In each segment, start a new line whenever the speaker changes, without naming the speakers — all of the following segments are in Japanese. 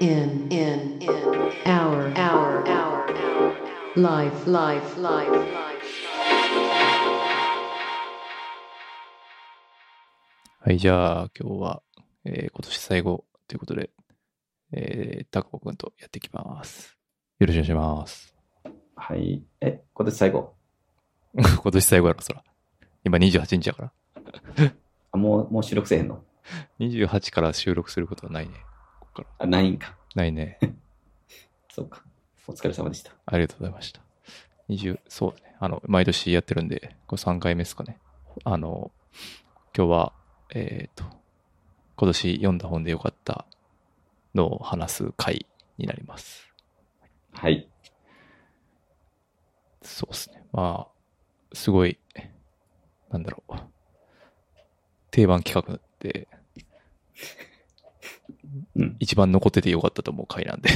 in in in hour hour hour hour life life life life
はい、じゃあ今日は、えー今年最後ということで、えー、たくぼくんとやっていきます。よろしくお願いします。
はい。え、今年最後。
今年最後やろ、そら。今28日やから。
あ、もう、もう収録せえへんの
28から収録することはないね。ここから。
あ、ないんか。
ないね。
そうか。お疲れ様でした。
ありがとうございました。20、そうだね。あの、毎年やってるんで、これ3回目ですかね。あの、今日は、えっ、と、今年読んだ本で良かったのを話す回になります。
はい。
そうですね。まあ、すごい、なんだろう。定番企画で、
うん。
一番残っててよかったと思う回なんで、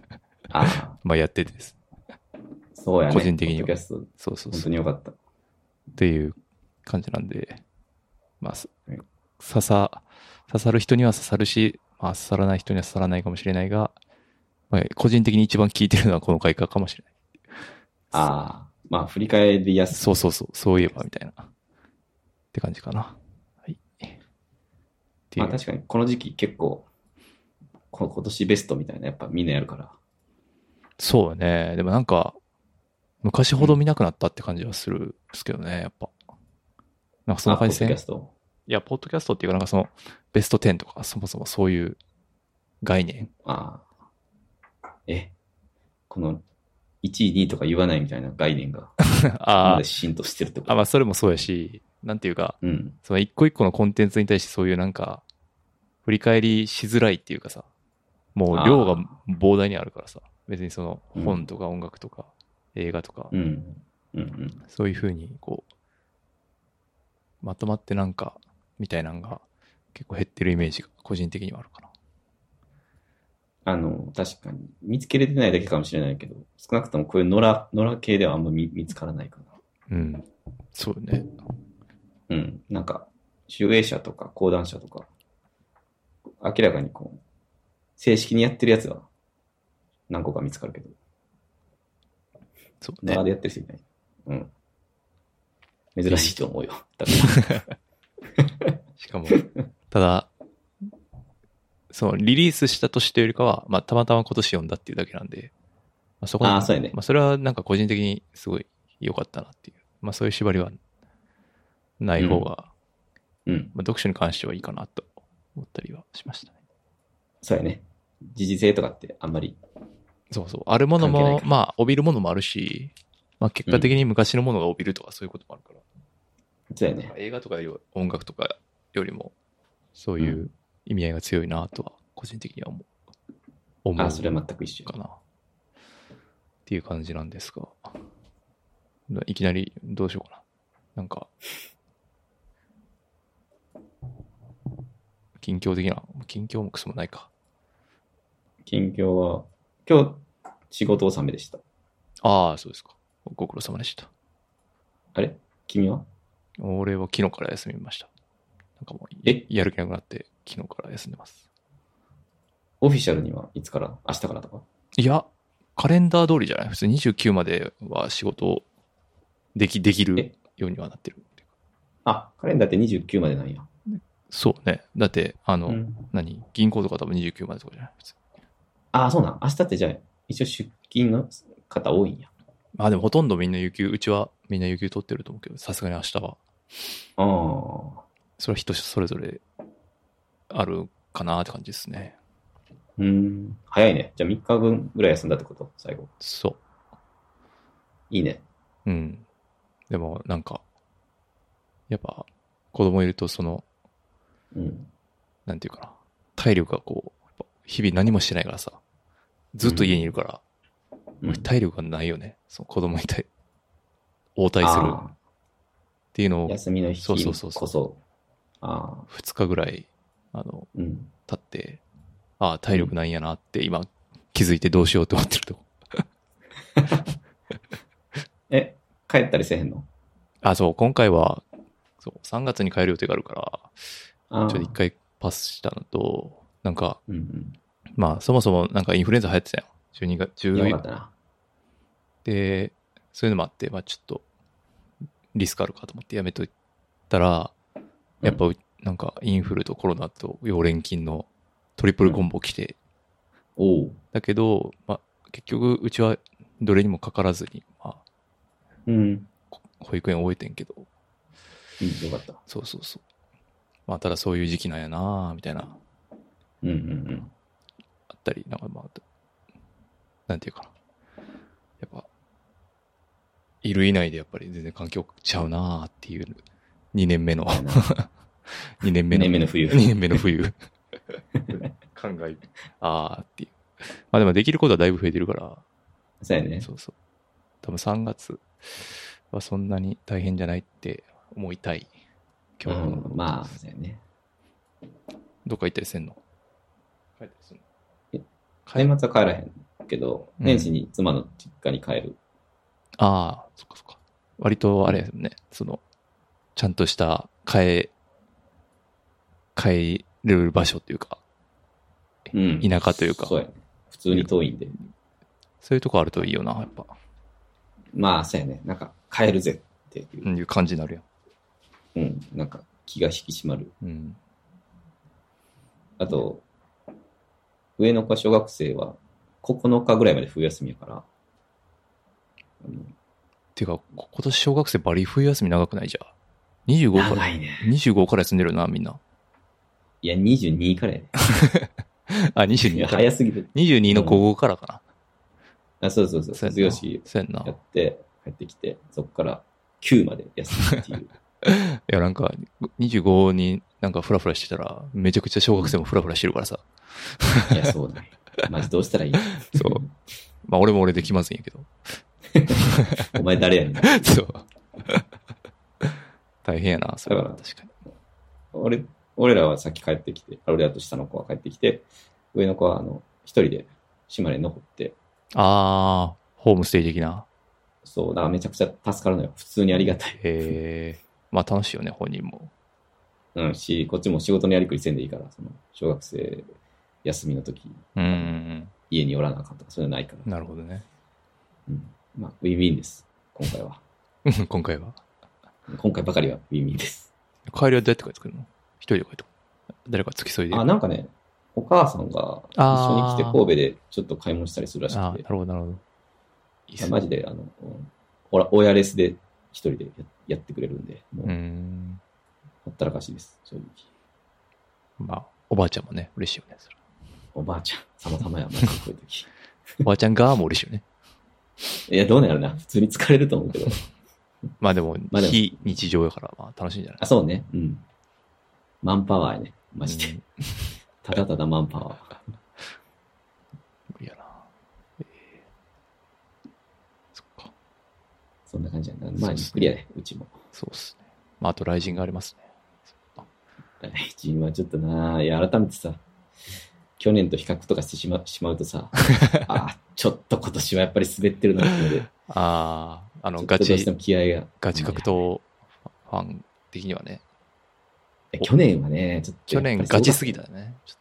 あ
まあやっててです。
ーそうやね。
個人的には
ポッドキャスト
そうそう
本
そ
当
う。
に良かった。
っていう感じなんで、まあ、す
はい
刺さ、刺さる人には刺さるし、まあ刺さらない人には刺さらないかもしれないが、まあ、個人的に一番聞いてるのはこの回かかもしれない。
ああ。まあ、振り返りやすい。
そうそうそう、そういえばみたいな。って感じかな。はい。ってい
ま
う
あ、確かに、この時期結構、こ今年ベストみたいな、やっぱみんなやるから。
そうよね。でもなんか、昔ほど見なくなったって感じはするんですけどね、やっぱ。なんかそんな感じです
あポッドキャ
ね。
スト。
いや、ポッドキャストっていうか、なんかその、ベスト10とか、そもそもそういう概念。
ああ。え、この、1位、2位とか言わないみたいな概念が、ま
あ
だ浸透してるってこ
あ、あ、
と。
まあそれもそうやし、なんていうか、
うん。
その一個一個のコンテンツに対してそういうなんか、振り返りしづらいっていうかさ、もう量が
あ
膨大にあるからさ、別にその
うん
本とか音楽とか映画とか、
うん。うんうん。
そういうふうに、こう、まとまってなんか、みたいなのが結構減ってるイメージが個人的にはあるかな。
あの、確かに。見つけれてないだけかもしれないけど、少なくともこういう野良、野良系ではあんま見見つからないか
うん。そうよね。
な。うん。なんか、集英社とか講談社とか、明らかにこう、正式にやってるやつは何個か見つかるけど、
そう
野
ね
良。でやってる人いない。うん。珍しいと思うよ。だから
しかも、ただ、そのリリースした年というよりかは、まあ、たまたま今年読んだっていうだけなんで、まあ、そこ
ああ、そうやね
ま。あ、それはなんか個人的にすごい良かったなっていう、まあ、そういう縛りはない方が、
うん。
まあ、読書に関してはいいかなと思ったりはしましたね。
そうやね。時事性とかってあんまり、
そうそう。あるもの
関係ない
も
か、ら
まあ、帯びるものもあるし、まあ、結果的に昔のものが帯びるとかそういうこともあるから、
そうや
なん
ね
か。映画とかより音楽とかよりも、そういう意味合いが強いなとは、個人的には思う。思
あ
う
あ、それは全く一緒。
かな。っていう感じなんですが、いきなりどうしようかな。なんか、近況的な、近況もクソもないか。
近況は、今日、仕事納めでした。
ああ、そうですか。ご苦労様でした。
あれ君は
俺は昨日から休みました。なんかもう、
え
やる気なくなって、昨日から休んでます。
オフィシャルにはいつから明日からとか
いや、カレンダー通りじゃない普通29までは仕事をでき、できる
え
ようにはなってる。
あ、カレンダーって29までなんや。
そうね。だって、あの、
うん、
何銀行とか多分29までとかじゃない普通
あ、そうなん。明日ってじゃあ、一応出勤の方多いんや。
まあでもほとんどみんな有給、うちはみんな有給取ってると思うけど、さすがに明日は。
ああ。
それは人それぞれあるかなって感じですね。
うん。早いね。じゃあ3日分ぐらい休んだってこと最後。
そ
いいね。
う。うん。でもなんか、やっぱ子供いるとその、
うん。
なんていうかな、体力がこう、やっぱ日々何もしてないからさ、ずっと家にいるから、
うん
体力がないよね。その子供に対、応対する
あ
っていうの
ー
を
休みの日
そ
こ
う
そ。
そうそうそう
ああ。
2日ぐらい、あの、
うん。
経って、ああ、体力ないんやなって今気づいてどうしようと思ってるとこ。
え、帰ったりせえへんの
あ、そう、今回は、そう、3月に帰る予定があるから、
ああ。
ちょっと一回パスしたのと、なんか、
うんうん。
まあ、そもそもなんかインフルエンザ流行ってたよ。12月、
やばか
10
ったな。
で、そういうのもあって、まあちょっと、リスクあるかと思ってやめといたら、やっぱ、なんかインフルとコロナと溶連菌のトリプルコンボ来て、
おう。
だけど、まあ、結局うちはどれにもかからずに、まあ、
うん。
こ保育園終えてんけど
うん、よかった。
そうそうそうまあただそういう時期なんやなみたいな
うんうん
あったりなんかまあなんていうかなやっぱいる以内でやっぱり全然環境ちゃうなっていう2年目の
うん。
2年目
2
の
年目の冬。
2年目の冬考えああっていうまあでもできることはだいぶ増えてるから
そうやね。
そうそう。多分3月はそんなに大変じゃないって思いたい。
う
今日、
ん、まあ、そうやね。
どっか行ったりせんの帰ったりすんの
開幕は帰らへんけど、
うん
年始に妻の実家に帰る。
ああ、そっかそっか。割とあれやもんね。その、ちゃんとした帰、帰れる場所っていうか、
うん。
田舎というか、
そうやね。普通に遠いんで。
そういうとこあるといいよな、やっぱ。
まあ、そうやね。なんか、帰るぜっていうう、
ん、いう感じになるや
うん、なんか、気が引き締まる。
ん。うん。
あと、上の子は小学生は、9日ぐらいまで冬休みやから、うん
ていうか、こ今年小学生バリ冬休み長くないじゃん。25から、
いね。
25から休んでるよな、みんな。
いや、22からやね。
あ、
い
22
や、
から。
早すぎる。
22の高校からか
あ、そうそうそう。
な。そう
卒
やん
業
な
式
そうやんな。い
やって、帰ってきて、そこから9まで休むっていう。
や、なんか、25になんかフラフラしてたら、めちゃくちゃ小学生もフラフラしてるからさ。
いや、そうだね。マジどうしたらいい
そう。まあ、俺も俺できませんやけど。
お前誰やねん。
そう。 大変やな、それは
だか
確かに。
俺、俺らはさっき帰ってきて、あ俺らと下の子は帰ってきて、上の子は、あの、一人で島根に残って、
あー、ホームステイ的な。
そう、だからめちゃくちゃ助かるのよ。普通にありがたい。
えー、まあ楽しいよね、本人も。
うん、し、こっちも仕事のやりくりせんでいいから、その、小学生休みの時、
うんうん
家におらなあかんとか、そういうのないか
うん。
ら。
なるほどね。
うん。まあ、ウィンウィンです。今回は。
うん 今回は。
今回ばかりはウィンウィンです。
帰りはどうやって帰ってくるの一人で帰ってくる誰か付き添いで。
あ、なんかね、お母さんが一緒に来て
あー
神戸でちょっと買い物したりするらし
あー
くて
な、るほど、なるほど。いいっ
いや
す
マ
ね。
ジで、あの、うんオラオヤレスで一人でややってくれるんで、もう
う、ん。
ほったらかしです、正直。
まあ、おばあちゃんもね、嬉しいよね。それ
おばあちゃん、様々や、マジでこういう時。
おばあちゃん側も嬉しいよね。
いや、どうなんやろな。普通に疲れると思うけど。
まあでも
まあで、も
非日常やから、まあ楽しいんじゃない
あ、そうね。うん。マンパワーやね。マジ
う
で
ん。
ただただマンパワー。
無理やな。えーそっか。
そんな感じやな。
そ
ま
うっ
あ、ゆっ
すね
くりやね、うちも。
そうっすね。まあ、あと、雷神がありますね。
来人はちょっとな、いや、改めてさ、去年と比較とかしてしましまうと さ、あちょっと今年はやっぱり滑ってるなっていうので、
ああ、あ
ち
の、
ょっ
ガ
とどうして
チ
も、気合が。
ガチ格闘ファン的にはね、
いや去年はね、ちょっと。
去年ガチすぎた。よね。ち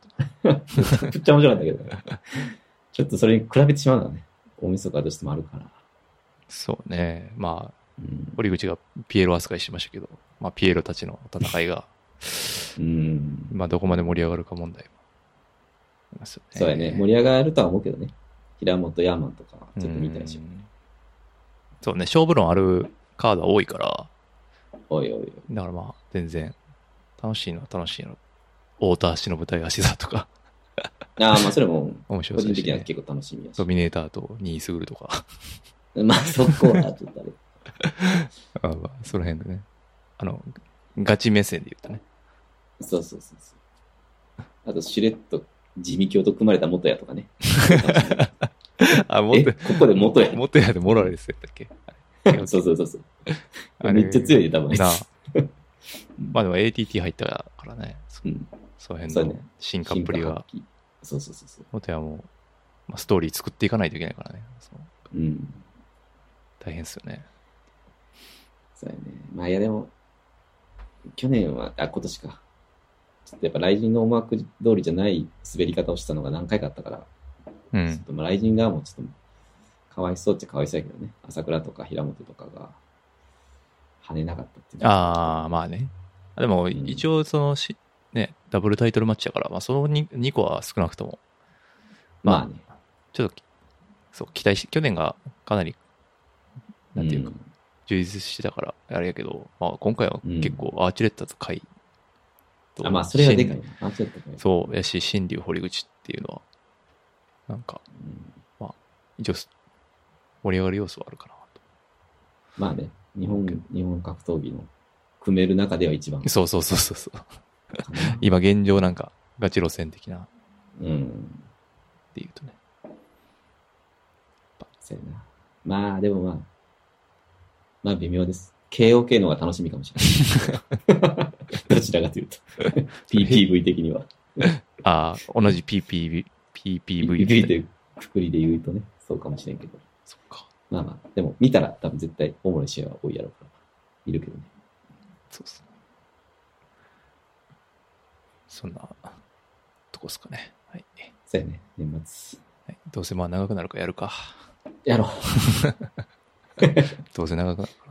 ょっと
めっちゃ面白かったけど、ちょっとそれに比べてしまうのはね、大晦日どうしてもあるから。
そうね。まあ、
うん。
堀口がピエロ扱いしてましたけど、まあ、ピエロたちの戦いが、
うん、
まあ、どこまで盛り上がるか問題もありますよね。
そうやね、盛り上がるとは思うけどね。平本ヤーマンとか、ちょっと見たいし
う。んそうね、勝負論あるカードは多いから、
おいおいおい。
だからまあ、全然、楽しいのは楽しいの。太田忍舞台足座とか、
ああ、まあそれ も、
面
個
白そう
人
だし、
的には
ね、
結構楽しみやし
ド。ミネーターとニースグルとか、
まあそこはちょっとあれ。
あまあその辺でね、あの、ガチ目線で言うとね、
そうそうそうそう。あと、しれっと地味教と組まれた元やとかね。
あ、もっ
え、
と
こ、こで元や。
もっとやでモラレスやったっけ
そうそうそうそう。
あれ
めっちゃ強いで、多分あいつ
なあまあでも ATT 入ったからね、そ
うん。
その
そう
辺
や
の
ね
進化っぷり
進化
が、
発揮。そうそうそうそう。
元はもう、まあ、ストーリー作っていかないといけないからね、その
うん。
大変っすよね。
そうやね。まあいやでも、去年は、あ、今年か。ちょっとやっぱ雷神の思惑通りじゃない滑り方をしたのが何回かあったから、
う
ちょっ
ん。
とまあ雷神側もちょっと、かわいそうっちゃかわいそうやけどね、朝倉とか平本とかが跳ねなかったっていうのは。
ああ、まあね。でも、
ん
一応、そのし、ね、ダブルタイトルマッチだから、まあ、その 2, 2個は少なくとも、
まあね。
ちょっと、そう、期待し、去年がかなりなんていうか充実してたから、あれやけど、まあ、今回は結構、アーチレッタと会
う
と
んあまあ、それはでかい
新
な。あ、ちょっとでかいな
そう、やし、新竜堀口っていうのは、なんか、
うん
一応、盛り上がる要素はあるかな
まあね、日本、日本格闘技の組める中では一番
と。。そうそうそうそうそう。
か な
今、現状なんか、ガチ路線的な
うん。
っていうとね。
そうやな。まあ、でもまあ、まあ微妙です。KOK の方が楽しみかもしれ ない。どちらかというと。PPV 的には。
ああ、同じ PPV、PPV
PPV というくくりで言うとね、そうかもしれんけど。
そっか。
まあまあ、でも見たら多分絶対主な試合は多いやろうから。いるけどね。
そうっすね。そんな、とこっすかね。はい。
そうやね、年末。
はい、どうせまあ長くなるからやるか。
やろ
どうせ長くなるか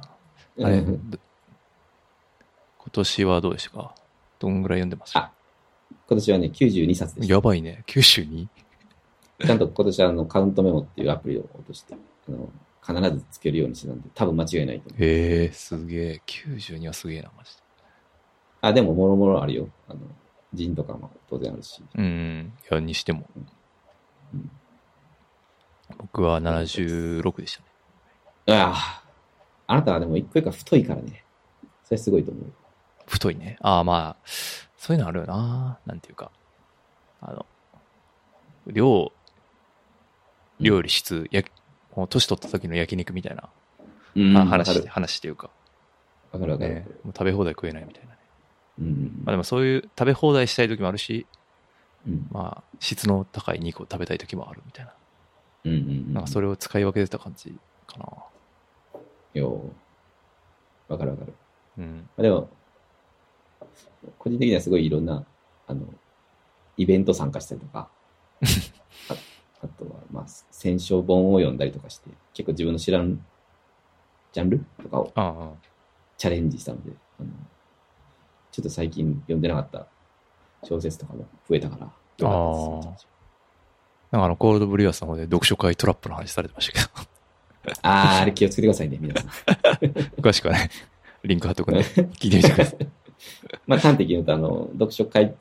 ら。
う。
あれ、
うん
ど今年はどうでしたかどんぐらい読んでます
あ今年はね、92冊でした。
やばいね。92?
ちゃんと今年はあのカウントメモっていうアプリを落として、あの必ずつけるようにしてたんで、多分間違いないと思う。
へえ、すげえ。92はすげえな、マジで。
あ、でも、もろもろあるよ。あの、人とかも当然あるし。
うん。いや、にしても
うん。
僕は76でしたね。
ああ、あなたはでも一個一個太いからね。それすごいと思う。
太いね。ああ、まあ、そういうのあるよな。なんていうか。あの、量、量より質、やもう年取った時の焼肉みたいな、
うん
は
わか
話
る
話っていうか、
わかるわかる。
ね、もう食べ放題食えないみたいな、ね。
うん
まあでもそういう食べ放題したい時もあるし、
うん
まあ質の高い肉を食べたい時もあるみたいな。
うんうん。
なんかそれを使い分けてた感じかな。
ようわかるわかる。
うん。
まあでも、個人的にはすごいいろんな、あの、イベント参加したりと か、ああとは、まあ、戦勝本を読んだりとかして、結構自分の知らんジャンルとかを
ああ、
チャレンジしたので、あのちょっと最近読んでなかった小説とかも増えたから、よかったです
なんかあの、コールドブリュアスの方で読書会トラップの話されてましたけ
あー、あれ気をつけてくださいね、皆さん。
ど、 詳しくはね、リンク貼っとくんで、聞いてみてください。
まあ、端的に言うと、あの、読書会っ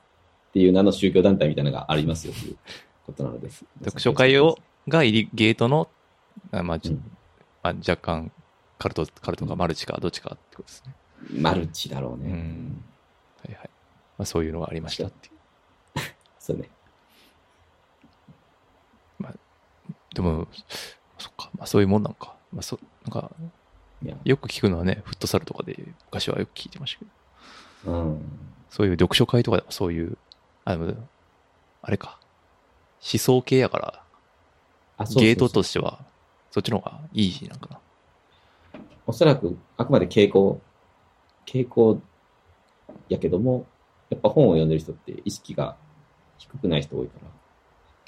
ていう名の宗教団体みたいなのがありますよということなのです。
読書会を、が入り、ゲートの、あまあ、
う
じ
ん、
まあ、若干、カルト、カルトかマルチか、どっちかってことですね。
マルチだろうね。
うんはいはい。まあ、そういうのがありましたっていう。
そうね。
でも、そっか、まあ、そういうもんなんか。まあ、そ、なんか、
いや、
よく聞くのはね、フットサルとかで、昔はよく聞いてましたけど、
うん。
そういう読書会とかでもそういう、あ、でもあれか、思想系やから、
あそうそうそう
ゲートとしては、そっちの方がイージーなんかな。
おそらく、あくまで傾向、傾向やけども、やっぱ本を読んでる人って意識が低くない人多いか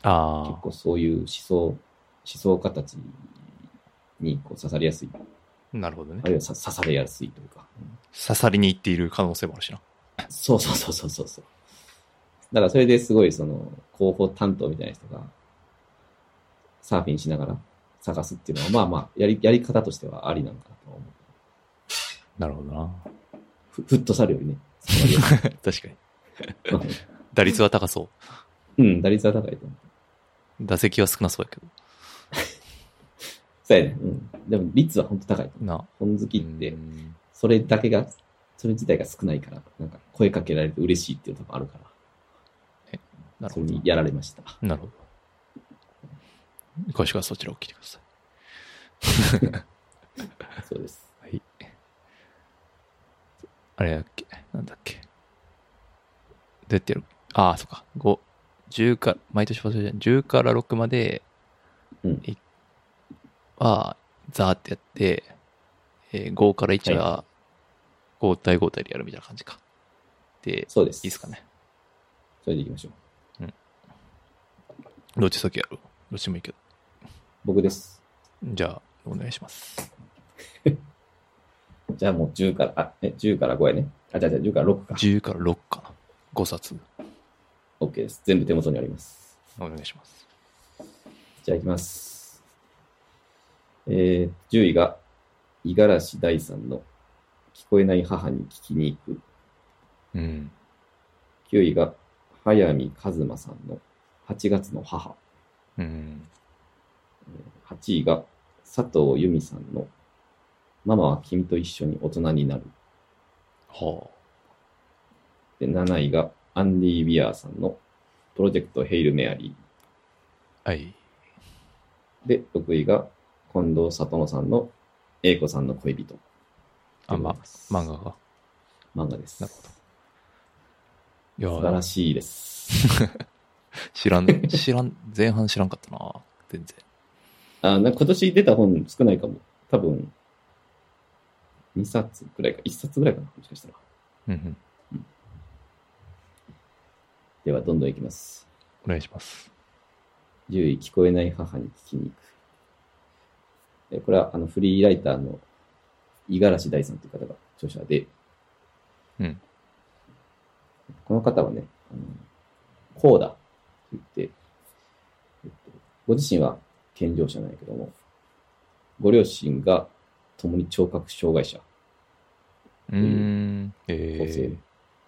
ら、
あ
結構そういう思想、思想家たちにこう刺さりやすい、
あ、なるほどね
あ。るいは刺刺されやすいというか、うん
刺さりに行っている可能性もあるしな。
そうそうそうそうそうそう。だからそれですごいその広報担当みたいな人がサーフィンしながら探すっていうのはまあまあやりやり方としてはありなのかなと思う。
なるほどな。
フフットサルより ね。その割
確かに。
合まあ
打率は高そう。
うん、打率は高いと思う。
打席は少なそうやけ
そうやね。うん。でも率は本当高いと思う。
ど。な。
本好きって
うん
それだけが、それ自体が少ないから、なんか声かけられて嬉しいっていうのもあるか
な
ら、
る
そ
ほ
れ
ど
に。やられました。
なるほど。詳しくはそちらを聞いてくださ
そうです。
い。はい。あれだっけなんだっけどうやってやるああ、そっか。5、10か、毎年忘れちゃう。10から6まで
うん。
は、ザーってやって、えー5から1は、5対5対でやるみたいな感じか。で、い
そうです。
いですかね。
それでいきましょう。
どっち先やろうどっちもいいけど。
僕です。
じゃあ、お願いします。
じゃあもう10から、あ、え、10から5やね。あ、じゃあじゃあ10から6か。
10から6かな。5冊。
OK です。全部手元にあります。
お願いします。
じゃあいきます。えー、10位が、五十嵐大さんの聞こえない母に聞きに行く。
うん。
9位が、早見和馬さんの8月の母。
うん。
8位が、佐藤由美さんのママは君と一緒に大人になる。
は
で、7位が、アンディ・ビアーさんのプロジェクトヘイル・メアリ
あ。はい。
ー。で、6位が、近藤里乃さんの英子さんの恋人。
あ、ま、漫
画。
画が。
漫画です。
なるほいや
素晴ら
ー、
しいです。
知ら ん、知らん、前半知らんかったな。全然。
あ、なんか今年出た本少ないかも。多分、2冊くらいか、1冊くらいかな、もしかしたら。
うんうん。
では、どんどんいきます。
お願いします。
10位、聞こえない母に聞きに行く。えこれは、あの、フリーライターの五十嵐大さんという方が著者で、
うん。
この方はね、あのこうだと言って、えっとご自身は健常者なんやけども、ご両親が共に聴覚障害者、
うーん。え
構成
ー。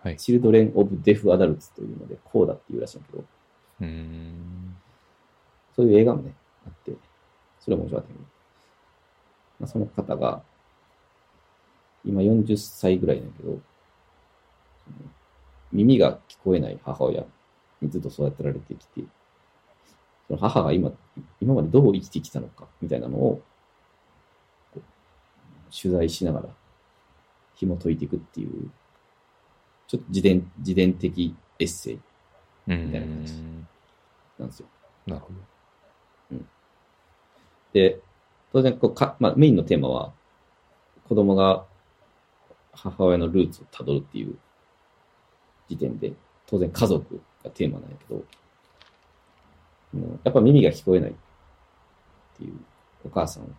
はい。
チルドレン・オブ・デフ・アダルツというので、こうだっていうらしいんやけど、
うーん。
そういう映画もね、あって、それは面白かったけど、まあ、その方が、今40歳ぐらいだけど、その耳が聞こえない母親にずっと育てられてきて、その母が今、今までどう生きてきたのか、みたいなのを、こう取材しながら、紐解いていくっていう、ちょっと自伝、自伝的エッセイ
うー
みたいな感じ
ん。
なんですよ。
なるほど。
で、当然こうか、まあ、メインのテーマは、子供が母親のルーツをたどるっていう時点で、当然家族がテーマなんやけど、うんやっぱ耳が聞こえないっていうお母さん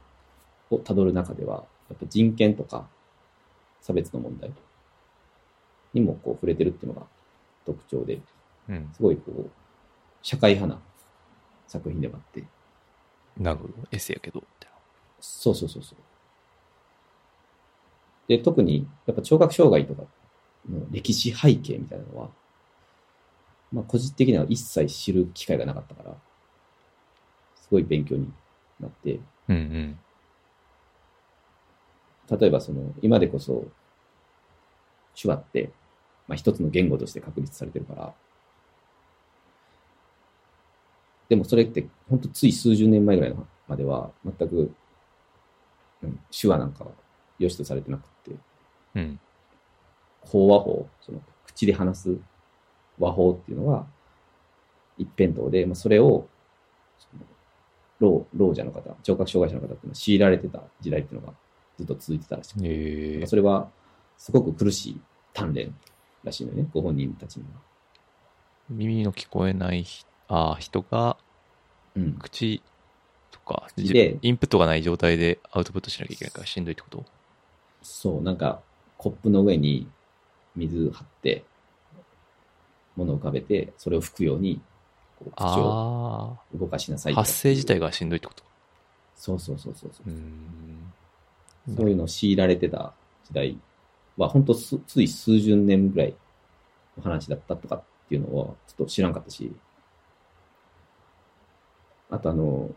をたどる中では、やっぱ人権とか差別の問題にもこう触れてるっていうのが特徴で、
うん。
すごいこう、社会派な作品でもあって、
なるほど。エッセイやけど。みたい
そうそうそうそう。で、特に、やっぱ聴覚障害とかの歴史背景みたいなのは、まあ個人的には一切知る機会がなかったから、すごい勉強になって、
なうんうん。
例えばその、今でこそ、手話って、まあ一つの言語として確立されてるから、でもそれって、ほんとつい数十年前ぐらいのまでは、全く、うん手話なんかは良しとされてなくって、
うん。
口話法、その口で話す和法っていうのは一辺倒で、まあ、それをその老老者の方、聴覚障害者の方っていうのは強いられてた時代っていうのがずっと続いてたらしくて、
え
まあ
ー。
それはすごく苦しい鍛錬らしいのよね、ご本人たちには。
耳の聞こえないひあー人が
うん、
口とか
口で
じインプットがない状態でアウトプットしなきゃいけないからしんどいってこと
そう、なんかコップの上に水張って、物を浮かべて、それを吹くように、こう口を
あ
動かしなさ
あ
い。
発声自。体がしんどいってこと
そうそうそうそうそう
うーん
そういうのを強いられてた時代は、本当すつい数十年ぐらいの話だったとかっていうのはちょっと知らんかったし、あとあの、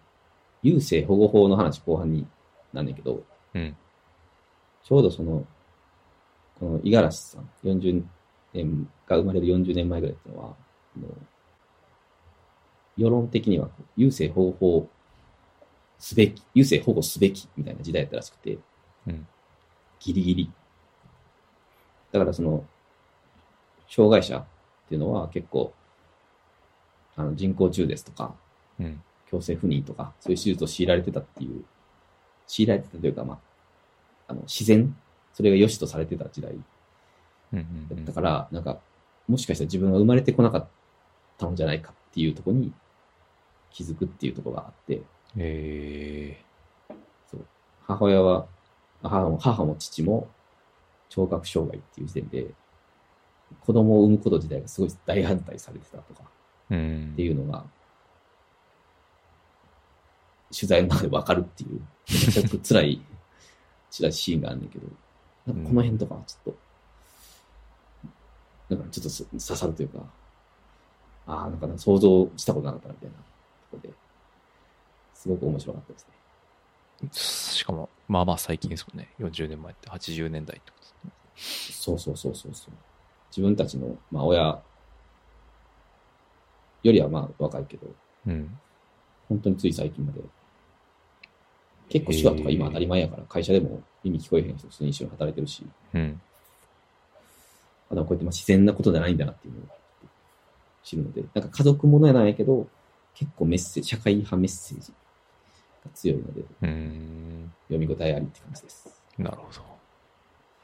郵政保護法の話後半になんだけど、
うん
ちょうどその、この五十嵐さん、40年が生まれる40年前ぐらいっていうのは、あの世論的には郵政保護法すべき、郵政保護すべきみたいな時代だったらしくて、
うん
ギリギリ。だからその、障害者っていうのは結構、あの人工中ですとか、
うん
強制不妊とか、そういう手術を強いられてたっていう、強いられてたというか、まあ、あの自然、それが良しとされてた時代
うんうんう
だ
ん
ったから、なんか、もしかしたら自分が生まれてこなかっったんじゃないかっていうところに気づくっていうところがあって、
え
そう母親は母も、母も父も聴覚障害っていう時点で、子供を産むこと自体がすごい大反対されてたとか
ーうん
っていうのが、取材の中でわかるっていう、めちゃくちゃ辛い、辛いシーンがあるんだけど、なんかこの辺とかはちょっと、なんかちょっとす刺さるというか、ああ、なんか想像したことなかったなみたいなところで、すごく面白かったですね。
しかも、まあまあ最近ですもんね。40年前って80年代ってことですね。
そうそうそうそうそう。自分たちの、まあ、親よりはまあ若いけど、
うん。
本当につい最近まで。結構手話とか今当たり前やから、会社でも耳聞こえへん人と一緒に働いてるし、
うん。
あでもこうやってまあ自然なことじゃないんだなっていうのを知るので、なんか家族ものやなんやけど、結構メッセージ、社会派メッセージが強いので、
うーん。
読み応えありって感じです。
なるほ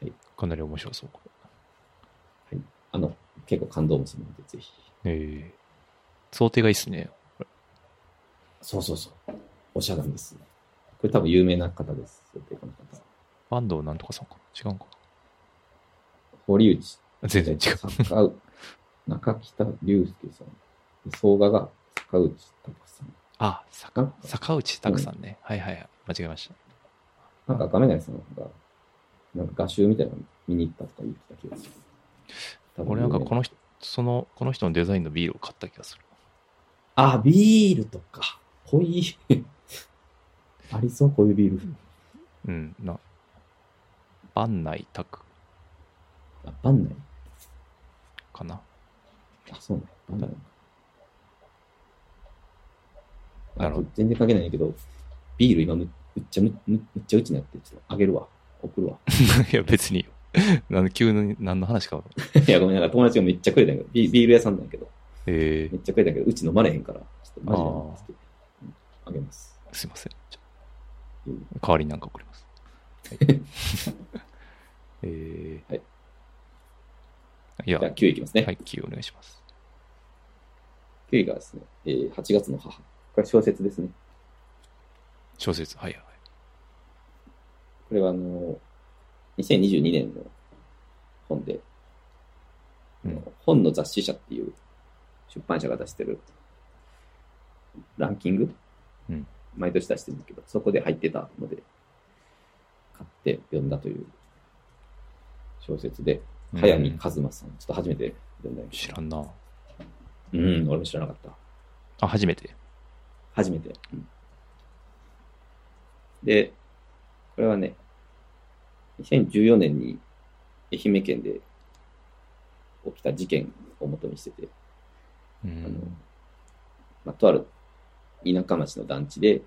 ど。
い
かなり面白そう、こ
あの、結構感動もするので、ぜひ。
れ。ええ想定がいいっすね。
そうそうそう。おしゃなんです。これ多分有名な方です。この方。
坂東なんとかさんかな違うんか
堀内
な全然違う。
坂う。中北隆介さん。で総画が坂内拓さん。
あ、坂
なんか
坂内拓さんね、はいはいはい。間違えました。
なんか亀梨さんが、なんか画集みたいなの見に行ったとか言ってた気がする。多分
俺なんかこの人、その、この人のデザインのビールを買った気がする。
あ、ビールとか。ほい。 ありそう、こういうビール。
うん、な。坂内拓
あ、バンナイ。
かな。
あ、そうね。バンナイ。
なるほど
あ全然関係ないんだけど、ビール今む、むっちゃむ、むむっちゃうちになって、ちょっとあげるわ。送 るわ。
いや、別に。 なんで急に何の話か。
いや、ごめんなさい。友達がめっちゃくれたんやけど、ビビール屋さんなんやけど、
ええ
めっちゃくれたんやけど、うち飲まれへんから、ちょっとマジでなんですけど、うんあげます。
すいません。ちょ
いえいえ
代わりになんか送ります。はい ええ
はい
いや
じゃあ、、9位いきますね。
はい、9お願いします。
9位がですね、えー8月の母。これは小説ですね。
小説、はいはい。
これはあの、2022年の本で、
うん
本の雑誌社っていう出版社が出してるランキング、
うん
毎年出してるんだけど、そこで入ってたので、買って読んだという小説で、早見
うん
和馬さん、ちょっと初めて読んだんやけ
知らんな。
どうん、俺も知らなかった。
あ、初めて。
初めて。で、これはね、2014年に愛媛県で起きた事件を元にしてて、
う
あの
ん。
まあ、とある田舎町の団地で、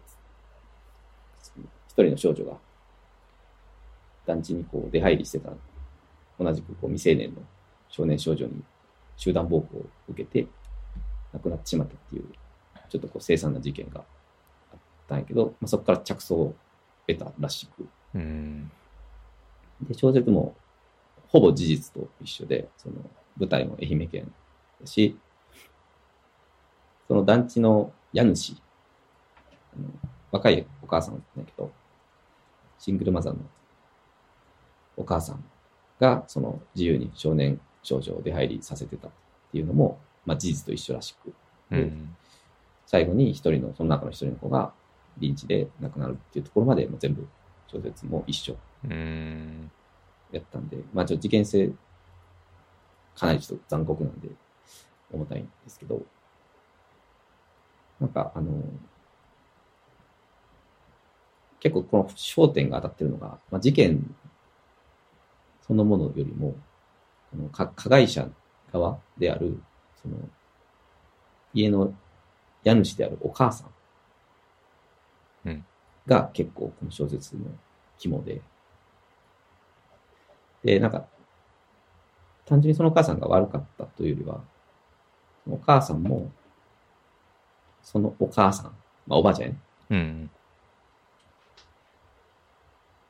一人の少女が団地にこう出入りしてた、同じくこう未成年の少年少女に集団暴行を受けて亡くなってしまったっていう、ちょっとこう凄惨な事件があったんやけど、まあ、そこから着想を得たらしく、
うん。
で、小説もほぼ事実と一緒で、その舞台も愛媛県だし、その団地の家主、あの若いお母さんなんだけど、シングルマザーのお母さんが、その自由に少年少女を出入りさせてたっていうのも、まあ事実と一緒らしく、
うん。
最後に一人の、その中の一人の子が臨時で亡くなるっていうところまで、もう全部小説も一緒
うん。
やったんで、まあちょっと事件性、かなりちょっと残酷なんで、重たいんですけど、なんかあの、結構この焦点が当たってるのが、まあ、事件そのものよりも、あのか加害者側である、その、家の家主であるお母さ
うんん
が結構この小説の肝で、で、なんか、単純にそのお母さんが悪かったというよりは、お母さんも、そのお母さん、まあおばあちゃんやね。
うん。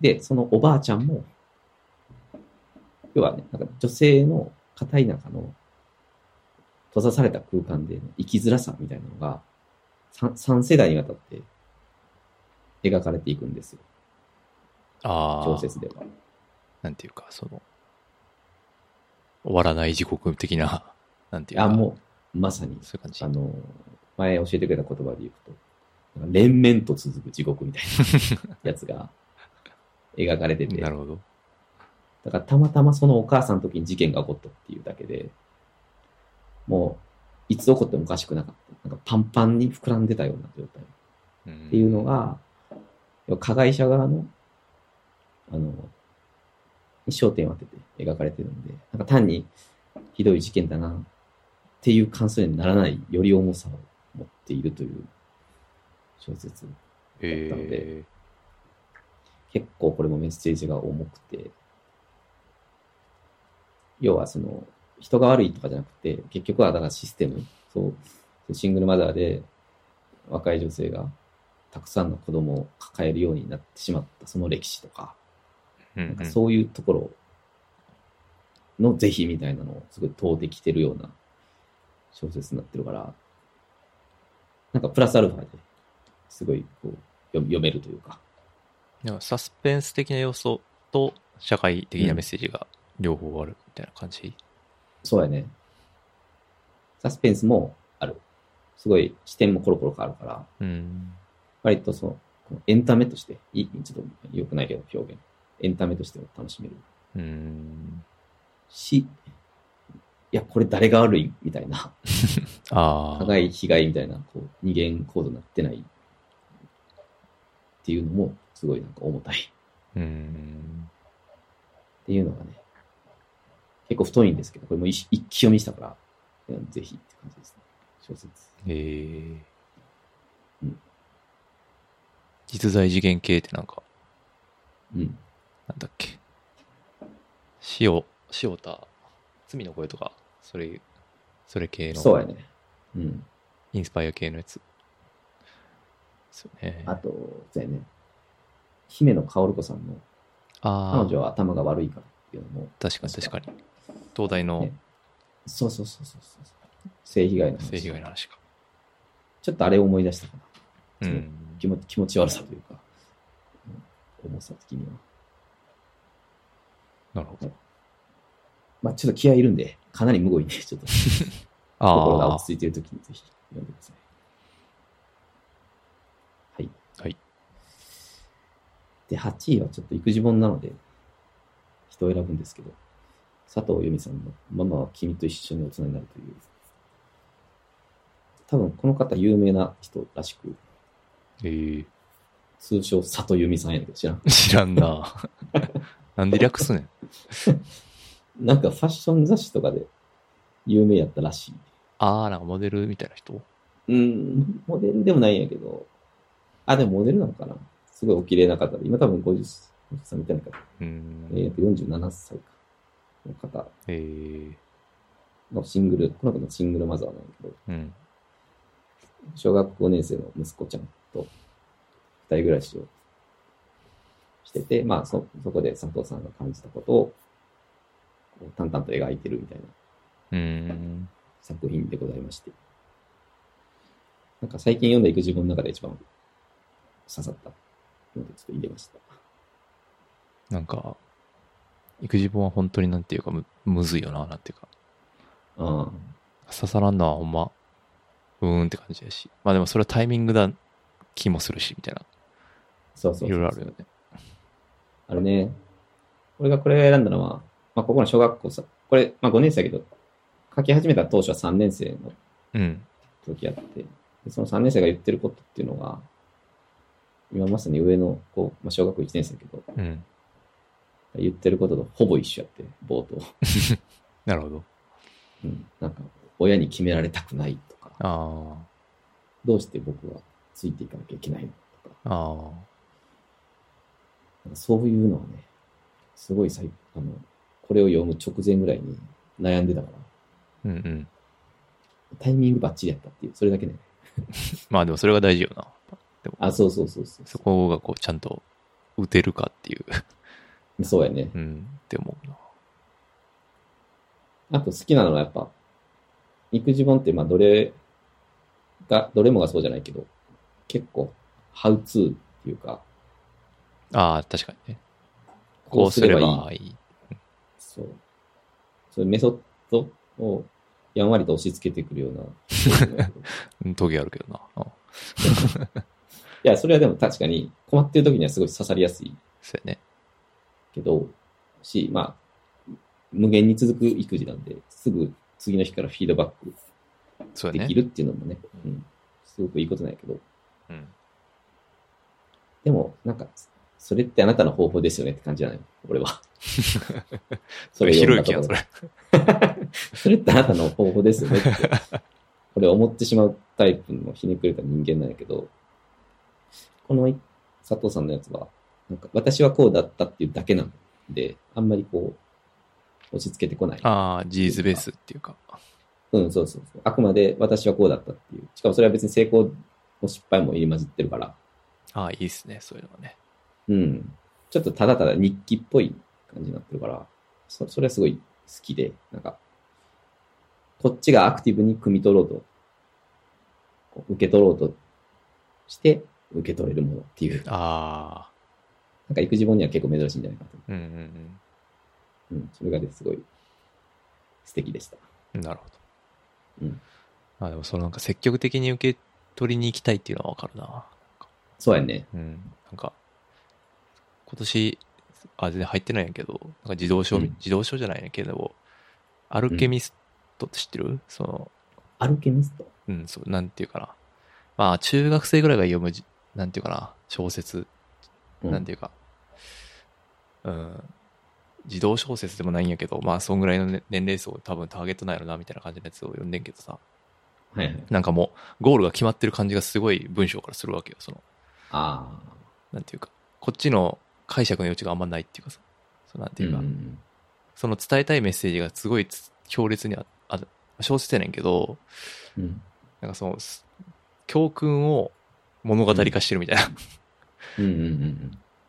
で、そのおばあちゃんも、要はね、なんか女性の片田舎の閉ざされた空間での生きづらさみたいなのが 3, 3世代にわたって描かれていくんですよ、
ああ、
小説では。
なんていうか、その、終わらない地獄的な、 なんていうか、
あ、もう、まさに、
そういう感じ
あ。の、前教えてくれた言葉で言うと、なんか連綿と続く地獄みたい なやつが描かれてて、
な
だ
るほど。
からたまたまそのお母さんの時に事件が起こったっていうだけで、もう、いつ起こってもおかしくなかった。なんかパンパンに膨らんでたような状態。
うん
っていうのが、要は加害者側の、あの、に焦点を当てて描かれてるんで、なんか単にひどい事件だなっていう感想にならない、より重さを持っているという小説。
え
だったの
え
で結構これもメッセージが重くて、要はその、人が悪いとかじゃなくて、結局はだからシステム、そう、シングルマザーで若い女性がたくさんの子供を抱えるようになってしまったその歴史とか、
うん
なん
う
か
ん
そういうところの是非みたいなのをすごい問うてきてるような小説になってるから、なんかプラスアルファですごいこう読読めるというか、
なんかサスペンス的な要素と社会的なメッセージが両方あるみたいな感じ。
そうやね。サスペンスもある。すごい視点もコロコロ変わるから、
うん。
割とそのこのエンタメとして、いちょっと良くないけど表現、エンタメとしても楽しめる
うん。
し、いや、これ誰が悪いみたいな、
あ
加
あ。
害、被害みたいな、こう、二元構造になってないっていうのも、すごいなんか重たい
うん。
っていうのがね、結構太いんですけど、これも一一気読みしたから、いやぜひって感じですね、小説。
ええ
うん
実在次元系ってなんか、
うん。
なんだっけ。塩、塩田、罪の声とか、それ、それ系
そう
の、
やね。うん。
インスパイア系のやつ。そうね。
あと、そうやね。姫野薫子さんの、彼
ああ、
女は頭が悪いからっていうのも、
確かに確かに。東大の
ねそうそうそうそうそう。性被害の話
性被害の話か。
ちょっとあれを思い出したかな。
う。
そうん気持ち気持ち悪さというか、うん重さ的には。
なるほど。
まあちょっと気合いいるんで、かなりむごいね。ちょっと心が
ああ
落、ち着いてるときにぜひ読んでください。はい。
はい。
で、8位はちょっと育児本なので、人を選ぶんですけど、佐藤由美さんのママは君と一緒に大人になるという。多分この方有名な人らしく、
ええ
通称佐藤由美さんやねんけど知らん。
知らんな。なんで略すねん。
なんかファッション雑誌とかで有名やったらしい。
ああ、なんかモデルみたいな人
うん、モデルでもないんやけど、あ、でもモデルなのかな。すごいお綺麗な方で、今多分50歳みたいな方、
う
えー
ん。
と47歳か。の方
ええ
のシングル、この子のシングルマザーなんやけど、
うん。
小学5年生の息子ちゃんと二人暮らしをしてて、まあそ、そこで佐藤さんが感じたことを、こう淡々と描いてるみたいな
うん。
作品でございまして。なんか最近読んだ育児本の中で一番刺さったので、ちょっと入れました。
なんか、育児本は本当になんていうかむ、むずいよな、なんていうか。
あ
刺さらんのはほんま、うーんって感じやし。まあでもそれはタイミングだ気もするし、みたいな。
そうそうそうそ
いろ
う
いろあるよね。
あるね。俺がこれを選んだのは、まあ、ここの小学校さ、これ、まあ、5年生だけど、書き始めた当初は3年生の
うん。
時あって、でその3年生が言ってることっていうのが、今まさに上の子、まあ、小学校1年生だけど、
うん。
言ってることとほぼ一緒やって、冒頭。
なるほど。
うん、なんか、親に決められたくないとか、
あ
どうして僕はついていかなきゃいけないのとか、
あ、ああ。
なんかそういうのはね、すごい最あの、これを読む直前ぐらいに悩んでたから、
うんうん。
タイミングバッチリやったっていう、それだけね。
まあでもそれが大事よな。
あ、そうそうそうそう。
そこがこう、ちゃんと打てるかっていう。
そうやね。
うん。って思うな。
あと好きなのはやっぱ、育児本って、まあ、どれが、どれもがそうじゃないけど、結構、ハウツーっていうか、
ああ、確かにね。こうすればいい。
そう。そういうメソッドをやんわりと押し付けてくるよう な。い
うんトゲあるけどな。うん
や、それはでも確かに困ってる時にはすごい刺さりやすい
そうやね。
けど、し、まあ、無限に続く育児なんで、すぐ次の日からフィードバック
そう
で
や
き
ね。
るっていうのもね、うん、すごくいいことなんやけど、
うん。
でも、なんか、それってあなたの方法ですよねって感じじゃないの俺 は。
それ、ひろゆきや
読
ん、
ん
そ
だとこ
れ。
ろそれってあなたの方法ですよねって、これ思ってしまうタイプのひねくれた人間なんやけど、この佐藤さんのやつは、なんか私はこうだったっていうだけなんで、あんまりこう、押し付けてこない。
ああ、事実ベースっていうか。
うん、そうそうそう。あくまで私はこうだったっていう。しかもそれは別に成功も失敗も入り混じってるから、
ああ、いいっすね。そういうのはね。
うん。ちょっとただただ日記っぽい感じになってるから、そそれはすごい好きで、なんか、こっちがアクティブに汲み取ろうと、こう受け取ろうとして、受け取れるものっていう、 なん
ああ、
か育児本には結構珍しいんじゃないかと。
うんうん
うん、それがですごい素敵でした。
うん。なるほど。
うん。
あでも、そのなんか積極的に受け取りに行きたいっていうのはわかるな。
そうやね。
うん。なんか、今年、あ、全然入ってないんやけど、なんか自動書、
うん
自動書じゃないんやけど、アルケミストって知ってる、その、
アルケミスト。
うん、そう、なんていうかな。まあ、中学生ぐらいが読むじ、なんていうかな、小説、なんていうか、うん、児童小説でもないんやけど、まあ、そんぐらいのね、年齢層多分ターゲットなんやろな、みたいな感じのやつを読んでんけどさ、
うん。はいはい。
なんかもう、ゴールが決まってる感じがすごい文章からするわけよ、その、
あ
なんていうか、こっちの解釈の余地があんまないっていうかさ、そうなん
あ。
ていうか、
ん
その伝えたいメッセージがすごいつ強烈にあ、あ小説やねんけど、
うん。
なんかその、す教訓を物語化してるみたいな、
うんうんうん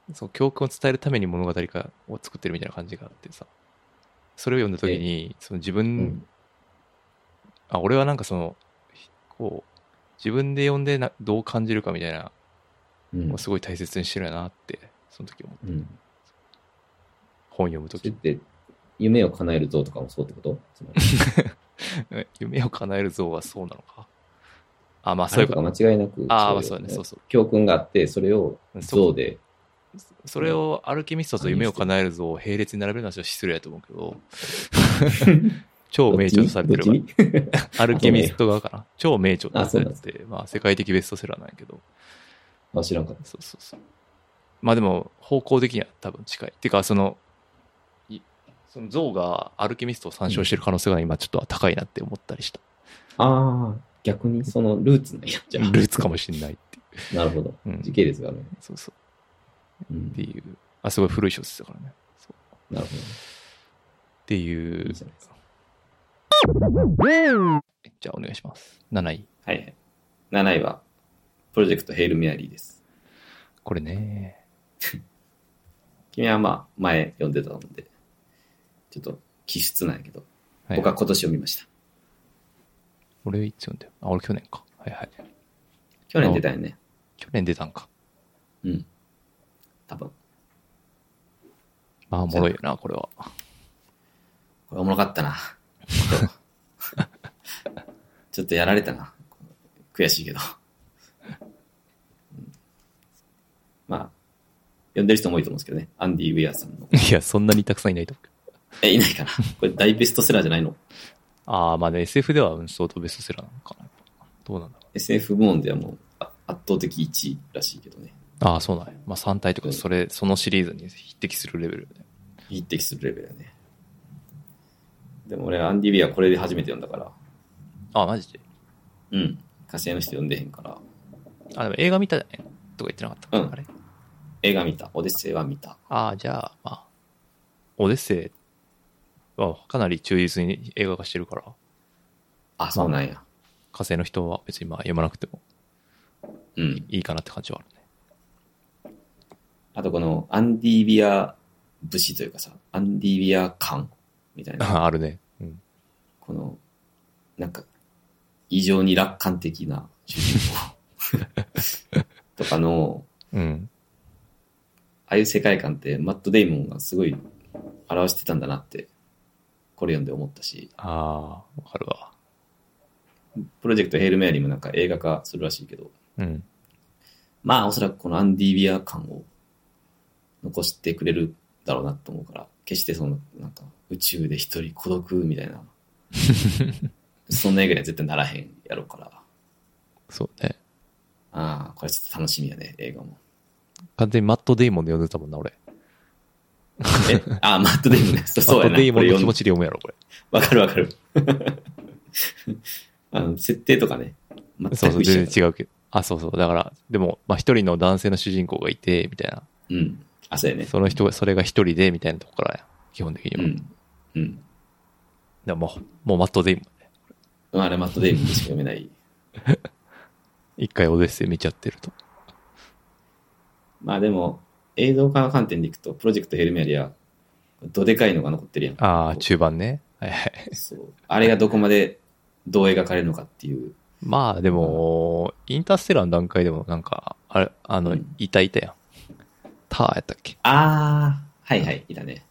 う ん。
そう、教訓を伝えるために物語化を作ってるみたいな感じがあってさ、それを読んだ時に、その自分、
うん
あ、俺はなんかその、ひこう、自分で読んでなどう感じるかみたいな、
うん
をすごい大切にしてるやなって、その時思う。
うん
本読む時
それって、夢を叶えるぞとかもそうってことつまり
え夢を叶える像はそうなのか。あ、まあ
あ
そうい
れ
う
と
こ
か
と。
間違いなく、
ああ、まあそうだね、そうそう。
教訓があって、それを像で、
それをアルケミストと夢を叶える像を並列に並べるのはちょっと失礼やと思うけ ど、超名著とされてるか
どっ
ら
ち、にどっちに
アルケミスト側かな。超名著と
あそ
さ
う
れ
なん
て
です
て、まあ世界的ベストセラーなんやけど、
あ知らんかった。
そうそうそう。まあでも方向的には多分近い。っていうか、その、いその像がアルケミストを参照してる可能性が今ちょっと高いなって思ったりした。
ああ、逆にそのルーツなんや。じゃ
ルーツかもしれないってい
あ、なるほど。
う。うん、
時系列がね。
そうそう。
うん
っていう。あ、すごい古い小説だからね。そう
なるほ
ってい
ど。いうい。じゃないですか。
じゃあお願いします。7位。
はい。7位は、プロジェクトヘイルメアリーです。
これね。
君はまあ、前読んでたので、ちょっと気質なんやけど、
はい、
僕は今年読みました。
俺いつ読んだよ。あ、俺去年か。はいはい。
去年出たよね。
去年出たんか。
うん。多分。
まあ、おもろいよな、これは。
これおもろかったな。 ちょっとやられたな。悔しいけど。まあ、呼んでる人も多いと思うんですけどね。アンディ・ウェアさん の。
いや、そんなにたくさんいないと思うけど。
え、いないかな。これ大ベストセラーじゃないの
ああ、まあね、SF では運送とベストセラーなのかな。どうなんだろ
?SF 部門ではもうあ圧倒的1位らしいけどね。
う。ああ、そうなんや。まあ、3体とか、それ、そのシリーズに匹敵するレベルで。
匹敵するレベルだね。でも俺はアンディ・ウェアこれで初めて読んだから。
ああ、マジで。
うん。火星の人読んでへんから。
あ、でも映画見たじゃないとか言ってなかったかな、
うん
あれ。
映画見た。オデッセイは見た。
ああ、じゃあ、まあ、オデッセイはかなり忠実に映画化してるから、
あ、そうなんや。
火星の人は別にまあ読まなくても
うん。
いいかなって感じはあ るね。
あとこのアンディ・ビア節というかさ、アンディ・ビア感みたいな、
あるね。うん。
この、なんか異常に楽観的な主人公とかの、
うん。
ああいう世界観ってマット・デイモンがすごい表してたんだなって、これ読んで思ったし、
ああ、わかるわ。
プロジェクトヘール・メアリーもなんか映画化するらしいけど、
うん。
まあおそらくこのアンディ・ビア感を残してくれるだろうなと思うから、決してそのなんか宇宙で一人孤独み たいな、そんな映画には絶対ならへんやろうから、
そうね。
ああ、これちょっと楽しみやね、映画も。
完全にマット・デイモンで読んでたもんな、俺。
え、ああ、マット・デイモンね。そう そうや
マッ
な。
ト・デイモ
こ
ン
れ
の
読
気
ん
持ちで読むやろ、これ。
わかるわかる。 あの、設定とかね。全
そうそ
く
う、
一緒
全
やか
然違うけど。あ、そうそう。だから、でも、まあ、一人の男性の主人公がいて、みたいな。
らうん。あ、そうやね。
その人が、それが一人で、みたいなとこからや、基本的に
う
は。
ん。うん。
でももう、もうマット・デイモン。
まああれ、マット・デイモンでしか読めない。
一回オデッセイ見ちゃってると。
まあでも、映像化の観点でいくと、プロジェクトヘルメアリア、どでかいのが残ってるやん。
ああ、中盤ね。はいはい。
そう。あれがどこまでどう描かれるのかっていう。
まあ、でも、インターステラーの段階でも、なんか、あれ、あ
う
の
ん、
いたいたやん。ターやったっけ
ああ、はいはい、いたね。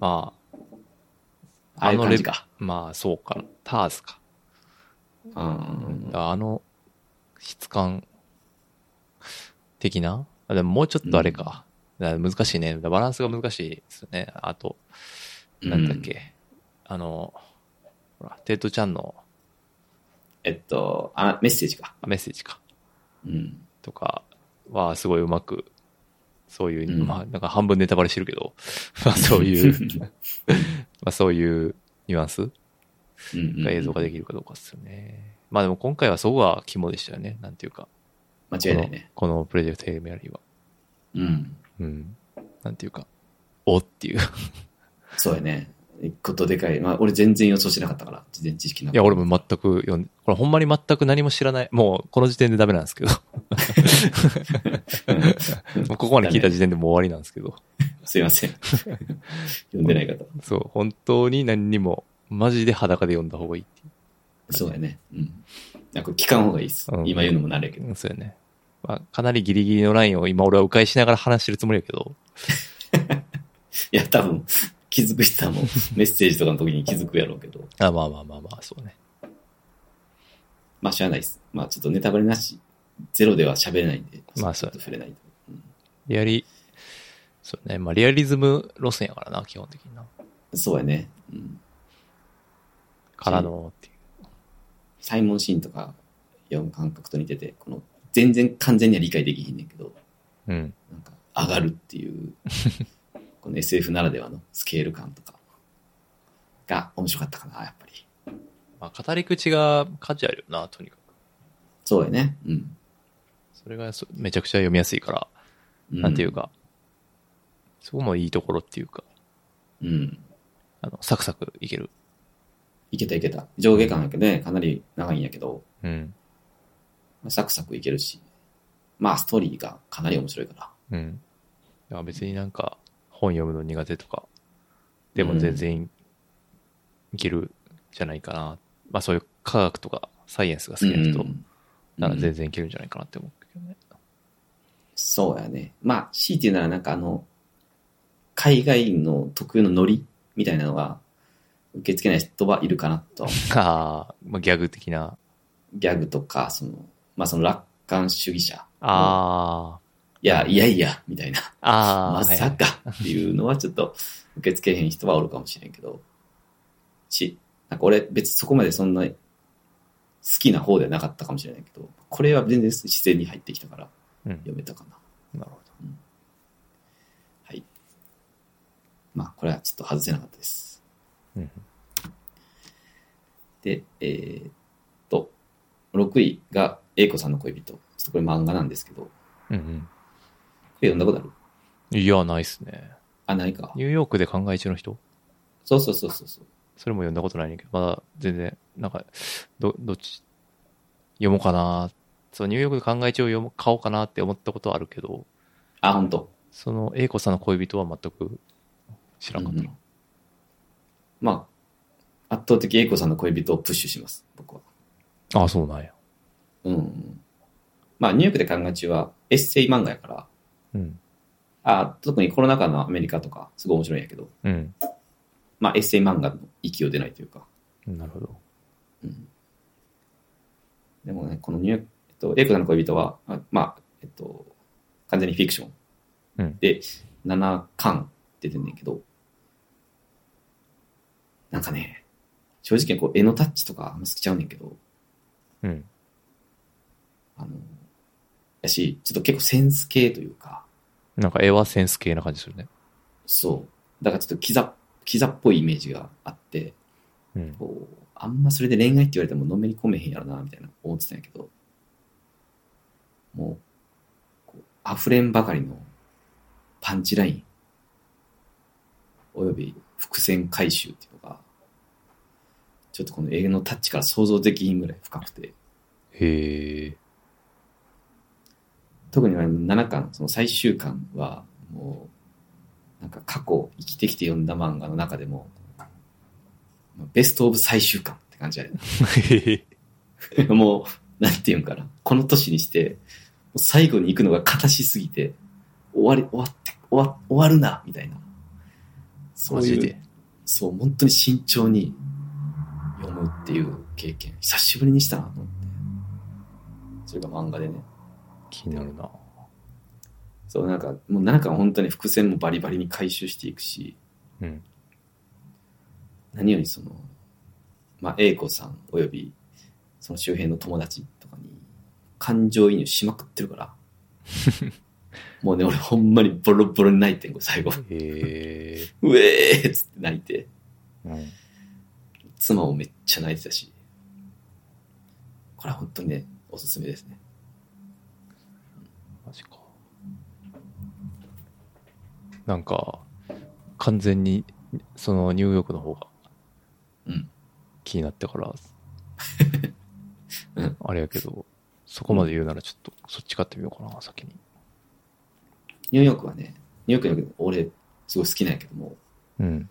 まあ、
ああいう感
レ
じか。
まあ、そうか。ターズか。
うん。
あの質感的なあでももうちょっとあれか、だから難しいねだからバランスが難しいですよねあとなんだっけ、
うん
あのほらテイトちゃんの
えっと、あ、メッセージか。
メッセージか
うん。
とかはすごいうまくそういう、
うん
まあなんか半分ネタバレしてるけど まあそういう まあそういうニュアンスが映像化できるかどうかですよね、まあでも今回はそこが肝でしたよねなんていうか
間違
こ
い
の
ないね。
このプロジェクトヘルメアリーは
うん。
うん。なんていうか、おっていう。い
そうやね。一個とでかい。まあ、俺全然予想してなかったから、事前知識なく
や、俺も全く読んで、これほんまに全く何も知らない。もう、この時点でダメなんですけど。 もうここまで聞いた時点でもう終わりなんですけど。
すいません。 読んでない方。
そう、本当に何にも、マジで裸で読んだ方がいいってい
そうやね。うん。なんか聞かん方がいいっす。
うん
今言うのもなるやけ
う
ど。
うん。そうよね。まあ、かなりギリギリのラインを今俺は迂回しながら話してるつもりやけど。
いや、多分、気づく人はもう、メッセージとかの時に気づくやろうけど。
あ、まあまあまあまあ、そうね。
まあ、知らないっす。まあ、ちょっとネタバレなし、ゼロでは喋れないんで。
まあそう
ちょっと触れない。うん
リアリ、そうね。まあ、リアリズム路線やからな、基本的にな。
そうやね。うん。
からのっていう。
サイモンシーンとか読む感覚と似てて、この、全然完全には理解できひんねんけど、
うん。
なんか、上がるっ ていう、この SF ならではのスケール感とかが面白かったかな、やっぱり。
まあ、語り口がカジュアルよな、とにかく。
そうやね。うん。
それがそめちゃくちゃ読みやすいから、
うん
なんていう。か、そこもいいところっていうか、
うん。
あのサクサクいける。
いけたいけた。上下感だけで、かなり長いんやけど、
うん。
サクサクいけるし、まあ、ストーリーがかなり面白いから。
うん。だから別になんか、本読むの苦手とか、でも全然いけるじゃないかな。まあそういう科学とかサイエンスが好きな人、
うん
なら
うん
全然いけるんじゃないかなって思うけどね。
そうやね。まあ、強いて言うなら、なんかあの、海外の特有のノリみたいなのが、受け付けない人はいるかなとは思う
ああ、まあギャグ的な。
ギャグとか、その、まあその楽観主義者。
あ
いや、いやいや、みたいな。
あ、ああ、
ま
は
さ
い
かっていうのはちょっと受け付けへん人はおるかもしれんけど。し、なんか俺別にそこまでそんな好きな方ではなかったかもしれないけど、これは全然自然に入ってきたから
うん、
読めたかな。
なるほど。
はい。まあこれはちょっと外せなかったです。
うん
で、えーっと、6位が英子さんの恋人。ちょっとこれ漫画なんですけど、こ
うん
れ読んだことある
うん。いや、ないっすね。
あ、ないか。
ニューヨークで考え中の人
そうそうそうそうそう。
それも読んだことないねんけど、まだ全然、なんか、ど、どっち、読もうかな。そう、ニューヨークで考え中を読もう買おうかなって思ったことはあるけど、
あ、本当。
その、英子さんの恋人は全く知らんかったな。
うんまあ、圧倒的英子さんの恋人をプッシュします、僕は。
ああ、そうなんや。
うん。まあ、ニューヨークで考え中はエッセイ漫画やから、
うん。
あ特にコロナ禍のアメリカとか、すごい面白いんやけど、
うん。
まあ、エッセイ漫画の域を出ないというか。
なるほど。
うんでもね、このニューヨーク、えっと、エイコさんの恋人は、あまあ、えっと、完全にフィクション。
うん
で、7巻出てんねんけど、なんかね、正直こう、絵のタッチとかあんま好きちゃうねんけど、
うん。
あの、やし、ちょっと結構センス系というか、
なんか絵はセンス系な感じするね。
そう。だからちょっとキザ、キザっぽいイメージがあって、
うん。
こう、あんまそれで恋愛って言われてものめり込めへんやろな、みたいな思ってたんやけど、もう、こう溢れんばかりのパンチライン、および伏線回収っていうのが、ちょっとこの映画のタッチから想像できひんぐらい深くて、
へ え。
特にあの7巻、その最終巻は、もう、なんか過去生きてきて読んだ漫画の中でも、ベストオブ最終巻って感じやね。 もう、なんていうんかな。この年にして、もう最後に行くのが悲しすぎて、終わり、終わって、終わ、終わるな、みたいな。そ
マ
うい
ジ
う、
で。
そう、本当に慎重に読むっていう経験、久しぶりにしたなと思って。それが漫画でね。
気になるな。
そう、なんか、もう7巻本当に伏線もバリバリに回収していくし、
うん。
何よりその、まあ、英子さんおよびその周辺の友達とかに感情移入しまくってるから もうね俺ほんまにボロボロに泣いてんこれ最後
へえ。
うえーっつって泣いて
うん。
妻もめっちゃ泣いてたしこれは本当にねおすすめですね
マジか。なんか、完全に、そのニューヨークの方が
うん、
気になってから、
うん
あれやけど、そこまで言うならちょっと、そっち買ってみようかな、先に。
ニューヨークはねニューヨークの俺すごい好きなんやけども
うん。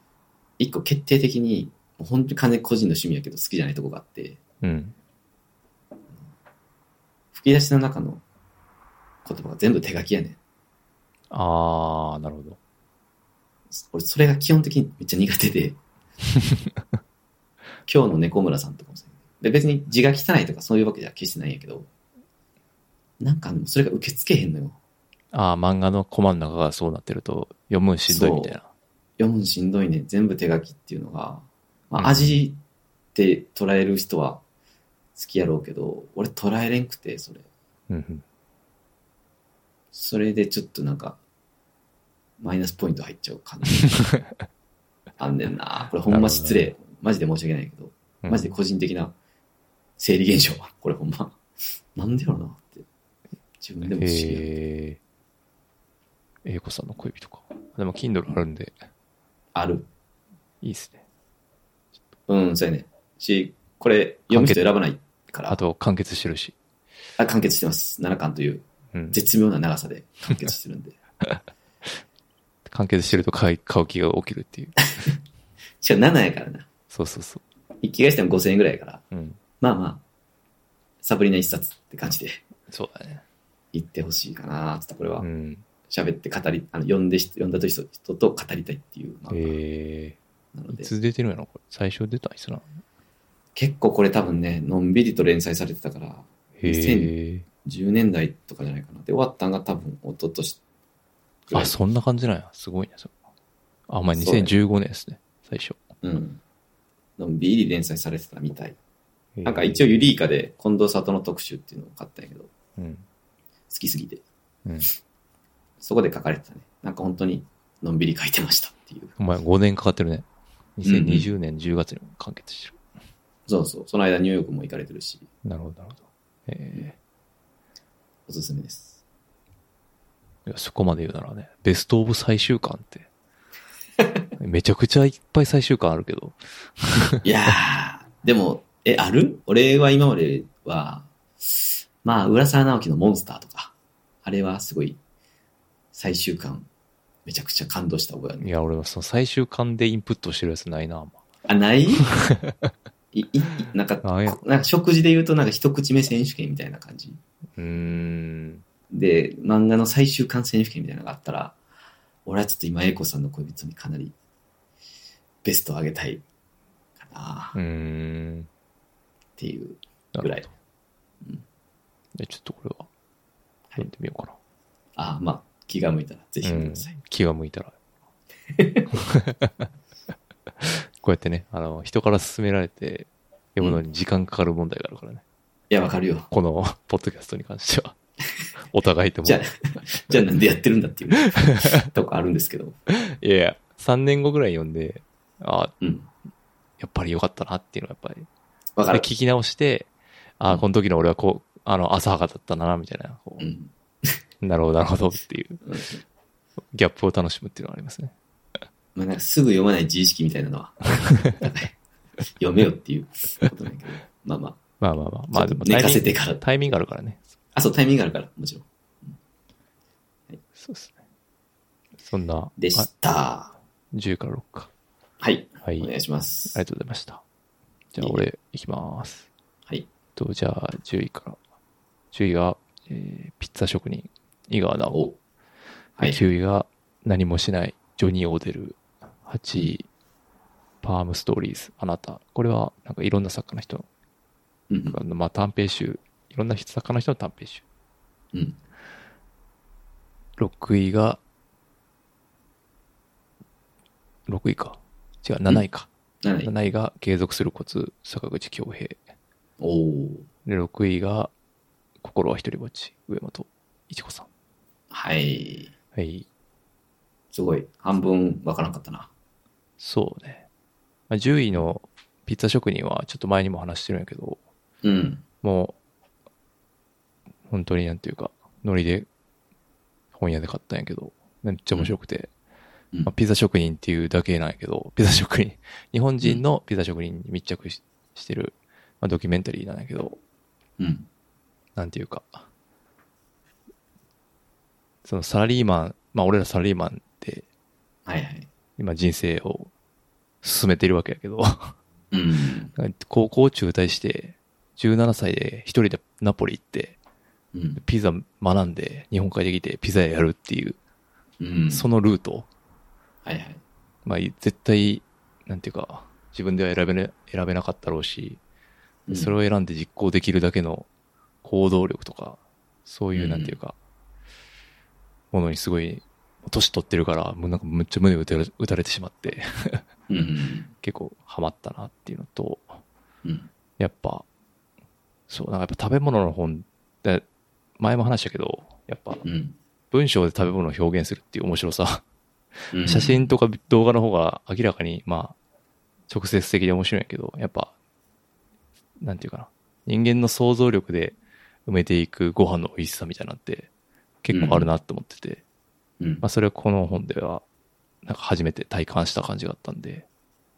一個決定的にもう本当に完全に個人の趣味やけど好きじゃないとこがあって
うん。
吹き出しの中の言葉が全部手書きやねん
あー、なるほど。
俺それが基本的にめっちゃ苦 手で今日の猫村さんとかもそうで別に字が汚いとかそういうわけじゃ決してないんやけどなんかでもそれが受け付けへんのよ
あー、漫画のコマの中がそうなってると、読むんしんどいみたいな。
読むのしんどいね全部手書きっていうのが、
う
ま
ん
あ、味って捉える人は好きやろうけど俺捉えれんくてそれ
うんうん。
それでちょっとなんかマイナスポイント入っちゃう感 じあんねんなこれほんま失
な
礼マジで申し訳ないけど
うん
マジで個人的な生理現象。これほんま。 なんでやろなって。自分でも不思議や
へえ。英子さんの恋人か。でも、Kindle あるんで、
ある。
いいっすね。
うん、そうやね。し、これ読む人選ばないから、
あと、完結してるし。
あ完結してます。7巻という
うん。
絶妙な長さで完結してるんで。
完結してると買い買う気が起きるっていう。
しかも7やからな。
そうそうそ
一気返しても5000円ぐらいやから、
う。うん。
まあまあ、サブリナ一冊って感じで
そうだね。
言ってほしいかな。ちょっとこれは
うん。
喋って語り、あの読んでし、読んだ人人と語りたいっていう漫画
え
な
ー、
の
い
で、
つ出てるんやろこれ。最初出たいつな。
結構これ多分ね、のんびりと連載されてたから、
へー。
10年代とかじゃないかな。で、終わったんが多分、一昨年ぐらい
あ、そんな感じなんや。すごいね、それあ、まあ、
そうだね
2015年ですね。最初。
うん。のんびり連載されてたみたい。
な
なんか一応ユリイカで近藤里の特集っていうのを買ったんやけど、好
うん。
きすぎて。
うん。
そこで書かれてたね。なんか本当にのんびり書いてましたっていう。
お前5年かかってるね。2020年10月にも完結してる。
そうそう。その間ニューヨークも行かれてるし、
なるほど、なるほど。え
おすすめです。
ー、いやそこまで言うならね、ベストオブ最終巻 って。めちゃくちゃいっぱい最終巻あるけど。
いやー、でも、え、ある俺は今までは、まあ、浦沢直樹のモンスターとか、あれはすごい、最終巻、めちゃくちゃ感動した覚えある
いや、俺はその最終巻でインプットしてるやつないな、あんま
あ、ないいいなんか、
あいや
こなんか食事で言うとなんか一口目選手権みたいな感じ。
うーん。
で、漫画の最終巻選手権みたいなのがあったら、俺はちょっと今、英子さんの恋人にかなり、ベストをあげたいかな
うーん。
っていう
なるほど
ぐらい。
えちょっとこれは、
い
読んでみようか
ああ、まあ、気が向いたらぜひ
な。
読ん
う
で
ん
ください。
気が向いた ら。こうやってね、あの、人から勧められて読むのに時間かかる問題があるからね。
いや、わかるよ。
この ポッドキャストに関して は。お互いとも。
じゃあ、 じゃあなんでやってるんだ っていうとこあるんですけど。
いやいや、3年後ぐらい読んで、あ
うん。
やっぱり良かったなっていうのはやっぱり。
わか
で、
る。
聞き直して、あ
うん
この時の俺はこう、あの、浅はかだったな、みたいな。こ
う。
うんなるほど、なるほどっていう、
うん
ギャップを楽しむっていうのはありますね。
まあ、なんかすぐ読まない自意識みたいな のは、読めよっていうことなんやけど。まあまあ。
まあまあまあ、まあでも
ちょっと
タイミング
寝かせてから
タイミングがあるからね。
あ、そう、タイミングがあるから、もちろん。
そうですね。そんな、
でし
あ
た。
10から6か。
はい。
はい。
お願いします。
ありがとうございました。じゃあ、俺、いきます。
はい。
と、じゃあ、10位から。10位が、えーピッツァ職人、井川直子。
おはい。
9位が、何もしない、ジョニー・オーデル。8位、パーム・ストーリーズ、あなた。これは、なんかいろんな作家の人
うん
の、まあ、短編集、いろんな作家の人の短編集。
うん。
6位が、6位か。違う、7位か。
7位。
7位が継続するコツ、坂口恭平。
おおー
で、6位が、心は一人ぼっち、上本一子さん。
はい。
はい。
すごい。半分わからんかったな。
そうね。まあ、10位のピッツァ職人は、ちょっと前にも話してるんやけど、
うん。
もう、本当になんていうか、ノリで本屋で買ったんやけど、めっちゃ面白くて、
うん
まあ、ピザ職人っていうだけなんやけど、ピザ職人、 日本人のピザ職人に密着ししてる、まあ、ドキュメンタリーなんやけど、
うん。
なんていうか、そのサラリーマン、まあ俺らサラリーマンって
はいはい。
今人生を進めてるわけやけど、
うん。
高校を中退して、17歳で一人でナポリ行って、
うん。
ピザ学んで、日本帰ってきてピザ屋やるっていう、
うん。
そのルート、
はいはい。
まあ、い絶対、なんていうか、自分では選べ,、ね、選べなかったろうし、
うん
それを選んで実行できるだけの行動力とか、そういうう、
ん
なんていうか、ものにすごい、年取ってるから、もうなんかむっちゃ胸打たれ打たれてしまって、
うん。
結構ハマったなっていうのと、
うん。
やっぱ、そう、なんかやっぱ食べ物の本で、前も話したけど、やっぱ
うん。
文章で食べ物を表現するっていう面白さ、
うん
写。真とか動画の方が明らかに、まあ、直接的で面白いんやけど、やっぱ、なんていうかな。人間の想像力で埋めていくご飯の美味しさみたいなのって結構あるなと思ってて、
うん
まあそれはこの本では、なんか初めて体感した感じがあったんで、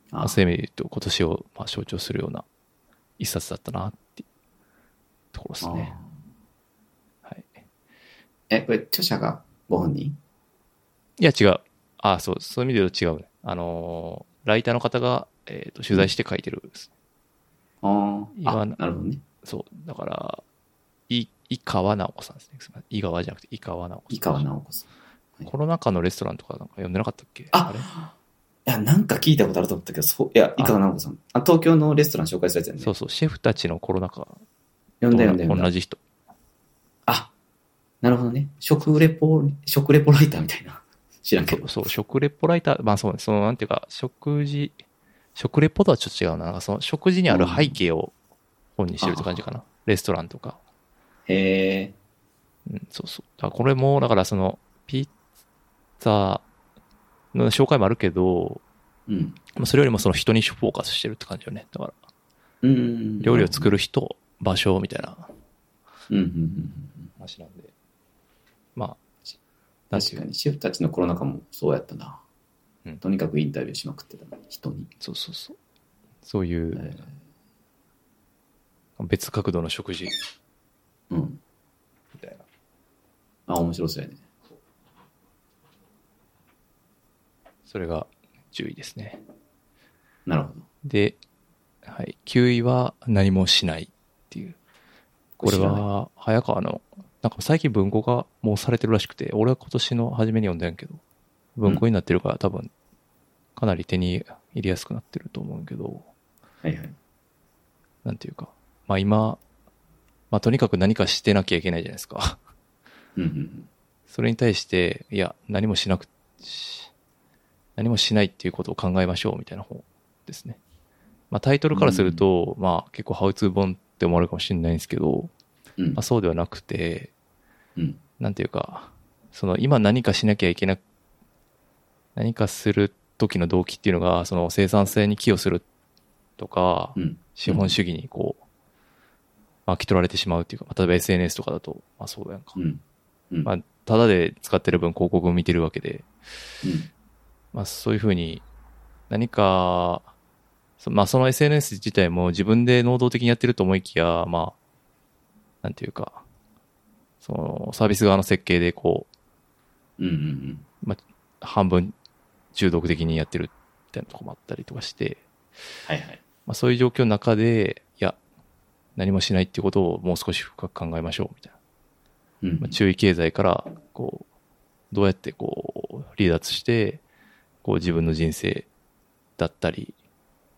まあ
あ
そういう意味で言うと今年をまあ象徴するような一冊だったなっていうところですね。はい。
え、これ著者がご本人
いや、違う。あ、そう、そういう意味で言うと違うね。あのーライターの方が、えーと取材して書いてる
あーあ。
今の
なるほどね。
そう、だから、い、井川直子さんですね。すみません井川じゃなくて、井川直子さん。
井川直子さん。はい
コロナ禍のレストランとかなんか読んでなかったっけ
あ
れ
いや、なんか聞いたことあると思ったけど、そう、いや、井川直子さん。あ、東京のレストラン紹介されてたよね。
そうそう、シェフたちのコロナ禍
読んだ読んだ読んだ
同。じ人。
あ、なるほどね。食レポ、食レポライターみたいな。知らんけ
そ
ど
う。そう、食レポライター、まあそうね、そのなんていうか、食事、食レポとはちょっと違うな。なんかその食事にある背景を本にしてるって感じかな。レストランとか。
へえ。
うん、そうそう。だからこれも、だからその、ピッツァの紹介もあるけど、
うん。
まあそれよりもその人にフォーカスしてるって感じよね。だから、
うん。
料理を作
る。
る人、場所みたいな
うんうんうん。
話なんで。まあ、
確かに、シェフたちのコロナ禍もそうやったな。
うん
とにかくインタビューしまくってたな人に。
そうそうそう。そうい
え
う
ー
別角度の食事
うん。
みたいな。
あ、面白そうやね。
それが10位ですね。
なるほど。
で、はい。9位は何もしないっていう。これは、早川の、なんか最近文庫がもうされてるらしくて、俺は今年の初めに読んでんけど、文庫になってるから多分、かなり手に入れやすくなってると思うけど、
はいはい。
なんていうか、まあ今、まあとにかく何かしてなきゃいけないじゃないですか。
うんうんうん。
それに対して、いや、何もしなく、し何もしないっていうことを考えましょうみたいな本ですね。まあタイトルからすると、まあ結構ハウツー本って思われるかもしれないんですけど、
うん
まあ、そうではなくて、
うん
なんていうか、その今何かしなきゃいけな、何かする時の動機っていうのが、その生産性に寄与するとか、
うん
資本主義にこう、巻き取られてしまうっていうか、まあ例えば SNS とかだと、まあそうやんか。
うんうん
まあ、ただで使ってる分広告を見てるわけで、
うん
まあそういうふうに、何か、そまあその SNS 自体も自分で能動的にやってると思いきや、まあ、なんていうか、そのサービス側の設計でこう、
うんうん
半分中毒的にやってるみたいなとこもあったりとかして、
はいはい。
まあそういう状況の中で、いや、何もしないっていうことをもう少し深く考えましょうみたいな。
うん
まあ、注意経済からこうどうやってこう離脱してこう自分の人生だったり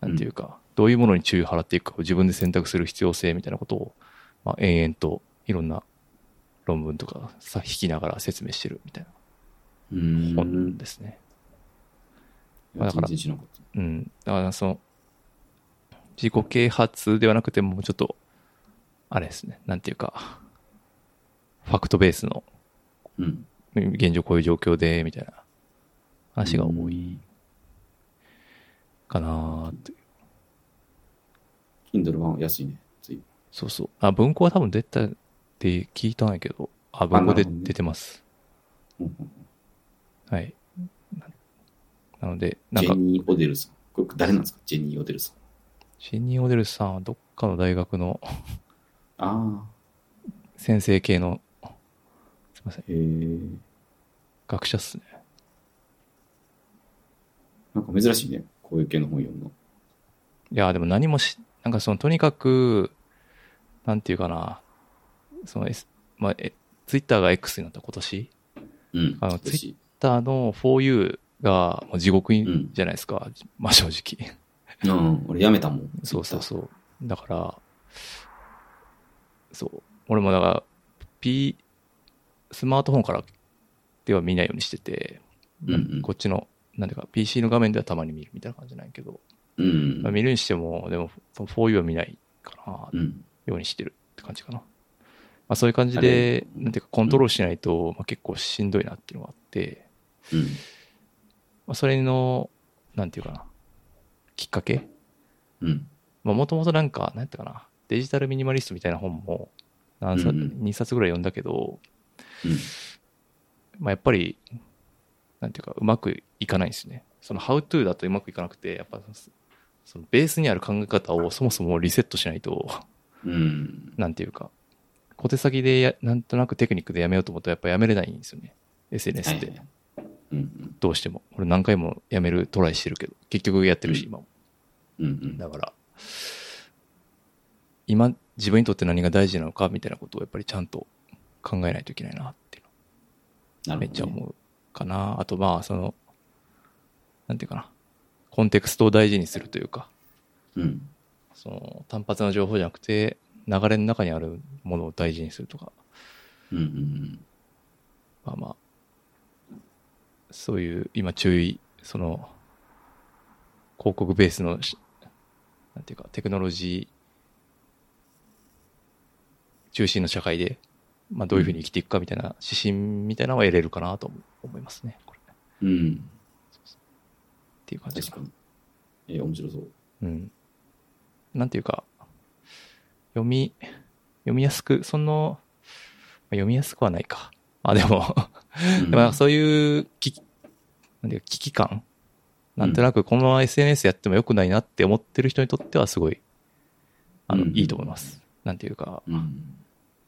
なんていうか、どういうものに注意を払っていくかを自分で選択する必要性みたいなことを、まあ、延々といろんな論文とかさ引きながら説明してるみたい
うん
な本ですね。まあだから
全然知らんかった
うん、だからその自己啓発ではなくてもうちょっとあれですねなんていうかファクトベースの
うん。
現状こういう状況で、みたいな話が多いかなーって。
Kindle 版は安いね。つい
そうそう。あ、文庫は多分出たって聞いたんやけど、あ、文庫
な
で
るほどね
出てます。
うんうん
はい。ななので、なん
ジェ
か、
ニー・オデルさん。これ誰なんですかジェニー・オデルさん。
新任モデルさんはどっかの大学の
ああ。
先生系の、すいません、
へえ。
学者っすね。
なんか珍しいね。こういう系の本読むの。
いや、でも何もし、なんかその、とにかく、なんていうかな、その、S、まあ、え、ツイッターが X になった今年
うん。
あの
美しい
ツイッターの 4U がもう地獄
うん
じゃないですか、まあ正直
うん。俺やめたもん。
そうそう
ツ
そうだからそう俺もだから、P、スマートフォンからでは見ないようにしてて、
イッター。うんうん
こっちのなんていうか PC の画面ではたまに見るみたいな感じなんやけど、
うん
まあ、見るにしてもでもその 4U は見ないか
う。
なんようにしてるって感じかな、まあ、そういう感じで
あれ
なんていうかコントロールしないと、まあ、結構しんどいなっていうのがあって
うん。
まあ、それの、なんていうかな、きっかけ
うん。
もともとなんか、なんやったかな、デジタルミニマリストみたいな本も何冊、
うんうん
2冊ぐらい読んだけど、
うん。
まあ、やっぱり、なんていうか、うまくいかないんですね。その、ハウトゥーだとうまくいかなくて、やっぱ、そのベースにある考え方をそもそもリセットしないと、
うん。
なんていうか、小手先でや、なんとなくテクニックでやめようと思ったら、やっぱやめれないんですよね。SNS って。
はいはいはいうん
どうしても。俺何回もやめるトライしてるけど、結局やってるし、
うん
今も。
うん。うん
だから、今、自分にとって何が大事なのかみたいなことをやっぱりちゃんと考えないといけないなっていう
な
の
る
め
ほどね
っちゃ思うかな。あと、まあ、その、なんていうかな、コンテクストを大事にするというか、
うん。
その単発な情報じゃなくて、流れの中にあるものを大事にするとか、
うんうん
まあまあ、そういう、今注意、その、広告ベースのし、なんていうか、テクノロジー中心の社会で、まあどういうふうに生きていくかみたいな指針みたいなのは得れるかなと思思いますね。これっ
うん。うん。
ていう感じ
確か
か
に。えー、面 白そう。
な。うん。なんていうか、読み、読みやすく、その、まあ読みやすくはないか。まあでも、
うん
でもなんかそういうき、なんていうか危機感なんとなくこのまま SNS やっても良くないなって思ってる人にとってはすごい、あの、
うん
いいと思います。なんていうか、
うん。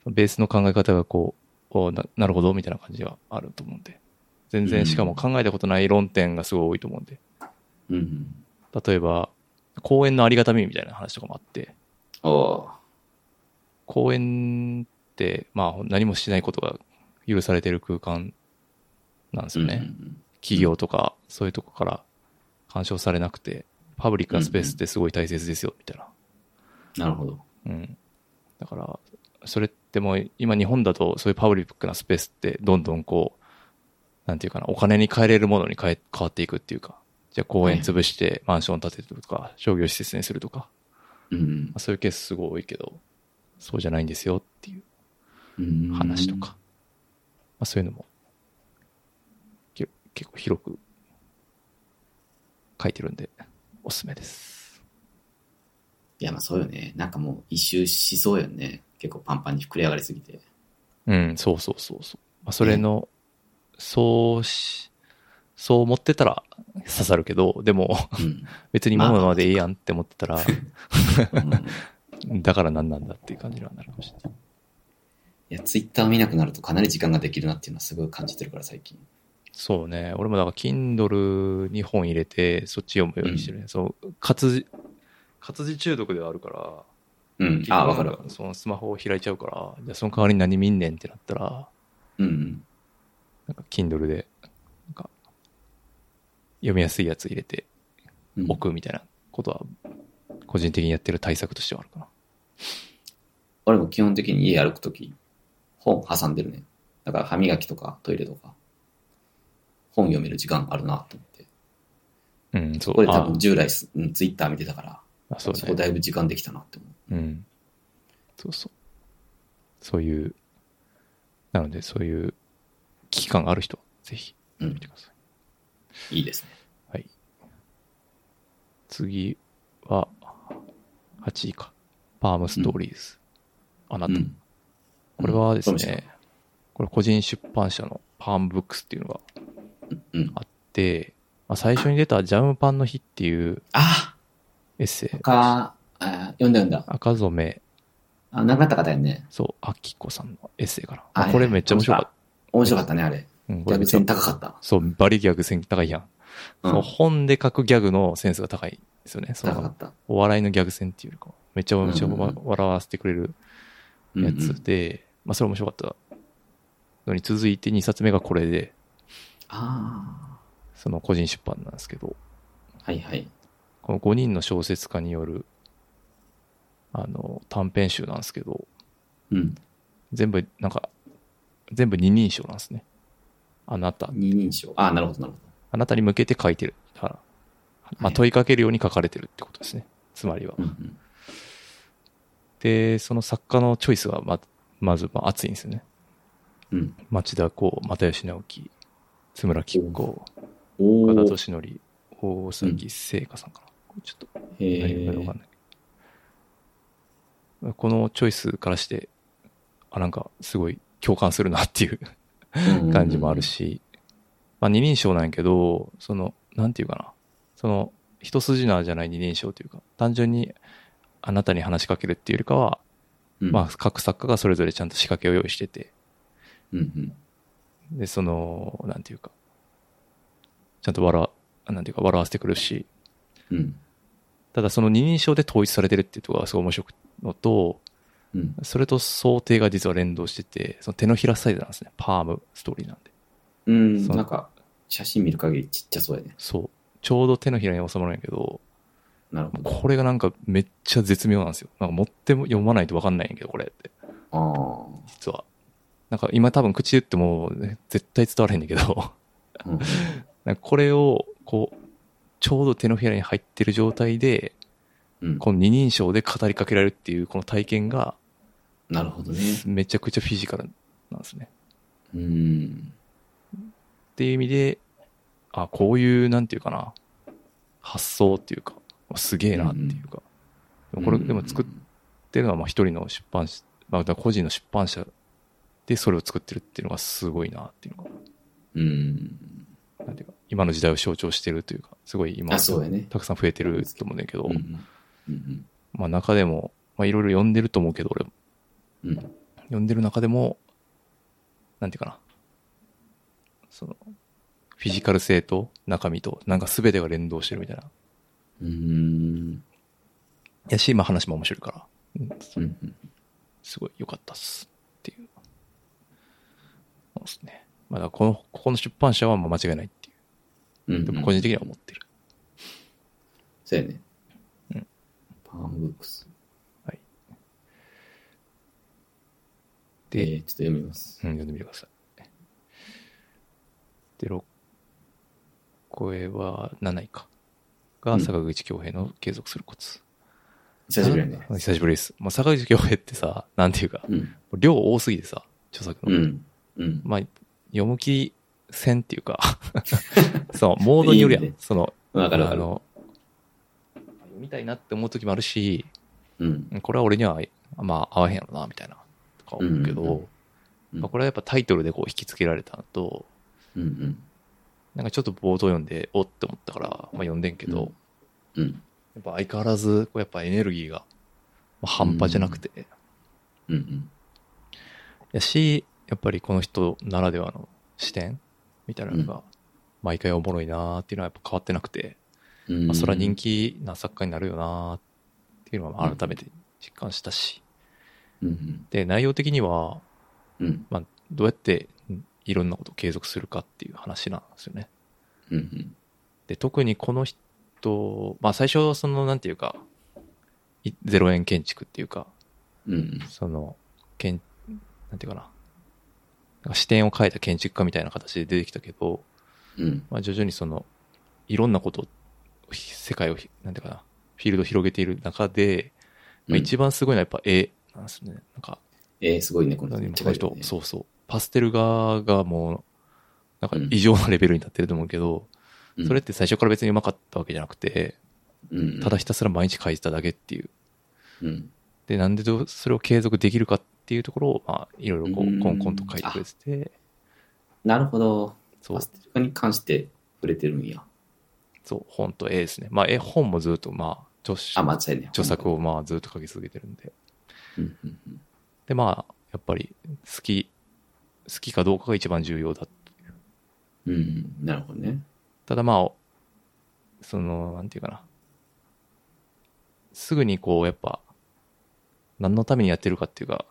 ベースの考え方がこう、おななるほどみたいな感じはあると思うんで。全
う
然、
ん
しかも考えたことない論点がすごい多いと思うんで。
うん。
例えば、公園のありがたみみたいな話とかもあって、
おー
公園って、まあ、何もしないことが許されてる空間なんですよね。
うん
企業とか、そういうとこから干渉されなくて、パブリックなスペースってすごい大切ですよ、みたいな。
なるほど。
うん、だからそれってもう今日本だとそういうパブリックなスペースってどんどんこうなんていうかなお金に換えれるものに変え変わっていくっていうかじゃあ公園潰してマンション建てるとか、商業施設にするとか、
うん
まあ、そういうケースすごい多いけどそうじゃないんですよっていう
うん
話とか、ま。あ、そういうのもけ結構広く書いてるんでおすすめです
いや、まあそうよね。なんかもう一周しそうよね。結構パンパンに膨れ上がりすぎて。
うん、そうそうそうそう。まあ、それの、そうし、そう思ってたら刺さるけど、でも
うん。
別に今のままでいいやんって思ってたら、
うんい
だから何なんだっていう感じにはなるかもしれない。
や、ツイッター見なくなるとかなり時間ができるなっていうのはすごい感じてるから最近。
そうね。俺もだから Kindle に本入れて、そっち読むようにしてるね。そう、活字、活字中毒ではあるから、
うん。ああ、わかるわかる。
そのスマホを開いちゃうから、じゃあその代わりに何見んねんってなったら、
うんうん。
なんか Kindle で、なんか、読みやすいやつ入れて、
うん
置くみたいなことは、個人的にやってる対策としてはあるかな。
俺も基本的に家歩くとき、本挟んでるね。だから歯磨きとかトイレとか、本読める時間あるなと思って。
うん、そ
こ
う。
こで多分従来す、うん、ツイッター見てたから、
ああそう
そこ
ね。
だいぶ時間できたなって思う。
うん。そうそう。そういう、なので、そういう危機感がある人、ぜひ、
うん
見てください。
いいですね。
次は、8位か。パームストーリーズ。あなた。
うん
これはです
うんそうで
ね、これ個人出版社のパームブックスっていうのが
うん。
あって、まあ、最初に出たジャムパンの日っていう
あ
エッセイ
あ、。か、あ読んだ読んだ。
赤染、
あ、なかった方やね。
そう、あきこさんのエッセイかな。
あ
まあこれめっちゃ面白かっ
面白かったね、あれ。
た。うん、こ
だ
れ
い
め
ぶ
っちゃ
線、高かった。
そう、バリギャグ線高いやん。
う
その
ん。
本で書くギャグのセンスが高いですよね。そ
高か
の
った。
お笑いのギャグ線っていうよりかは、めちゃめちゃ
うんうんう
わ
ん
笑わせてくれる
うんう
や
ん
つで、まあそれ面白かったのに続いて2冊目がこれで、
あ
その個人出版なんですけど、
あ、はいはい。
この5人の小説家による、あの、短編集なんですけど、
うん。
全部、なんか、全部二人称なんですね。あなた。
二人称。ああ、なるほど、なるほど。
あなたに向けて書いてる。だから、ま
は
あ、
い
問いかけるように書かれてるってことですね。つまりは
う。んうん。
で、その作家のチョイスがま、まず、まあ、熱いんですよね。
うん。
町田公、又吉直樹、津村吉子、
お
岡田
ー。
敏則、大崎聖華さんかな。これちょっと
へ
何がわか
ー
んない。このチョイスからして、あ、なんかすごい共感するなっていう感じもある。し、まあ二人称なんやけど、その、なんていうかな、その、一筋縄じゃない二人称というか、単純にあなたに話しかけるっていうよりかは、
うんうんうん
まあ各作家がそれぞれちゃんと仕掛けを用意してて、
うんうん。
で、その、なんていうか、ちゃんと笑わ、なんていうか笑わせてくるし、
うん。
ただその二人称で統一されてるっていうところがすごい面白くのと、
うん。
それと想定が実は連動してて、その手のひらサイズなんですね。パームストーリーなんで。
うん。
そう
なんか、写真見る限りちっちゃそうやね。
そう。ちょうど手のひらに収まるんやけど、
なるほど。
これがなんかめっちゃ絶妙なんですよ。なんか持っても読まないとわかんないんやけど、これって。
ああ。
実は。なんか今多分口言ってもね絶対伝わらへんねんけど、
うん
なんかこれをこう、ちょうど手のひらに入ってる状態で、
うん。
この二人称で語りかけられるっていうこの体験が
なるほどね。
めちゃくちゃフィジカルなんですね。
うん。
っていう意味で、あ、こういう、なんていうかな、発想っていうか、すげえなっていうか。でもこれ、でも作ってるのは、まあ一人の出版社、まあだから個人の出版社でそれを作ってるっていうのがすごいなっていうの
うん。
が、なんていうか、今の時代を象徴してるというか、すごい今、
あ、そうやね。
たくさん増えてると思うんだけど、
うん。うん
まあ中でも、まあいろいろ読んでると思うけど、俺、
うん。うん
読んでる中でも、なんていうかな、その、フィジカル性と中身と、なんか全てが連動してるみたいな
うん。
やし、まあ話も面白いから、うん
うんうん
すごい良かったっすっていう。そうですね。まあだからこの、ここの出版社はもう間違いないっていう
うんうん
でも個人的には思ってる。
そうやね。
うん
パームブックス。えー
で、
ちょっと読みます。
うん、読んでみてください。で、6これは7位か。
う
が
ん
坂口恭平の継続するコツ。
久しぶりやね。
あ久しぶりです。もう坂口恭平ってさ、なんていうか、
うん。
量多すぎてさ、著作
う
の。
ん。うん。
まあ、読む気せんっていうか、 そう、モードによるや
いい
ん
ね。
その、
わかるわ
あ
かる。
の、読みたいなって思う時もあるし、
うん。
これは俺には、まあ、合わへんやろな、みたいな、とか思うけど、
うんうんうん
まあ、これはやっぱタイトルでこう引きつけられたのと、
うんうん。
なんかちょっと冒頭読んで、おって思ったから、まあ、読んでんけど、
うんうん。
やっぱ相変わらず、こうやっぱエネルギーが、まあ、半端じゃなくて、
うんうん。
やし、やっぱりこの人ならではの視点みたいなのが、毎回おもろいなーっていうのはやっぱ変わってなくて、
うん
まあ、それは人気な作家になるよなーっていうのは改めて実感したし、
うん
で、内容的には、
うん。うん
まあ、どうやってうんいろんなことを継続するかっていう話なんですよね。
うん
で、特にこの人、まあ最初はその、なんていうか、い0円建築っていうか、
うん。うん
その、けんなんていうかな、なんか視点を変えた建築家みたいな形で出てきたけど、
うん。
まあ、徐々にその、いろんなことを、ひ世界をひ、なんていうかな、フィールドを広げている中で、まあ、一番すごいのはやっぱ絵なんですね。なんか、
えー、すごいね、この
今
人。
この人、そうそう。パステル画がもう、なんか異常なレベルになってると思うけど、
うん
それっ、て最初から別にうまかったわけじゃなくて、
うん
ただ、ひたすら毎日描いてただけっていう。
うん。
で、なんでどうそれを継続できるかっていうところを、まあ、いろいろこ
う
う、
ん
コンコンと書いてくれてて、
なるほど。
そう
パス、テル化に関して触れてるんや。
そう、本と絵ですね。まあ、絵本もずっと、まあ、著
あ、間違いね。
著作をまあずっと書き続けてるんで。
うんうんうん。
で、まあ、やっぱり好き、好きかどうかが一番重要だ。
うんうん。なるほどね。
ただまあ、その、なんていうかな。すぐにこう、やっぱ、何のためにやってるかっていうか、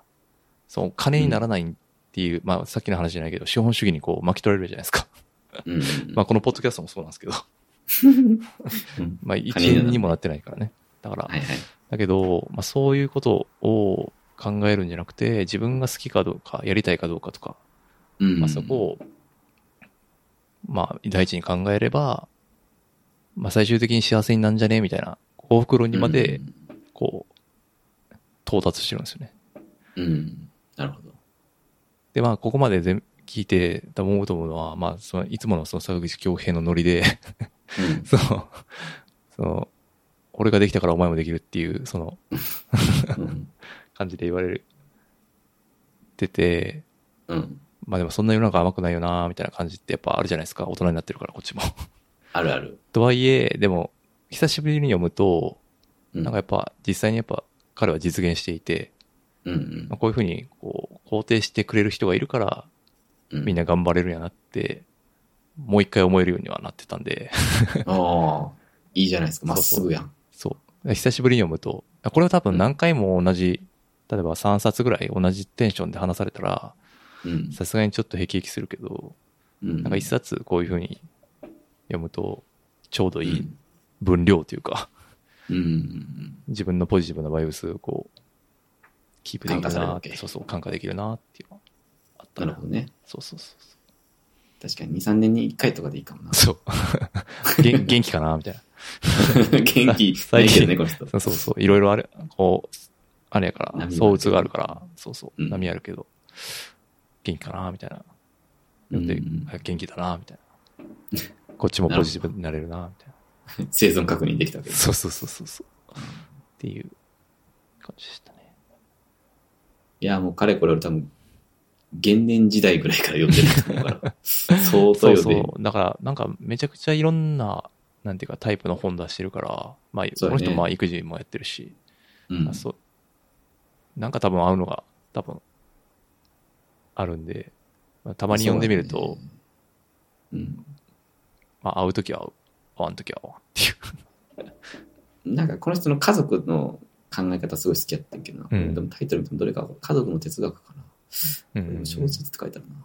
その金にならないっていう、まあさっきの話じゃないけど、資本主義にこう巻き取られるじゃないですか。
うんうん。
まあこのポッドキャストもそうなんですけど、
うん
まあ一
金
円
にならない
にもなってないからね。だから、
はいはい。
だけど、まあそういうことを考えるんじゃなくて、自分が好きかどうか、やりたいかどうかとか、
うん
まあ、そこを、まあ、第一に考えれば、まあ、最終的に幸せになんじゃねえみたいな、幸福論にまで、こう、到達してるんですよね。
うん。うん。なるほど。
で、まあ、ここまで全聞いてた思うと思うのは、まあ、その、いつものその坂口京平のノリで、
うん
その、その、俺ができたからお前もできるっていう、その、
うん
感じで言われてて、
うん。
まあでもそんな世の中甘くないよなみたいな感じってやっぱあるじゃないですか。大人になってるから、こっちも。
あるある。
とはいえ、でも、久しぶりに読むと、
うん
なんかやっぱ、実際にやっぱ、彼は実現していて、
うん
まあ、こういうふうに、こう、肯定してくれる人がいるから、
うん。
みん
な。
な頑張れるんやなって、もう一回思えるようにはなってたんで、
ああ、いいじゃないですか。まっすぐやん。
そう。久しぶりに読むと、あこれは多分何回も同じ、例えば3冊ぐらい同じテンションで話されたら、
うん。
さすがにちょっとヘキヘキするけど、
な
なんか1冊こういうふうに読むと、ちょうどいい分量というか、
うん。うん。
自分のポジティブなバイブスをこう、キープでき
感化
る
される
な
わ
っ
け
て、そうそう、感化できるなっていうのはあった
なる
な
ほ。どね。
そうそうそうそ
確かに2、3年に1回とかでいいかもな
う。。そう。 元元気かなみたいな。
元気ないけどね、この人。
そうそうそう。いろいろある、こう、あれやか
波があ
ら、
る
相うつがあるから、そうそう、
うん
波あるけど、元気かなみたいな。
うん
で、あ元気だなみたい な。こっちもポジティブになれるなみたい
生存確認できたわけ
な。
です。
そうそうそうそうそう。っていう感じでしたね。
いや、もう彼これ俺多分、元年時代ぐらいから読んでると思うから、相当
そう
読んでる
そ。う。だから、なんかめちゃくちゃいろんな、なんていうかタイプの本出してるから、まあ、そ
そ
う
だ
の
ね
人まあ育児もやってるし、
うん
あそう。なんか多分合うのが多分あるんで、まあたまに読んでみると、
そうだね
まあ合うときは合う、合わんときは合わんっていう。
うん。なんかこの人の家族の考え方すごい好きやってんけどな。
うん
でもタイトル見てもどれか家族の哲学かな。
う
で
ん
も小説って書いてあるな。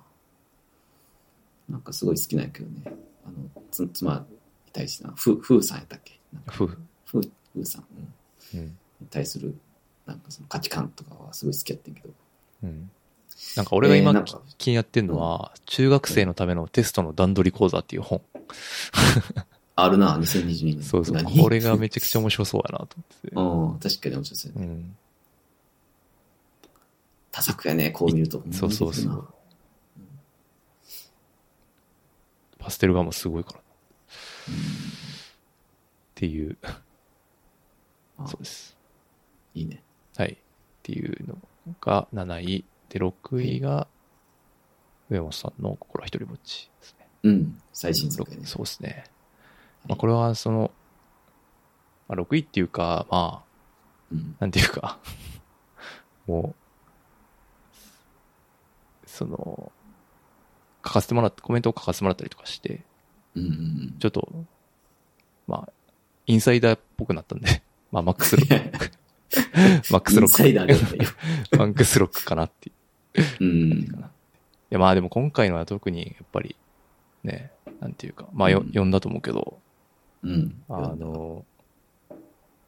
なんかすごい好きなんやけどね。あの、つ妻に対してな、ふ、ふうさんやったっけなんか
夫婦。
ふう、ふうさん、うん
うん。
に対する、なんかその価値観とかはすごい好きやってんけど。
うん。なんか俺が今、
えーなんか
気になってんのは、中学生のためのテストの段取り講座っていう本。
あるな、2022年。
そうそう。
何
これがめちゃくちゃ面白そうやなと思って。
うん、確かに面白そうやね。
うん。
多作やね、こう見ると。
そうそうそう
ほんまに
パステル画もすごいから。っていう、
あ
そうです。
いいね。
はい。っていうのが7位。で、6位が、上本さんの心は一人ぼっちですね。
うん、最新作やね。
そうですね。
い
まあ、これはその、まあ、6位っていうか、まあ、
うん。
なんていうか、 もう、その、書かせてもらった、コメントを書かせてもらったりとかして、
うんうんうん。
ちょっと、まあ、インサイダーっぽくなったんで、 まあ、マックスロック。 マックスロ
インサイ
ッ
ダーだったよ。
ク。 マックスロックかなっていうう感じか
ん。
な。いや、まあでも今回のは特に、やっぱり、ね、なんていうか、まあよ、
うん
読んだと思うけど、
うん。
あの、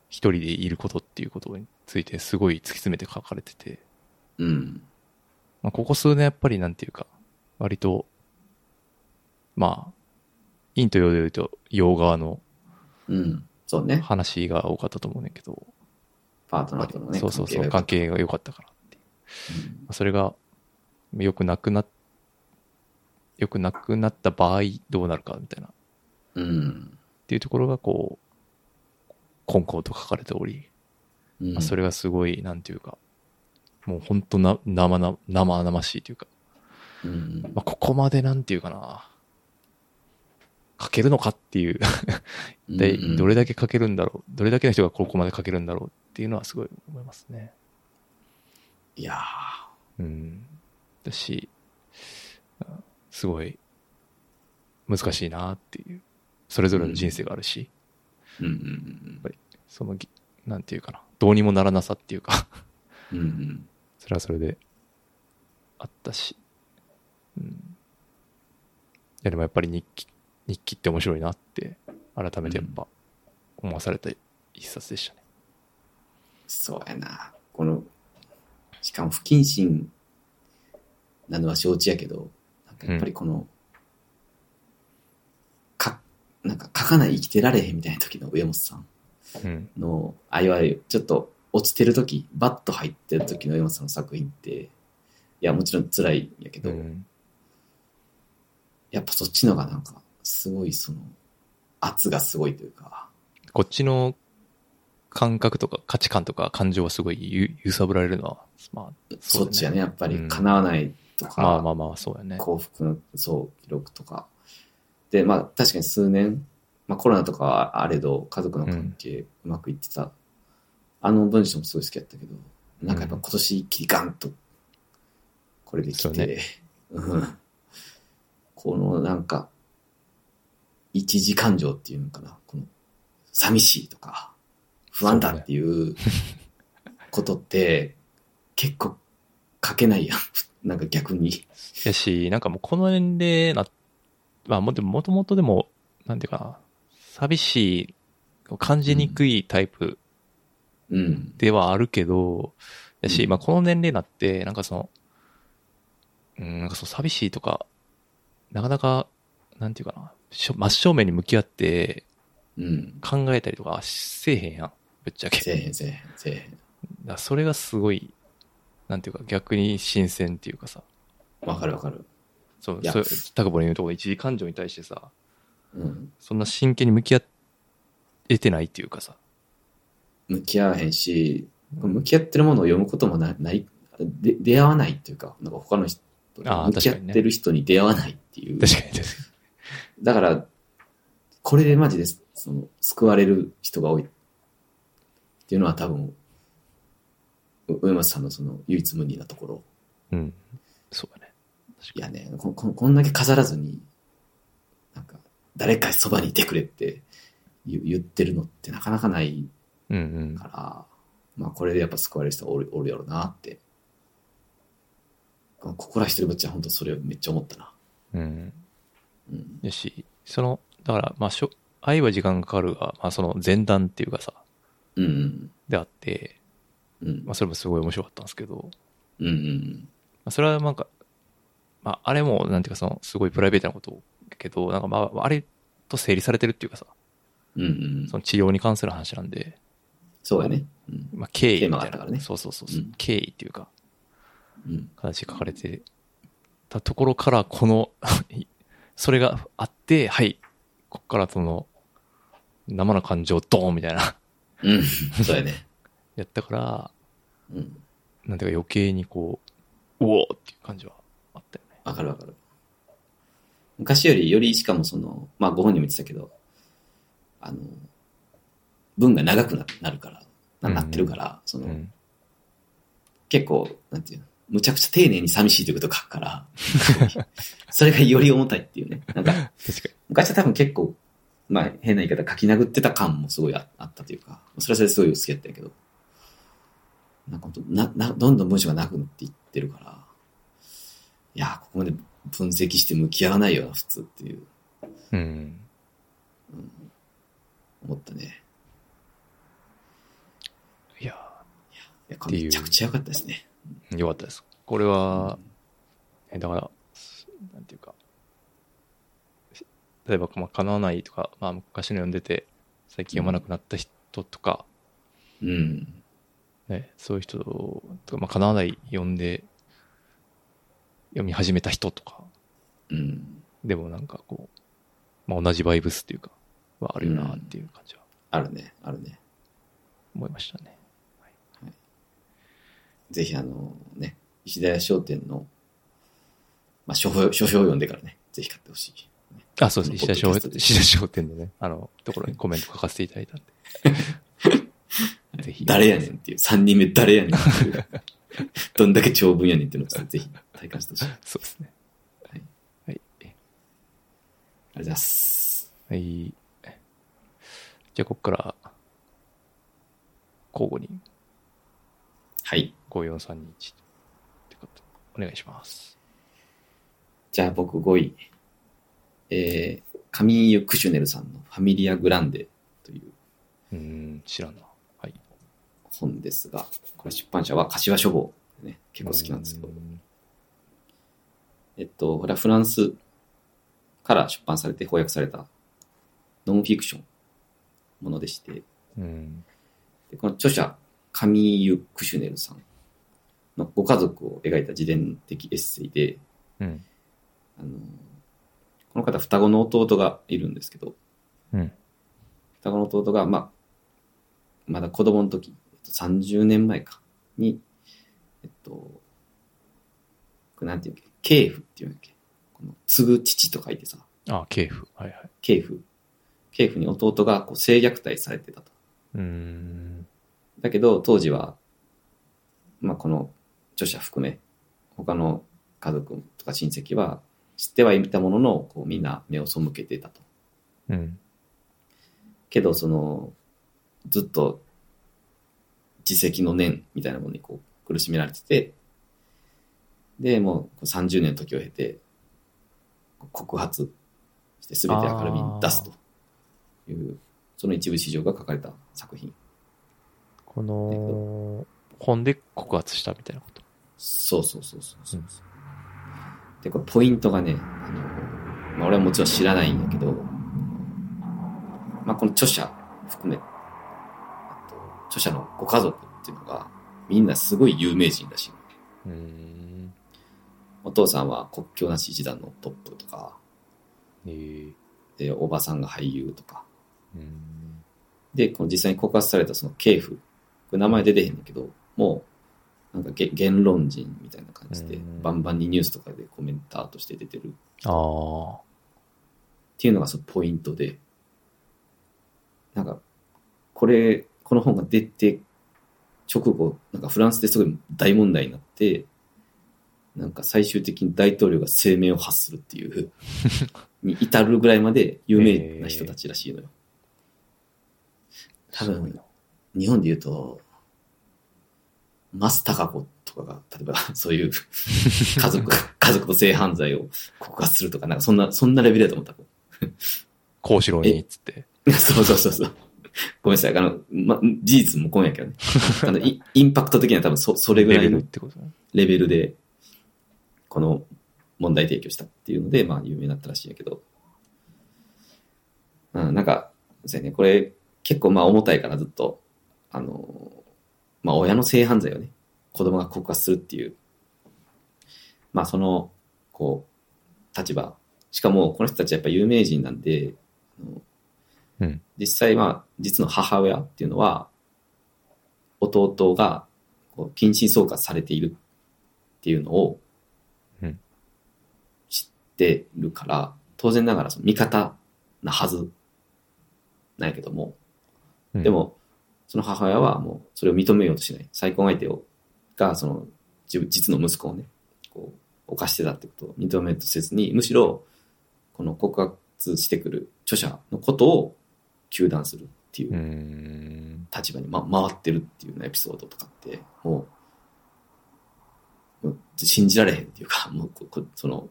一人でいることっていうことについてすごい突き詰めて書かれてて、
うん。
まあ、ここ数年やっぱりなんていうか、割と、まあ、陰と陽で言うと、陽側の
うん。そうね。
話が多かったと思うねんだけど、
パートナーとのね、
そうそうそ
が
う、
良かっ
関
た
係が良かったからっていうまあそれが、良くなくな、良くなくなった場合どうなるかみたいな、っ
うん。
ていうところがこう、根拠と書かれており、
うん。
まあ、そ
れ。
れがすごい、なんていうか、もう本当な、生な、生々しいというか、
うん
まあ、ここまでなんていうかな、書けるのかっていう、で、
うん
どれだけ書けるんだろう、どれだけの人がここまで書けるんだろうっていうのはすごい思いますね。
いや
うん。だし、あすごい、難しいなっていう、それぞれの人生があるし、
ーうんうん
そのぎ、なんていうかな、どうにもならなさっていうか、
うん。うんうん。
それはそれであったし、うん。いやでもやっぱり日記、日記って面白いなって、改めてやっぱ思わされた一冊でしたね。
そうやな。この、しかも不謹慎なのは承知やけど、なんかやっぱりこの、か、なんか書かない生きてられへんみたいな時の上本さん。
うん。
の、あ、いわゆる、ちょっと落ちてる時バッと入ってる時の山さんの作品って、いや、もちろん辛いんやけど、
うん
やっぱそっちのがなんか、すごいその、圧がすごいというか、
こっちの感覚とか価値観とか感情はすごいゆ揺さぶられるのは、まあ、
そ,、っちやね、やっぱ
う
り
ん
叶わないとか、
まあまあまあ、そうやね。
幸福の、そう、記録とか。で、まあ確かに数年、まあコロナとかはあれど、家族の関係うまくいってた、あの文章もすごい好きやったけど、なんかやっぱ今年一気にガンと、これでき
そうね
て、 うんこのなんか、一時感情っていうのかな、この、寂しいとか、不安だっていうことって、結構書けないやん。なんか逆に。
やし、なんかもうこの年齢な、まあも、でももともとでも、なんていうかな、寂しい、感じにくいタイプ
うん。
ではあるけど、やし、
うん
まあこの年齢になって、なんかその、うん、なんかそう寂しいとか、なかなか、なんていうかな、しょ真正面に向き合って
うん。
考えたりとかせえへんやん、ぶっちゃけ。
せえへんせえへんせえへん。
だからそれがすごい、なんていうか逆に新鮮っていうかさ、
わかるわかる。
そう、
いや
そう、タクボに言うとこの一時感情に対してさ、
うん。
そんな真剣に向き合えてないっていうかさ。
向き合わへんし、向き合ってるものを読むこともなない、で出会わないっていうか、なんか他の人、
あー
向き合っ
確かにね
てる人に出会わないっていう。
確かに確か
だから、これでマジです、その、救われる人が多い。っていうのは多分、う上松さんのその唯一無二なところ。
に。うん。そうだね。
いやね、こここんだけ飾らずに、なんか、誰かそばにいてくれって言言ってるのってなかなかない
うんうん。
から、まあこれでやっぱ救われる人はおるおるやろなって。ここら一人ぼっちは本当それめっちゃ思ったな。
うん。
うん。
だし、その、だから、まあ、しょ愛は時間がかかるが、まあ、その前段っていうかさ、
うん。
であって、
うん
まあ、。それもすごい面白かったんですけど、
うん。うん。
まあ、それはなんか、まあ、あれも、なんていうか、その、すごいプライベートなことだけど、なんか、まあ、あれと整理されてるっていうかさ、
うん。うん
そ。の治療に関する話なんで、
そうやね。うん。
まあ、経緯み
テーマが
た
あっ
い
たか
な、
らね
そうそうそうそう、
うん
経緯っていうか、
うん。
形で書かれてたところから、この、 それがあって、はい、こっからその、生の感情、ドーンみたいな、
うん。そうやね。
やったから、
うん。
なんていうか余計にこう、うおーっていう感じはあったよね。
わかるわかる。昔よりよりしかもその、まあご本人も言ってたけど、あの、文が長くななるから、ななってるから、その、
うん。
結構、なんていうの、むちゃくちゃ丁寧に寂しいということを書くから、 それがより重たいっていうね。なんか、
確か
昔は多分結構、まあ変な言い方書き殴ってた感もすごいああったというか、それはそれですごい好きやったけど、なんかほんとな、な、どんどん文章がなくなっていってるから、いやー、ここまで分析して向き合わないよな、普通っていう、
に。うん。
思ったね。
いや
いや
ていう
めちゃくちゃ良かったですね。
ー、よかったです。これは、えだから、すなんていうか、例えば、まあ、叶わないとか、まあ、昔の読んでて、最近読まなくなった人とか、
うん。
ね、そういう人とか、まあ、叶わない読んで、読み始めた人とか、
うん。
でもなんかこう、まあ、同じバイブスっていうか、はあるよなっていう感じは
あるね、あるね。
思いましたね。
ぜひあのね、石田屋商店の、まあ、書評書評を読んでからね、ぜひ買ってほしい。
あ、そうです。石田商
ポッドキャストで
石田商店のね、あの、ところにコメント書かせていただい たんで。ぜひ。
誰やねんっていう、3人目誰やねんっていう、 どんだけ長文やねんっていうのをちょっとぜひ体感してほしい。ありがと
そうですね。
はい。
はい。
うございます。
はい。じゃあ、ここから、交互に
はい。
54321ってこと、お願いします。
じゃあ僕5位。えー、カミーユ・クシュネルさんのファミリア・グランデという
うーん、知らんな。はい。
本ですが、これ出版社は柏書房、ね。結構好きなんですけど
う。ん
えっと、これはフランスから出版されて翻訳されたノンフィクションものでして、
うん。
でこの著者、カミーユ・クシュネルさんのご家族を描いた自伝的エッセイで、
うん。
あのこの方、双子の弟がいるんですけど、
うん。
双子の弟が、まあ、まだ子供の時、えっと30年前か、に、えっと、これなんていうんだっけ、系譜っていうんだっけ、この、継ぐ父と書いてさ、
あ、ケーフ。はいはい。
系譜。系譜に弟がこう性虐待されてたと。
うーん。
だけど、当時は、まあ、この著者含め、他の家族とか親戚は知ってはいたものの、こうみんな目を背けてたと。
うん。
けど、その、ずっと自責の念みたいなものにこう苦しめられてて、で、もうこう30年の時を経て、告発して全て明るみに出すという、その一部史上が書かれた作品。
この、本で告発したみたいなこと。
そうそうそうそうそうそう。で、これポイントがね、あの、まあ、俺はもちろん知らないんだけど、まあ、この著者含め、あと著者のご家族っていうのが、みんなすごい有名人らしいの。
うーん。
お父さんは国境なし一団のトップとか、
えー
で、おばさんが俳優とか、
うん。
で、この実際に告発されたその系譜、これ名前出てへんねんけど、もう、なんかげ言論人みたいな感じで
う、ん
バンバンにニュースとかでコメンターとして出てる
ああ。
っていうのがそのポイントで、なんか、これ、この本が出て直後、なんかフランスですごい大問題になって、なんか最終的に大統領が声明を発するっていう、に至るぐらいまで有名な人たちらしいのよ。多
すごい
分、日本で言うと、マスタカコとかが、例えばそういう家族、家族と性犯罪を告発するとか、なんかそんな、そんなレベルだと思った。
幸四郎に、つって。
そうそうそうそう。ごめんなさい。あの、ま、事実無根やけどね。あのイインパクト的には多分そ、それぐ
レ
ら
ベ
い
ルっ
の
てことね。
レベルで、この問題提供したっていうので、まあ、有名だったらしいんやけど。うん、なんか、そうやね、これ、結構まあ、重たいからずっと、あの、まあ、親の性犯罪をね、子供が告発するっていう、まあ、その、こう、立場。しかも、この人たちはやっぱ有名人なんで、あの
うん。
実際、まあ、実の母親っていうのは、弟がこう近親相姦されているっていうのを
うん
知ってるから、当然ながらその味方なはずなんやけども、
うん
で、も、その母親はもうそれを認めようとしない。再婚相手を、が、その、自分実の息子をね、こう、犯してたってことを認めようとせずに、むしろ、この告発してくる著者のことを糾弾するっていう
うーん。
立場に、ま、回ってるっていうようなエピソードとかって、もう、もう信じられへんっていうか、もうここ、その、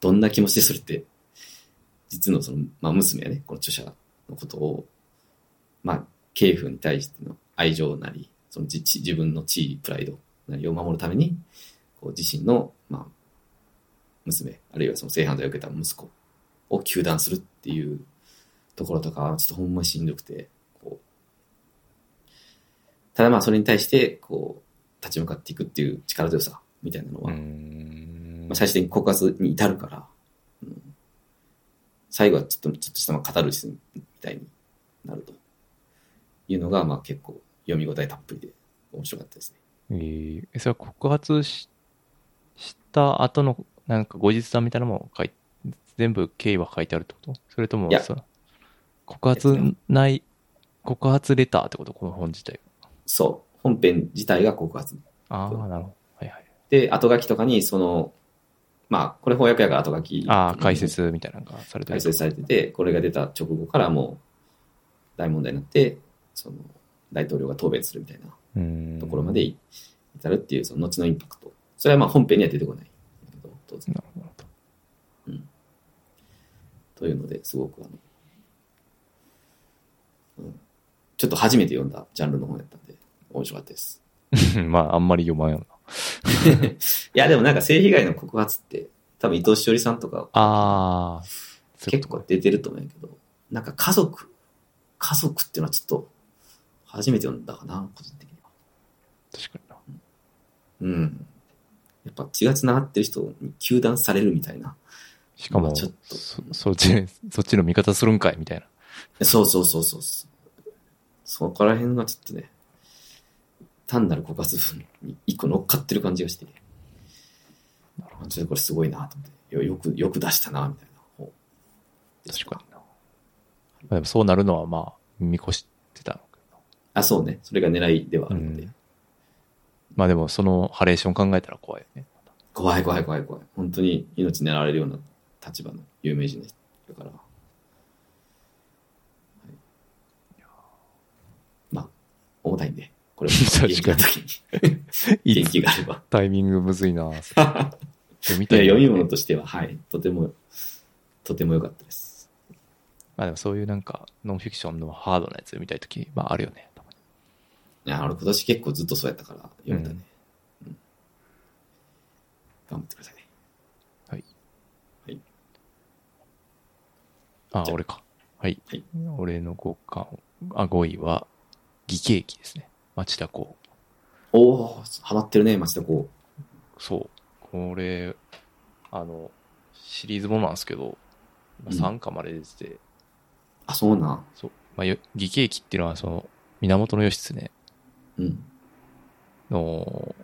どんな気持ちでそれって、実のその、まあ、娘やね、この著者のことを、まあ、警夫に対しての愛情なり、その自自自分の地位、プライドなりを守るために、こう自身の、まあ、娘、あるいはその性犯罪を受けた息子を糾弾するっていうところとかは、ちょっとほんましんどくて、こう、ただまあそれに対して、こう、立ち向かっていくっていう力強さみたいなの
う
は、
ーん
まあ、最終的に告発に至るから、うん最後はちょっと、ちょっとしたまあ語るみたいになるというのが、まあ結構読み応えたっぷりで面白かったですね。
えーえそれは告発しした後の、なんか後日談みたいなのも書い、全部経緯は書いてあるってことそれとも
いや
その、告発ない、告発レターってことこの本自体
そう。本編自体が告発。
あ
そう
あ、なるほど。はいはい。
で、後書きとかに、その、まあ、これ翻訳やから後書き。
ああ、解説みたいなのがされてる。
解説されてて、これが出た直後からもう大問題になって、その、大統領が答弁するみたいな
うーん
ところまで至るっていう、その後のインパクト。それはまあ本編には出てこないんだけど、当然。
なるほど。
というので、すごくあの、うん、ちょっと初めて読んだジャンルの本やったんで、面白かったです。
まあ、あんまり読まんよな。
いや、でもなんか性被害の告発って、多分伊藤詩織さんとか
ああ、そういう
結
こと
構出てると思うんやけど、なんか家族、家族っていうのはちょっと、初めて読んだかな、個人的には。
確かにな。
うん。やっぱ血が繋がってる人に糾弾されるみたいな。
しか
ま
も、
あちょっと
そそっち、そっちの味方するんかいみたいな。
そうそうそうそうそう。そこら辺がちょっとね、単なる告発文に一個乗っかってる感じがして、ちょっとこれすごいなと思って、よよく、よく出したな、みたいな方でした。
確かにな。まあ、でもそうなるのは、まあ、見越してたのかな。
あ、そうね。それが狙いではあるので、
うんまあでも、そのハレーション考えたら怖いよね。
怖い怖い怖い怖い。本当に命狙われるような立場の有名人だから。はいまあ、重たいんで、これ を
確かに
元気な時に、
い
元
つ
気があれば。
タイミングむずい な読み
い
た
や
いな
読み物としては、はい、とても、とても良かったです。
まあでもそういうなんか、ノンフィクションのハードなやつ読みたいとき、まああるよね。たまに
いや、俺今年結構ずっとそうやったから、読めたね。うん頑張ってくださいね。
あ
じ、ゃあ
俺か。はい。
はい
俺の五感、あ、五位は、義経記ですね。町田公。
おおハマってるね、町田こ
そう。これ、あの、シリーズものなんですけど、
うん
3巻まで出てて、
あ、そうなん。
そう。まあ、よ義経記っていうのは、その、源義経
うん。
の、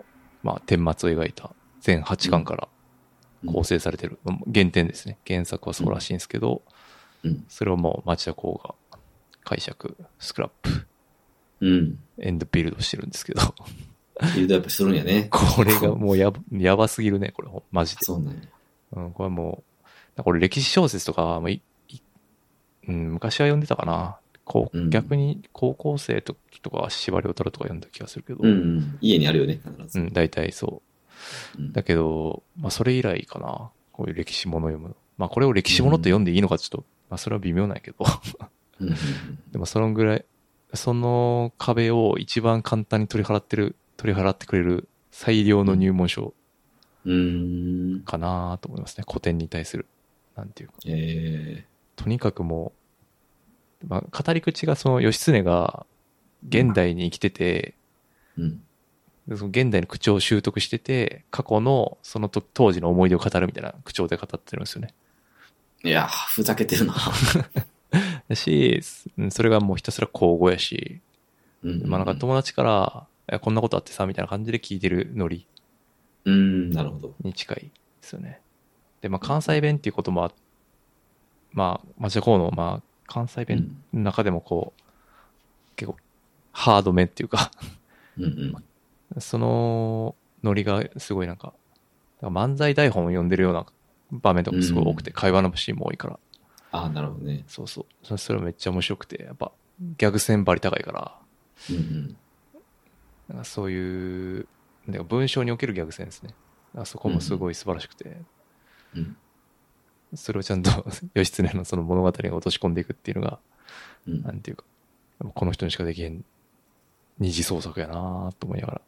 まあ、顛末を描いた全8巻から
うん
構成されてる、まあ原点ですね。原作はそうらしいんですけど、
うん。
それをもう町田公が解釈、スクラップ、
うん。
エンドビルドしてるんですけ ど、
ビルドアップするんやね。
これがもうやばやばすぎるね、これ、ほんマジで。
そうなんや。
うん、これもう、なんか俺歴史小説とかもいいうん、昔は読んでたかな。こう
うん
逆に高校生ととかは司馬遼太郎とか読んだ気がするけど、
うんうん。家にあるよね、必
う
ず。
ん、大体そう。
うん
だけど、まあ、それ以来かな。こういう歴史もの読むの。まあ、これを歴史ものと読んでいいのかちょっと、まあ、それは微妙なんやけど。
うんうんうん
でも、そのぐらい、その壁を一番簡単に取り払ってる、取り払ってくれる最良の入門書
うーん。
かなと思いますね。古典に対する。なんていうか。
え
とにかくもう、まあ、語り口がその義経が現代に生きてて、
ーうん。
でその現代の口調を習得してて、過去のそのと当時の思い出を語るみたいな口調で語ってるんですよね。
いやー、ふざ けてるな。
だし、すうんそれがもうひたすら口語やし、まあなんか友達から、いやこんなことあってさ、みたいな感じで聞いてるノリ
うんうん、なるほど。
に近いですよね。で、まあ関西弁っていうこともあ、まあ町田公の、まあ関西弁の中でもこう、結構ハードめっていうか、
うんうん。
そのノリがすごいなんか、なんか漫才台本を読んでるような場面とかすごい多くて、会話のシーンも多いから、
ああ、なるほどね。
そうそう。そそれはめっちゃ面白くて、やっぱギャグ線張り高いから、
うんうん。
なんかそういう、なんていうか文章におけるギャグ線ですね。なんかそこもすごい素晴らしくて、
うん
それをちゃんと 義経のその物語に落とし込んでいくっていうのが、
うん
なんていうか、この人にしかできへん二次創作やなと思いながら、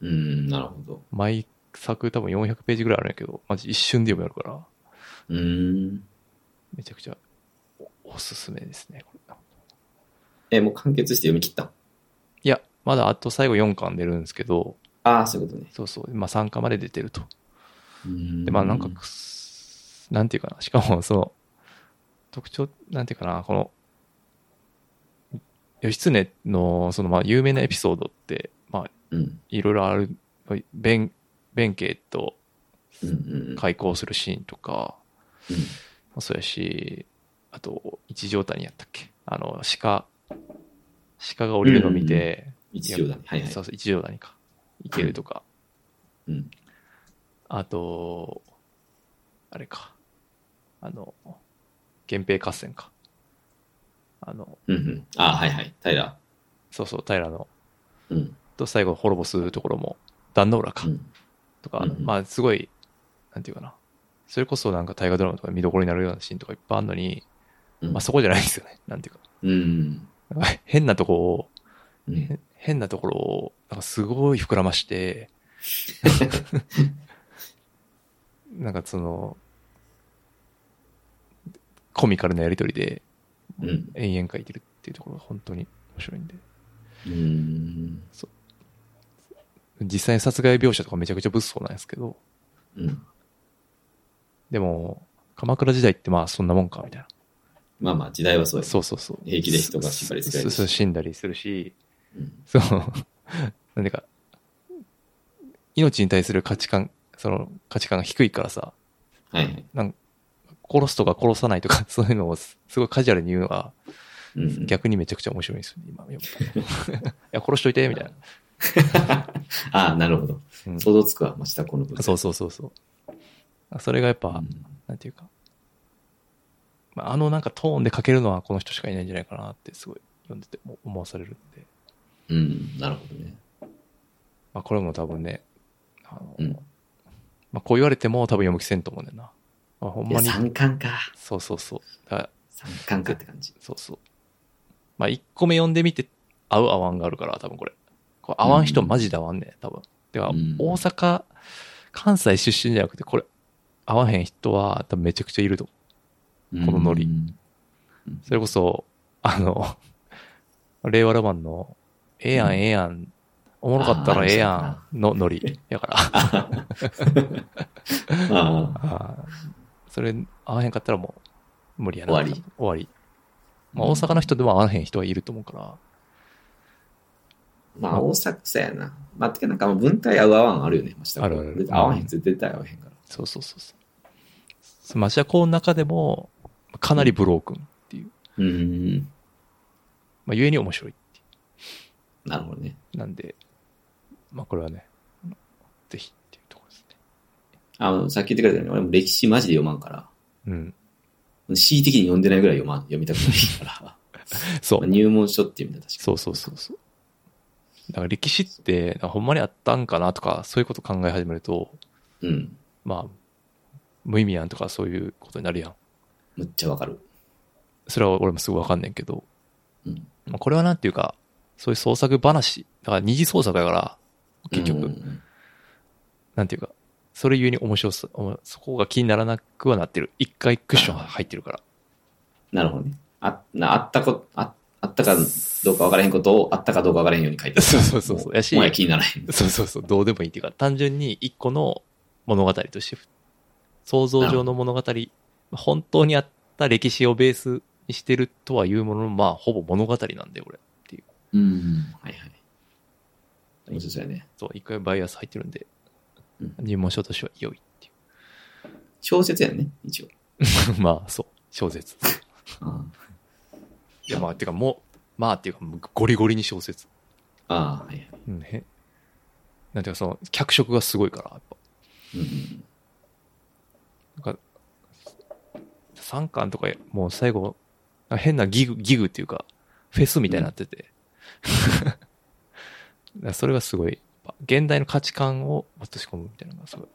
うん、なるほど。
毎作多分400ページぐらいあるんやけど、マジ一瞬で読めるから、
うーん。
めちゃくちゃおおすすめですね。これ
え、もう完結して読み切った
いや、まだあと最後4巻出るんですけど、
ああ、そういうことね。
そうそう、まあ3巻まで出てると。
うん
で、まあなんかくす、なんていうかな、しかもその、特徴、なんていうかな、この、義経の、その、まあ、有名なエピソードって、まあ、
うん。
いろいろある、弁、弁慶と
うんうんうん。
開口するシーンとか、
うん
もそうやし、あと、一条谷やったっけあの、鹿、鹿が降りるの見て、
一条だね。はいはい
そ。うそう、一条谷か。行けるとか、
うん。
あと、あれか。あの、源平合戦か。あの、
うんうん。ああ、はいはい。平。
そうそう、平の、
うん。
と最後滅ぼすところも、壇ノ浦か
う。ん。
とか、
うんうん
まあ、すごい、なんていうかな。それこそなんか大河ドラマとか見どころになるようなシーンとかいっぱいあるのに、
うん
まあそこじゃないんですよね。なんていうか。
うん。
なんか変なとこを、
うん
へ変なところを、なんかすごい膨らま して、なんかその、コミカルなやりとりで、
うん
延々書いてるっていうところが本当に面白いんで。
うん。
実際に殺害描写とかめちゃくちゃ物騒なんですけど、
うん。
でも、鎌倉時代ってまあそんなもんか、みたいな。
まあまあ、時代はそうや。
そうそうそう。
平気で人が死んだりする
そうそう、死んだりするし、
うん。
そう、なんでか、命に対する価値観、その価値観が低いからさ、
はいはい。
殺すとか殺さないとか、 そういうのをすすごいカジュアルに言うのが、
うん。
逆にめちゃくちゃ面白いんですよね、 今読むといや、殺しといて、みたいな。
ああ、なるほど。
うん
想像つくわ、町田この部
そうそうそうそう。あそれがやっぱ、
うん
なんていうか、まあ、あのなんかトーンで書けるのはこの人しかいないんじゃないかなってすごい読んでても思わされるんで、
うん。なるほどね。
まあ、これも多分ね、あの
うん
まあ、こう言われても多分読む気せんと思うねんな。まあ、ほん
い
ま
や、
に、
三冠か。
そうそうそう。だ
三冠かって感じ。
そうそう。まあ、1個目読んでみて、合う合わんがあるから、多分これ。これ合わん人
うん
マジで合わんね、多分。では、
うん
大阪、関西出身じゃなくて、これ、合わへん人は多分めちゃくちゃいると思うこのノリ
うん。
それこそ、あの、 令和ロマンの、ええや
うん
ん、ええやん、おもろかった
あー
らええ
ありま
やんのノリやから、
ああ。
あ ー それ合わへんかったらもう無理やな。
終わり。
終わり。まあ、大阪の人でも合わへん人はいると思うから、
まあ、大阪さやな。まあ、てか、なんかもう文体合う合わんあるよね、町田
あるある
合わへん、絶対合わへんから。
そうそうそうそう。町田公の中でも、かなりブロークンっていう、
うん。
まあ、ゆえに面白いってい
なるほどね。
う。なんで、まあ、これはね、ぜひっていうところですね。
あの、さっき言ってくれたように、俺も歴史マジで読まんから、
うん。
恣意的に読んでないぐらい読まん、読みたくないから。
そ
まあ
う。
入門書っていう意味だ、確か
そうそうそうそう。だから歴史って、なんかほんまにあったんかなとか、そういうこと考え始めると、
に。うん。
まあ、無意味やんとかそういうことになるやん。
むっちゃわかる。
それは俺もすぐわかんねんけど、
うん。
まあ、これはなんていうか、そういう創作話、だから二次創作だから、結局、
うんうん
なんていうか、それゆえに面白さ、おもそこが気にならなくはなってる。一回クッション入ってるから。
なるほどね。あ、なあったこ、ああったかどうかわからへんことを、あったかどうかわからへんように書いてある。
そうそうそうそうやし
もはや気にならへん。
そうそうそう、どうでもいいっていうか、単純に一個の物語として、想像上の物語、本当にあった歴史をベースにしてるとはいうものの、まあ、ほぼ物語なんで、俺。
うん。はいはい。面白そうやね。
そう、一回バイアス入ってるんで
うん、
入門書としては良いってい
小説やね、一応。
う。 まあ、そう、小説。
あ
いや、まあ、てかもう、まあ、っていうか、もうゴリゴリに小説。
あ、ああはいはい。
うん、へなんていうか、その、脚色がすごいから、やっぱ。
うんうん。
3巻とか、もう最後、なんか変なギグ、ギグっていうか、フェスみたいになってて。だから それがすごい、やっぱ現代の価値観を落とし込むみたいなのがすごい。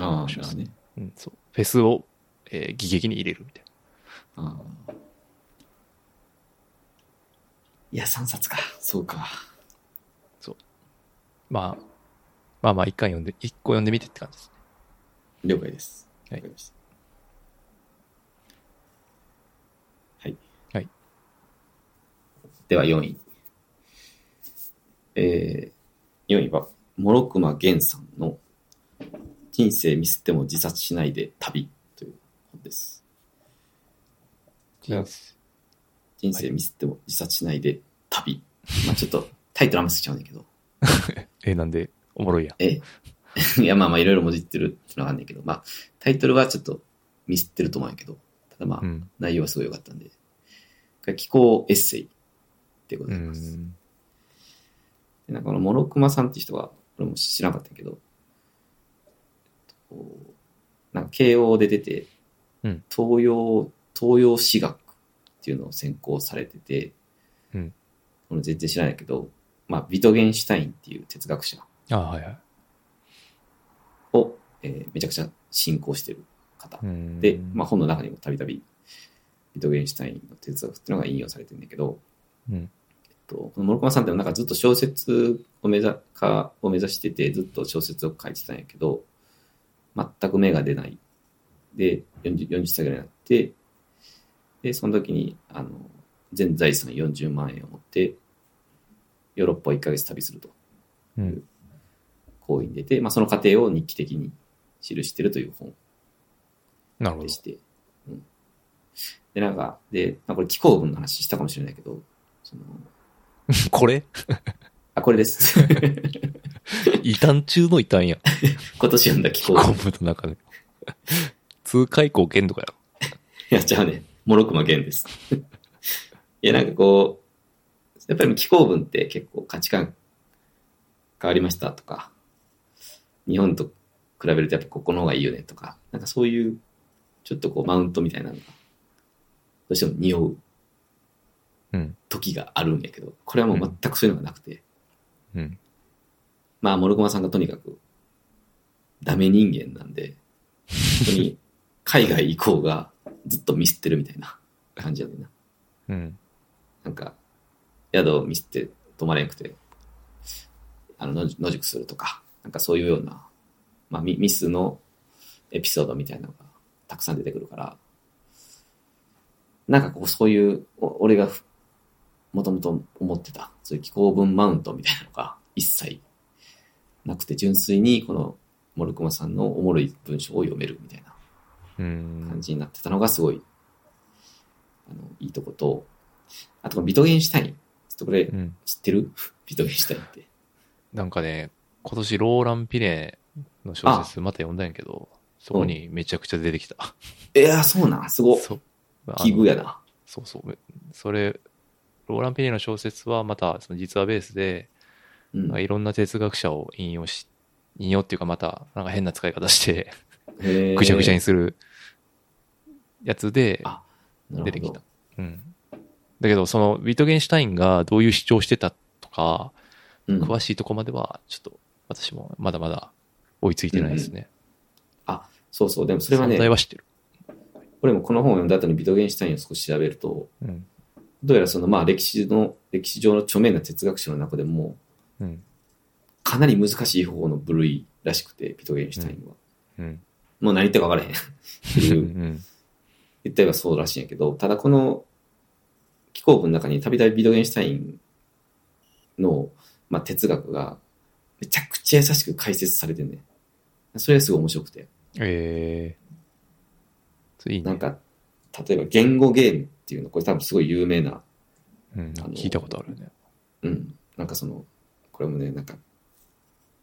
ああ、
面白いっす
ね。
うん、そう。フェスを、えー、喜劇に入れるみたい
ああいや、3冊か。そうか。
な。まあ、まあまあ、一巻読んで、一個読んでみてって感じですね。
了解です。
はい
わかりましたはい。
はい
では4位。えー、4位は、諸熊源さんの人生ミスっても自殺しないで旅という本です。
人生
人生ミスっても自殺しないで旅。まあちょっとタイトルあんま好きちゃうんだけど。
えー、なんで、おもろいやん。
ええ。い や、まあまあ、いろいろもじってるってのはあんねんけど、まあ、タイトルはちょっとミスってると思うんやけど、ただまあ、
うん。
内容はすごい良かったんで、これ気候エッセイっていうこ
う
とになります。
ん。
でなんかこの諸熊さんっていう人は、俺も知らなかったんやけど、こうなんか慶応で出て、
うん
東洋、東洋史学っていうのを専攻されてて、
うん
俺全然知らないけど、まあ、ビトゲンシュタインっていう哲学者
あーはいはい。
を、えーめちゃくちゃ信仰してる方
うん
で、まあ、本の中にもたびたびビトゲンシュタインの哲学っていうのが引用されてるんだけど、
うん。
えっと、この諸駒さんってなんかずっと小説を目指かを目指しててずっと小説を書いてたんやけど全く芽が出ないで 40, 40歳ぐらいになってでその時にあの全財産40万円を持ってヨーロッパを1ヶ月旅すると
うん。
行為に出て、まあ、その過程を日記的に記してるという本
なるほど
で。して、うん、でなんかでなんかこれ気候文の話したかもしれないけどその
これ
あこれです
異端中の異端やん。
今年読んだ気候文
コンプの中で。通開口剣とかやろ。
い やっちゃうね。諸熊源です。 いや、なんかこう、やっぱり気候文って結構価値観変わりましたとか、日本と比べるとやっぱここの方がいいよねとか、なんかそういう、ちょっとこうマウントみたいなのが、どうしても匂う
うん。
時があるんやけど、これはもう全くそういうのがなくて、
うん。
まあ、諸駒さんがとにかく、ダメ人間なんで、本当に海外行こうがずっとミスってるみたいな感じやねんな。
うん。
なんか、宿を見せて泊まれなくて、あの、野宿野宿するとか、なんかそういうような、まあ、ミミスのエピソードみたいなのがたくさん出てくるから、なんかこう、そういう、お俺がふもともと思ってた、そういう気候分マウントみたいなのが一切なくて、純粋にこのモクマさんのおもろい文章を読めるみたいな
う
感
ん。
じになってたのがすごい、あの、いいとこと、あとこのビトゲンシュタイン。ちょっとこれ
うん。
知ってる ビトゲンシュタインって。
なんかね、今年ローラン・ピレーの小説また読んだんやけど、そこにめちゃくちゃ出てきた。
いやー、そうなん、すご い。
そう。
奇遇や
あの
な。
そうそう。それ、ローラン・ピレーの小説はまたその実話ベースで、
うん。
いろんな哲学者を引用し、引用っていうかまたなんか変な使い方して、
へー
ぐちゃぐちゃにするやつで
あなるほど
出てきた。うん。だけど、その、ウィトゲンシュタインがどういう主張してたとか、
うん
詳しいとこまでは、ちょっと、私もまだまだ追いついてないですね。
そうそう、でもそれは
存在
ね、
は知ってる。
俺もこの本を読んだ後にビトゲンシュタインを少し調べると、
うん。
どうやらそのまあ歴史の、歴史上の著名な哲学者の中でも、
うん。
かなり難しい方法の部類らしくて、ビトゲンシュタインは。
うん。
もう何言ってるか分からへん。 って
う。
いうん言ったらそうらしいんやけど、ただこの気候文の中にたびたびビトゲンシュタインの、まあ、哲学がめちゃくちゃ優しく解説されてんねんそれがすごい面白くて。
ええそれいいね。
なんか、例えば言語ゲームっていうの、これ多分すごい有名な、
うん、なんか聞いたことあるね。
うん、なんかその、これもね、なんか、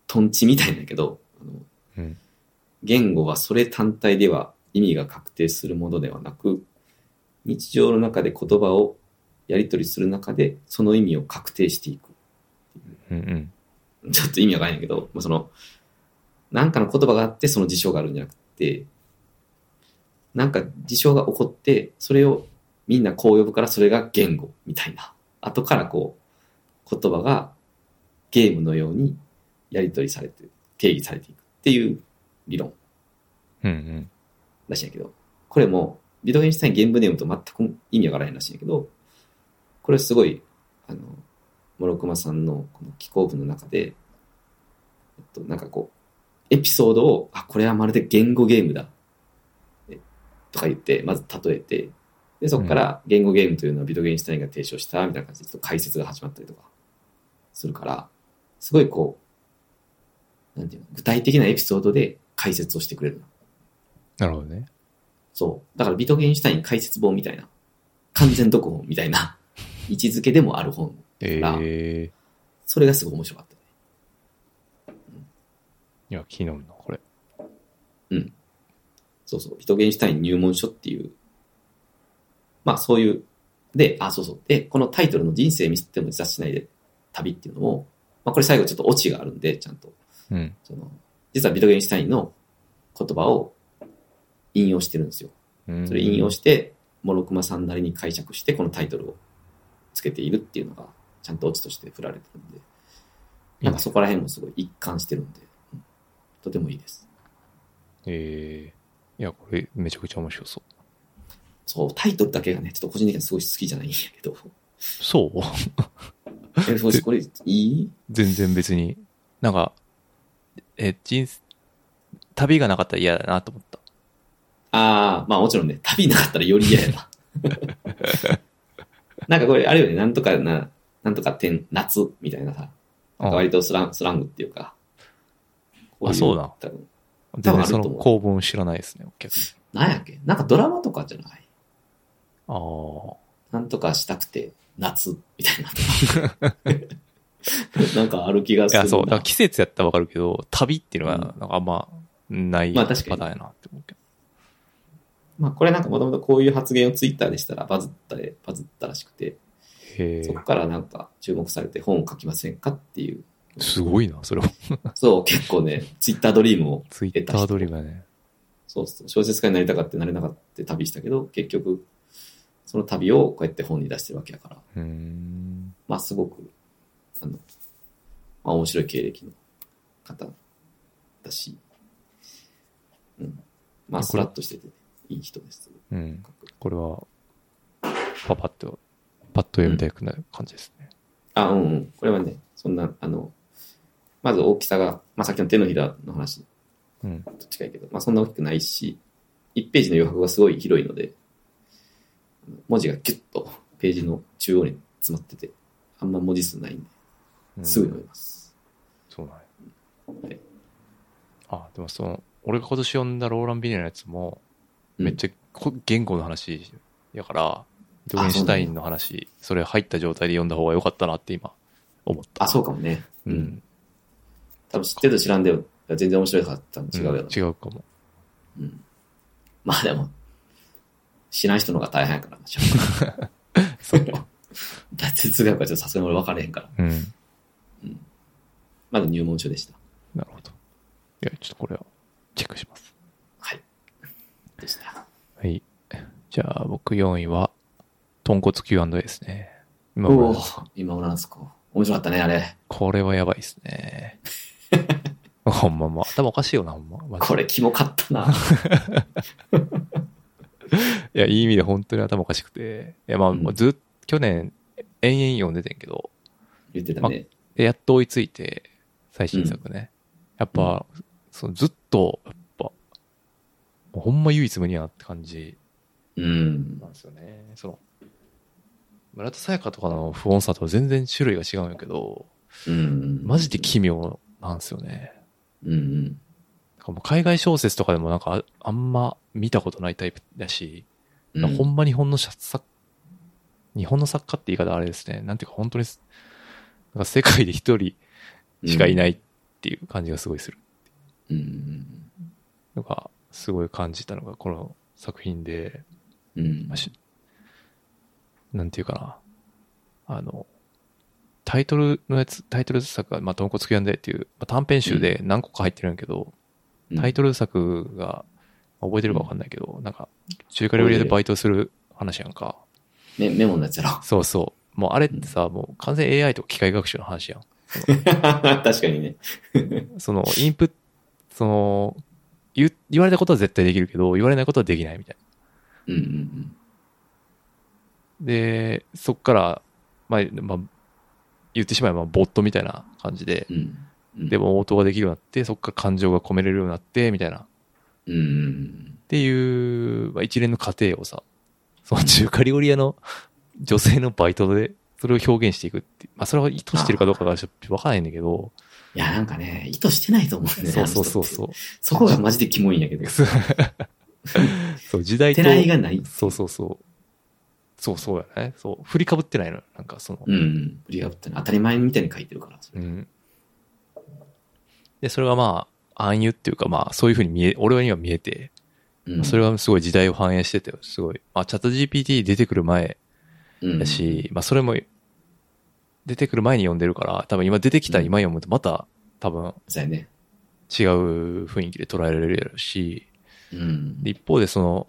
トンチみたいなんやけど、あの
うん。
言語はそれ単体では意味が確定するものではなく日常の中で言葉をやり取りする中でその意味を確定していく
うんうん。
ちょっと意味わかんないけど、まあ、その何かの言葉があってその事象があるんじゃなくてなんか事象が起こってそれをみんなこう呼ぶからそれが言語みたいな後からこう言葉がゲームのようにやり取りされて定義されていくっていう理論
うんうん。
らしいんやけど、これも、ビトゲンシュタイン原文で読むと全く意味わからへんらしいんやけど、これはすごい、あの、諸熊さんのこの気候部の中で、えっと、なんかこう、エピソードを、あ、これはまるで言語ゲームだ。えとか言って、まず例えて、で、そこから言語ゲームというのはビトゲンシュタインが提唱した、みたいな感じでちょっと解説が始まったりとかするから、すごいこう、なんていうの、具体的なエピソードで解説をしてくれるの。
なるほどね。
そう。だからビトゲンシュタイン解説本みたいな、完全読本みたいな位置づけでもある本。
え
ら
え
それがすごい面白かったね。
いや、気になるな、これ。
そうそう。ビトゲンシュタイン入門書っていう。まあそういう。で、あ、そうそう。で、このタイトルの人生見せても自殺しないで旅っていうのも、まあこれ最後ちょっとオチがあるんで、ちゃんと。
うん。
その、実はビトゲンシュタインの言葉を引用してるんですよ。
うん
それ引用して、諸熊さんなりに解釈して、このタイトルをつけているっていうのが、ちゃんとオチとして振られてるんで、なんかそこら辺もすごい一貫してるんで、うんとてもいいです。
ええいや、これめちゃくちゃ面白そう。
そう、タイトルだけがね、ちょっと個人的にはすごい好きじゃないんやけど、
そう
えそうこれいい
全然別に。なんか、え、人生、旅がなかったら嫌だなと思った。
ああ、まあもちろんね、旅なかったらより嫌や な。なんかこれ、あるよね、なんとかな、なんとか天、夏みたいなさ、なんか割とスランスラングっていうか、こい
あそうだ
多分
全然そ
多分あると
の
思う
公文知らないですね、逆に。
なんやっけなんかドラマとかじゃない
ああ。
なんとかしたくて、夏みたいなのとか。なん かある気が
い
するな。
や、そう。だから季節やったらわかるけど、旅っていうのは、
うん
なんかあんま、ない
まあ
パタ
確かに
ーンやなって思うけ
まあこれなんかもともとこういう発言をツイッターでしたらバズったで、バズったらしくて、
ど。へ
そこからなんか注目されて本を書きませんかっていう。
え。すごいな、それは。
そう、結構ね、ツイッタードリームを、
ツイッタードリブンね。
そうそう、小説家になりたかってなれなかった旅したけど、結局、その旅をこうやって本に出してるわけだから、
うーん。
まあすごく、あの、まあ面白い経歴の方だし、うん。まあスラッとしてて、いい人です。
うん。これは、パパッと、パッと読みたいくなる感じですね。
あ、うんうん。これはね、そんな、あの、まず大きさが、まあさっきの手のひらの話
うん。
と近いけど、まあそんな大きくないし、1ページの余白がすごい広いので、文字がギュッとページの中央に詰まってて、あんま文字数ないん
うん
で、すぐ読めます。
そうなんや
はい
あ、でもその、俺が今年読んだローラン・ビネのやつも、
うん
めっちゃこ言語の話やから、ドゲンシュタインの話、それ入った状態で読んだ方が良かったなって今思った。
あ、そうかもね。
う。ん。
多分知ってると知らんで、全然面白いかったら違うやろ、
違うかも。
うんまあでも、知らん人の方が大変や から、しょうがない
そう。
だって哲学はちょっとさすがに俺分からへんから。
うん。
まだ入門書でした。
なるほど。いや、ちょっとこれはチェックします。
はい。でした。
はい。じゃあ僕4位は、豚骨 Q&A ですね。今
お
頃
お、今村なんすか。面白かったね、あれ。
これはやばいです ね。ほんま、もう頭おかしいよな、ほんま。マジで
これ、キモかったな。
いや、いい意味で本当に頭おかしくて。いや、まあ、
うん
もうずっ去年、延々読んでてんけど、
言ってたね。
でやっと追いついて、最新作ね。やっぱ、そのずっと、やっぱ、もうほんま唯一無二やなって感じ
うん。
なんですよね。その、村田沙耶香とかの不穏さとは全然種類が違うんやけど、
うん。
マジで奇妙なんですよね。
うんうん。
なんかもう海外小説とかでもなんかああんま見たことないタイプだし、
うん
ほんま日本の作日本の作家って言い方あれですね。なんていうか本当にす、なんか世界で一人しかいないっていう感じがすごいする。
うんうん
のがすごい感じたのがこの作品で、
うん。うん
まあしなんていうかな、あの、タイトルのやつ、タイトル作が、まあ、豚骨 Q&A っていう、まあ、短編集で何個か入ってるんやけど、タイトル作が、まあ覚えてるか分かんないけど、なんか、中華料理屋でバイトする話やんか。
メメモのやつやろ。
そうそう。もうあれってさ、もう完全に AI と機械学習の話やん。
確かにね。
その、インプット、その、言う、言われたことは絶対できるけど、言われないことはできないみたい
うんうん
な。で、そっから、まあ、まあ、言ってしまえば、ボットみたいな感じで、
うん。うんうん。
でも応答ができるようになって、そっから感情が込めれるようになって、みたいな。
うんうん
っていう、まあ、一連の過程をさ、その中華料理屋の女性のバイトで、それを表現していくっていう、まあ、それは意図してるかどうかがちょっとわからないんだけど、
いや、なんかね、意図してないと思うんだよ
そ
ね。
うそうそう
う。
そう。
そこがマジでキモいんやけ ど。
そう、時代
て
と、
らいがない。
そうそうそう。そうそうやね。そう、振りかぶってないのよ。なんかその、
うんうん。振り合ってない当たり前みたいに書いてるから。それ
うん。で、それがまあ、暗喩っていうかまあ、そういうふうに見え、俺には見えて、
うん
それはすごい時代を反映してて、すごい。まあ、チャット GPT 出てくる前
うん
だし、まあ、それも、出てくる前に読んでるから、多分今出てきた
うん
今読むとまた、多分
そうやね。
違う雰囲気で捉えられるやろうし、
うん
で一方でその、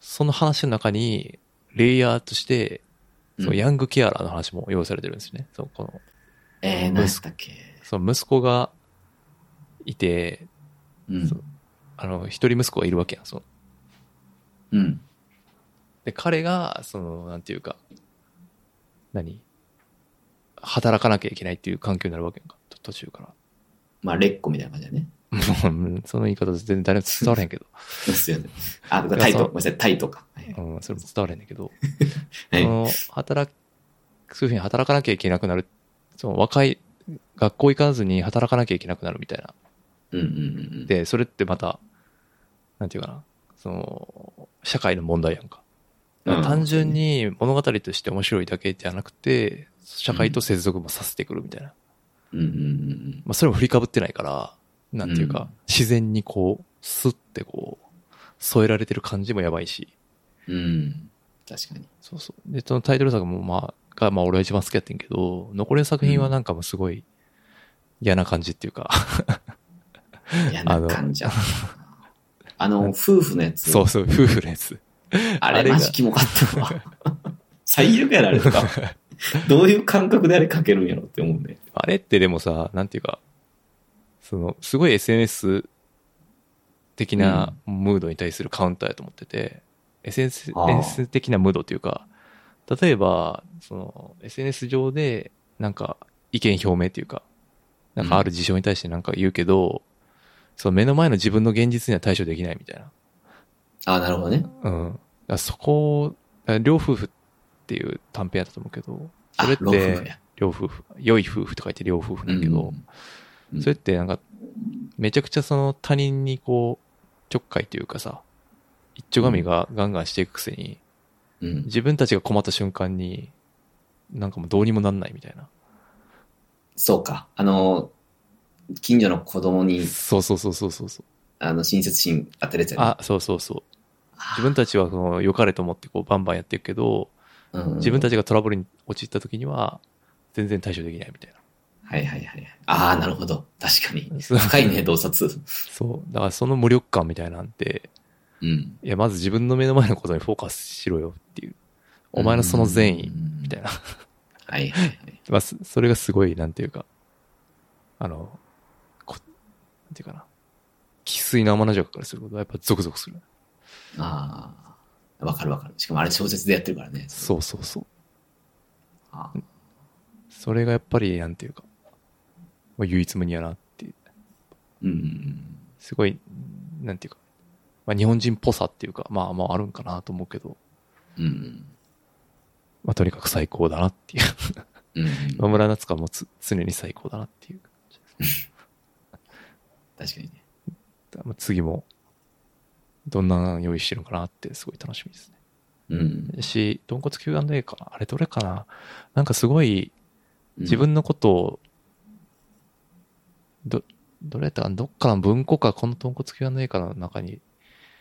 その話の中に、レイヤーとして、その
うん
ヤングケアラーの話も用意されてるんですね。そのこの
えー、何やったっけ
その息子がいて、
うん
そうあの、一人息子がいるわけやん。その
うん。
で、彼が、その、なんていうか、何働かなきゃいけないっていう環境になるわけやんか。と途中から。
まあ、レッコみたいな感じだね。
うんその言い方全然誰も伝わらへんけど。
ですよね。あ、タイ
いやそ
と、
う
ごめんなさい、タイとか。はい
うん、それも伝わらへんねんけど。
はい
その、働く、そういうふうに働かなきゃいけなくなる。その若い、学校行かずに働かなきゃいけなくなるみたいな。
うんうんうん
で、それってまた、なんていうかな。その、社会の問題やんか。
うん。うん
単純。に物語として面白いだけじゃなくて、社会と接続もさせてくるみたいな。
うんうんうん
まあ、それも振りかぶってないから、なんていうか、
うん
自然にこう、スッてこう、添えられてる感じもやばいし。
うん。うん。確かに。
そうそう。で、そのタイトル作も、まあ、が、まあ、俺は一番好きやってんけど、残りの作品はなんかもうすごい嫌な感じっていうか、
嫌な感じやったなあの、夫婦のやつ。
そうそう、夫婦のやつ。
あ
あれ
れ
が
マジキモかったわ。最悪やな、あれとか。どういう感覚であれ書けるんやろって思うね。
あれってでもさ、なんていうか、その、すごい SNS 的なムードに対するカウンターやと思ってて、SNS
ああ
SNS 的なムードというか、例えば、その、SNS 上で、なんか、意見表明というか、なんかある事象に対してなんか言うけど、その目の前の自分の現実には対処できないみたいな。
あなるほどね。
うん。だからそこを、だから両夫婦っていう短編やったと思うけど、それっ
あ老夫婦
て
や、
両夫婦、良い夫婦と書いて両夫婦だけど、
うん
それってなんか、めちゃくちゃその他人にこう、ちょっかいというかさ、一丁紙がガンガンしていくくせに、
うん。
自分たちが困った瞬間に、なんかもうどうにもなんないみたいな。
そうか。あの、近所の子供に、
そうそうそうそうそうそう。
あの、親切心当てれちゃう。
あ、そうそうそう。自分たちはその良かれと思ってこうバンバンやってるけど、
うん、
自分たちがトラブルに陥った時には、全然対処できないみたい
はいはいはい。ああ、なるほど。確かに。
な。
深いね、洞察。
そう。だからその無力感みたいなんて、
うん。
いや、まず自分の目の前のことにフォーカスしろよっていうお前のその善意、みたい
な。
な。
はいはいはい。
まあ、すそれがすごい、なんていうか、あの、こなんていうかな。生粋の天の弱からすることはやっぱゾクゾクする。
ああ、わかるわかる。しかもあれ小説でやってるからね。
そうそうそう。
あ
それがやっぱり、なんていうか、まあ唯一無二やなっていう、
うん。
すごい、なんていうか、まあ、日本人っぽさっていうか、まあまああるんかなと思うけど、
うん。
まあとにかく最高だなって いう。
うん。
野村夏子はもうつ常に最高だなっていう。
確かにね。
まあ次も、どんなの用意してるのかなってすごい楽しみですね。
うん。
し、ドンコツ Q&A かなあれどれかななんかすごい自分のことを、ど、どれやったかなどっかの文庫か、このドンコツ Q&A かの中に、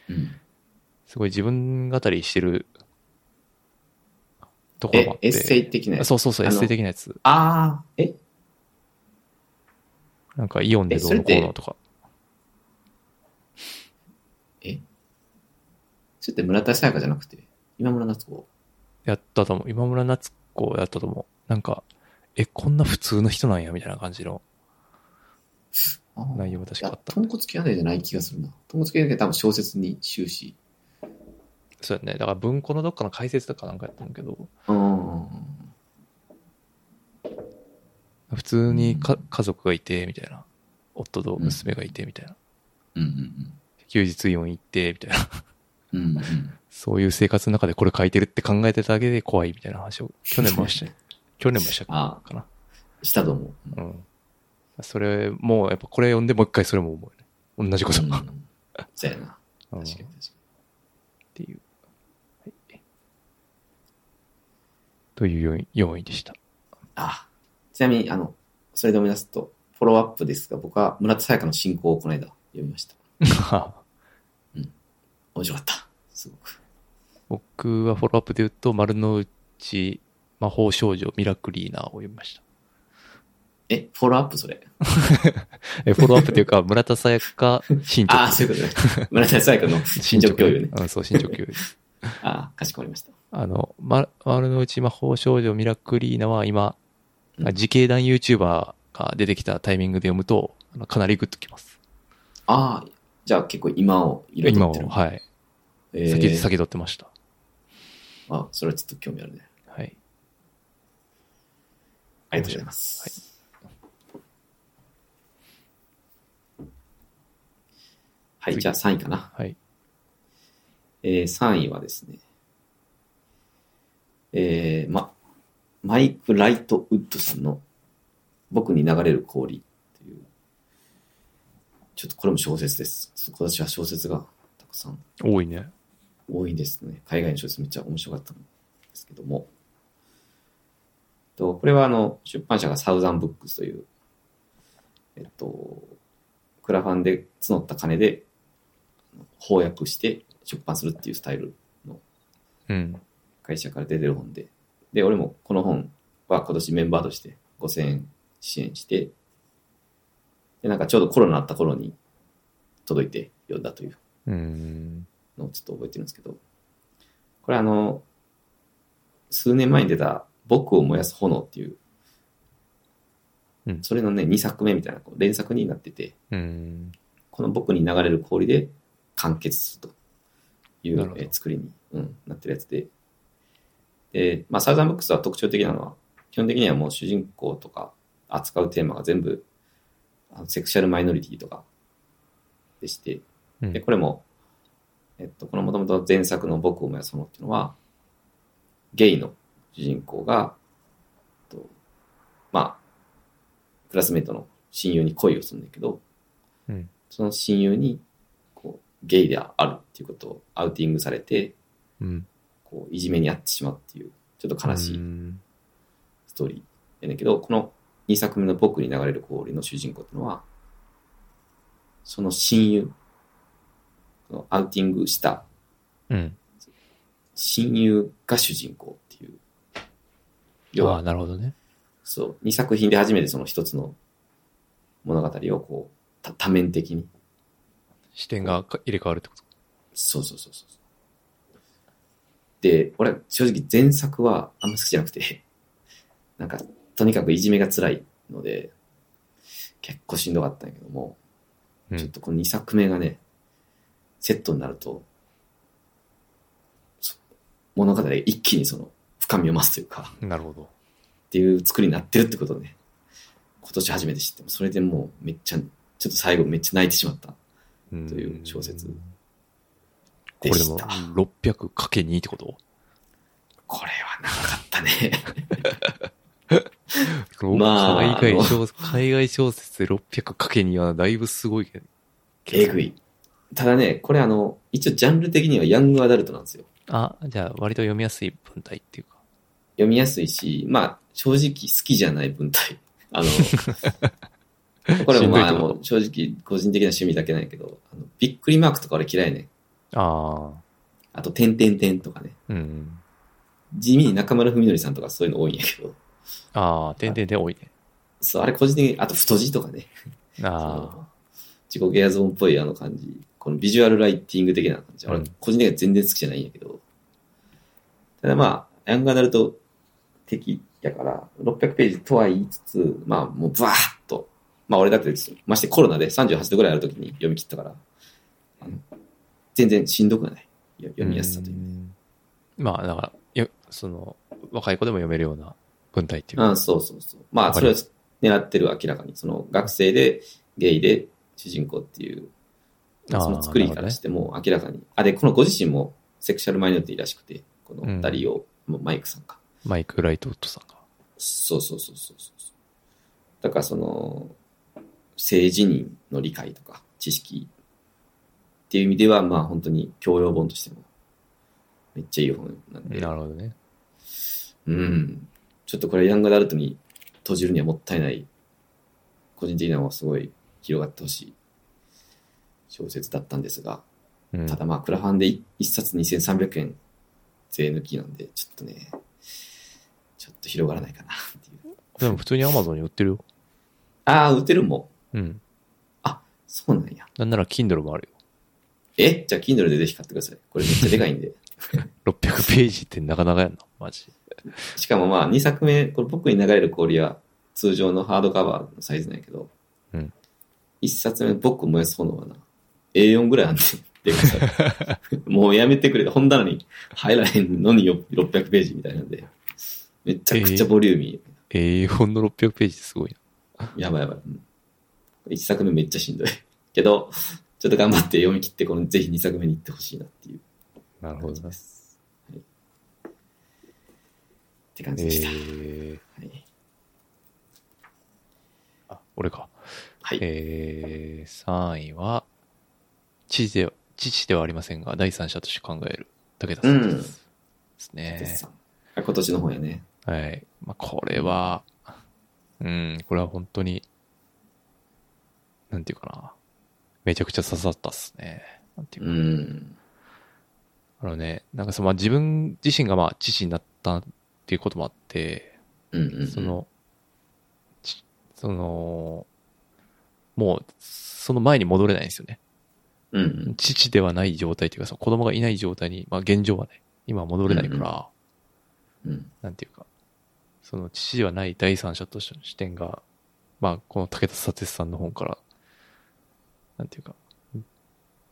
うん、
すごい自分語りしてるところもあって。
えエッセイ的なやつ
そうそうそう、エ
あ
ッ
の
セイ的なやつ。
ああ、え
なんかイオンで
え
ど
そうれ
の
っ
こ
て
うのとか。
ちょっと村田沙耶香じゃなくて、今村夏子。
やったと思う。今村夏子やったと思う。なんか、え、こんな普通の人なんや、みたいな感じの
あー
内容が確かあ
いや
った。
豚骨系じゃない気がするな。豚骨系だけ多分小説に終始。
そうやね。だから文庫のどっかの解説とかなんかやったんだけど、
うん。
普通にか
うん
家族がいて、みたいな。夫と娘がいて、みたいな。
うん
休日イオン行って、みたいな。
うんうん。うんうん
そういう生活の中でこれ書いてるって考えてただけで怖い、みたいな話を、去年もして去年もしたか
あ
な。
あ、したと思う。
うん。それも、やっぱこれ読んでもう一回それも思うね。同じこと。
うん
うん
そうやな。
っ
確かに確か
ていう。はいという4位でした。
に。あーちなみに、あの、それで思い出すと、フォローアップですが、僕は村田沙耶香の進行をこの間読みました。面白かった。すごく。
僕はフォローアップで言うと、丸の内魔法少女ミラクリーナーを読みました。
え、フォローアップそれ。
え、フォローアップという か、村田沙耶香新
ああ、
曲。
そういうことね。 村田沙耶香の進捗共有ね。
うん、そう、進捗共有。
ああ、かしこまりました。
あの、ま、丸の内魔法少女ミラクリーナは今、
うん
時系団 YouTuber が出てきたタイミングで読むと、あのかなりグッときます。
ああ、じゃあ結構今をいろい
今
ろ
を、はい。
えー
先、先取ってました。
あ、それはちょっと興味あるね。
はい。
ありがとうございます。はい、
次
じゃあ3位かな。
はい。
えー、3位はですね、えー、ま、マイク・ライトウッドさんの僕に流れる氷という、ちょっとこれも小説です。ちょっと今年は小説がたくさん
多いね。
多いですね。海外の小説めっちゃ面白かったんですけども。とこれはあの出版社がサウザンブックスという、えっと、クラファンで募った金で翻訳して出版するっていうスタイル
うん。
会社から出てる本で。で、俺もこの本は今年メンバーとして5000円支援して、で、なんかちょうどコロナあった頃に届いて読んだという
うん。
のをちょっと覚えてるんですけど、これあの、数年前に出た僕を燃やす炎っていう、
うん
それのね、2作目みたいなこう連作になってて、
うん。
この僕に流れる氷で完結するとい
なる
う
ほど
えー作りに、うん、なってるやつで、で、まあ、サウザンブックスは特徴的なのは、基本的にはもう主人公とか扱うテーマが全部、あのセクシャルマイノリティとかでして、
うん
で、これも、えっと、このもともと前作の僕を燃やすのっていうのは、ゲイの主人公が、えっとまあ、クラスメートの親友に恋をするんだけど、
うん
その親友に、こう、ゲイであるっていうことをアウティングされて、
うん。
こう、いじめに遭ってしまうっていう、ちょっと悲しい
うん
ストーリーやねんけど、この2作目の僕に流れる氷の主人公ってのは、その親友、このアウティングした
うん。
親友が主人公っていう。要
ああ、
は、
なるほどね。
そう、二作品で初めてその一つの物語をこう、た多面的に。
視点が入れ替わるってこと
そうそうそうそう。って、俺は正直前作はあんま好きじゃなくて、 なんか、とにかくいじめが辛いので、結構しんどかったんやけども、
うん
ちょっとこの2作目がね、セットになると、そ物語が一気にその、深みを増すというか、
なるほど。
っていう作りになってるってことをね、今年初めて知っても、それでもうめっちゃ、ちょっと最後めっちゃ泣いてしまった。
と
という小説
これ
で
で
し
も
た。
600×2 ってこと
これはなかったね。まあ
海外小説、海外小説で 600×2 はだいぶすごいけど。
えぐい。ただね、これあの、一応ジャンル的にはヤングアダルトなんですよ。
あ、じゃあ割と読みやすい文体っていうか。
読みやすいし、まあ、正直好きじゃない文体。あの、 これもまあ、
しんどいってこと
もう正直個人的な趣味だけなんやけど、あのびっくりマークとか俺嫌いね。
ああ、
あと、点点点とかね。
うん。
地味に中村文則さんとかそういうの多いんやけど。
ああ、点々で多いね。
そう、あれ個人的に、あと太字とかね。
ああ、
自己ゲアゾーンっぽいあの感じ、このビジュアルライティング的な感じ、
う
俺
ん
個人的には全然好きじゃないんやけど、ただまあ、ヤングアダルト的やから、600ページとは言いつつ、まあもうバーッと、まあ俺だって、ましてコロナで38度ぐらいある時に読み切ったから、あの全然しんどくはない。よ読みやすさというう。
んまあ、だから、よその、若い子でも読めるような文体っていう
あ
か。
そうそうそう。ま
わ
あ
か
そ
り
れ
ま
は狙ってる明らかに。その学生で、ゲイで、主人公っていう
あー
その作りからしても明らかに。あ、で、このご自身もセクシャルマイノリティらしくて、この二人を、もうマイクさんか。
マイク・ライトウッドさんが。
そうそうそうそうそう。だからその、性自認の理解とか知識っていう意味では、まあ本当に教養本としても、めっちゃいい本なんで、
なるほどね。
うん。ちょっとこれヤングアダルトに閉じるにはもったいない、個人的にはすごい広がってほしい小説だったんですが、
うん
ただまあ、クラファンでい1冊2300円税抜きなんで、ちょっとね、ちょっと広がらないか なっていう。
でも普通に Amazon に売ってるよ。
ああ、売ってるもん。
うん。
そうなんや。
なんなら Kindle もあるよ。
えじゃあ、Kindle でぜひ買ってください。これめっちゃでかいんで。
600ページってなかなかやんな、マジ。
しかもまあ、2作目、これ僕に流れる氷は通常のハードカバーのサイズなんやけど、
うん
1冊目、僕燃やす炎はな、A4 ぐらいあんねん。で かさ もうやめてくれ。本棚に入らへんのによ600ページみたいなんで、めちゃくちゃボリューミー。
A4 の600ページってすごい
やばいやばい。うん一作目めっちゃしんどい。けど、ちょっと頑張って読み切って、このぜひ二作目に行ってほしいなっていう
な。なる
感じです。はい、って感じでした。
えー、
はい
あ、俺か。
はい
えー、3位は、父で、父ではありませんが、第三者として考える武田さんです。
うん
です
テツ
ね
さ。んあ今年の本やね。
はい。まあ、これは、うん、これは本当に、なんていうかな。めちゃくちゃ刺さったっすね。なんていう
う
か。
ん。
あのね、なんかその、まあ、自分自身がまあ、父になったっていうこともあって、
うんうんうん、
その、ちその、もう、その前に戻れないんですよね。
うんうん、
父ではない状態というか、その子供がいない状態に、まあ現状はね、今は戻れないから、
うんうん。
なんていうか、その父ではない第三者としての視点が、まあこの武田佐哲さんの本から、なんていうか、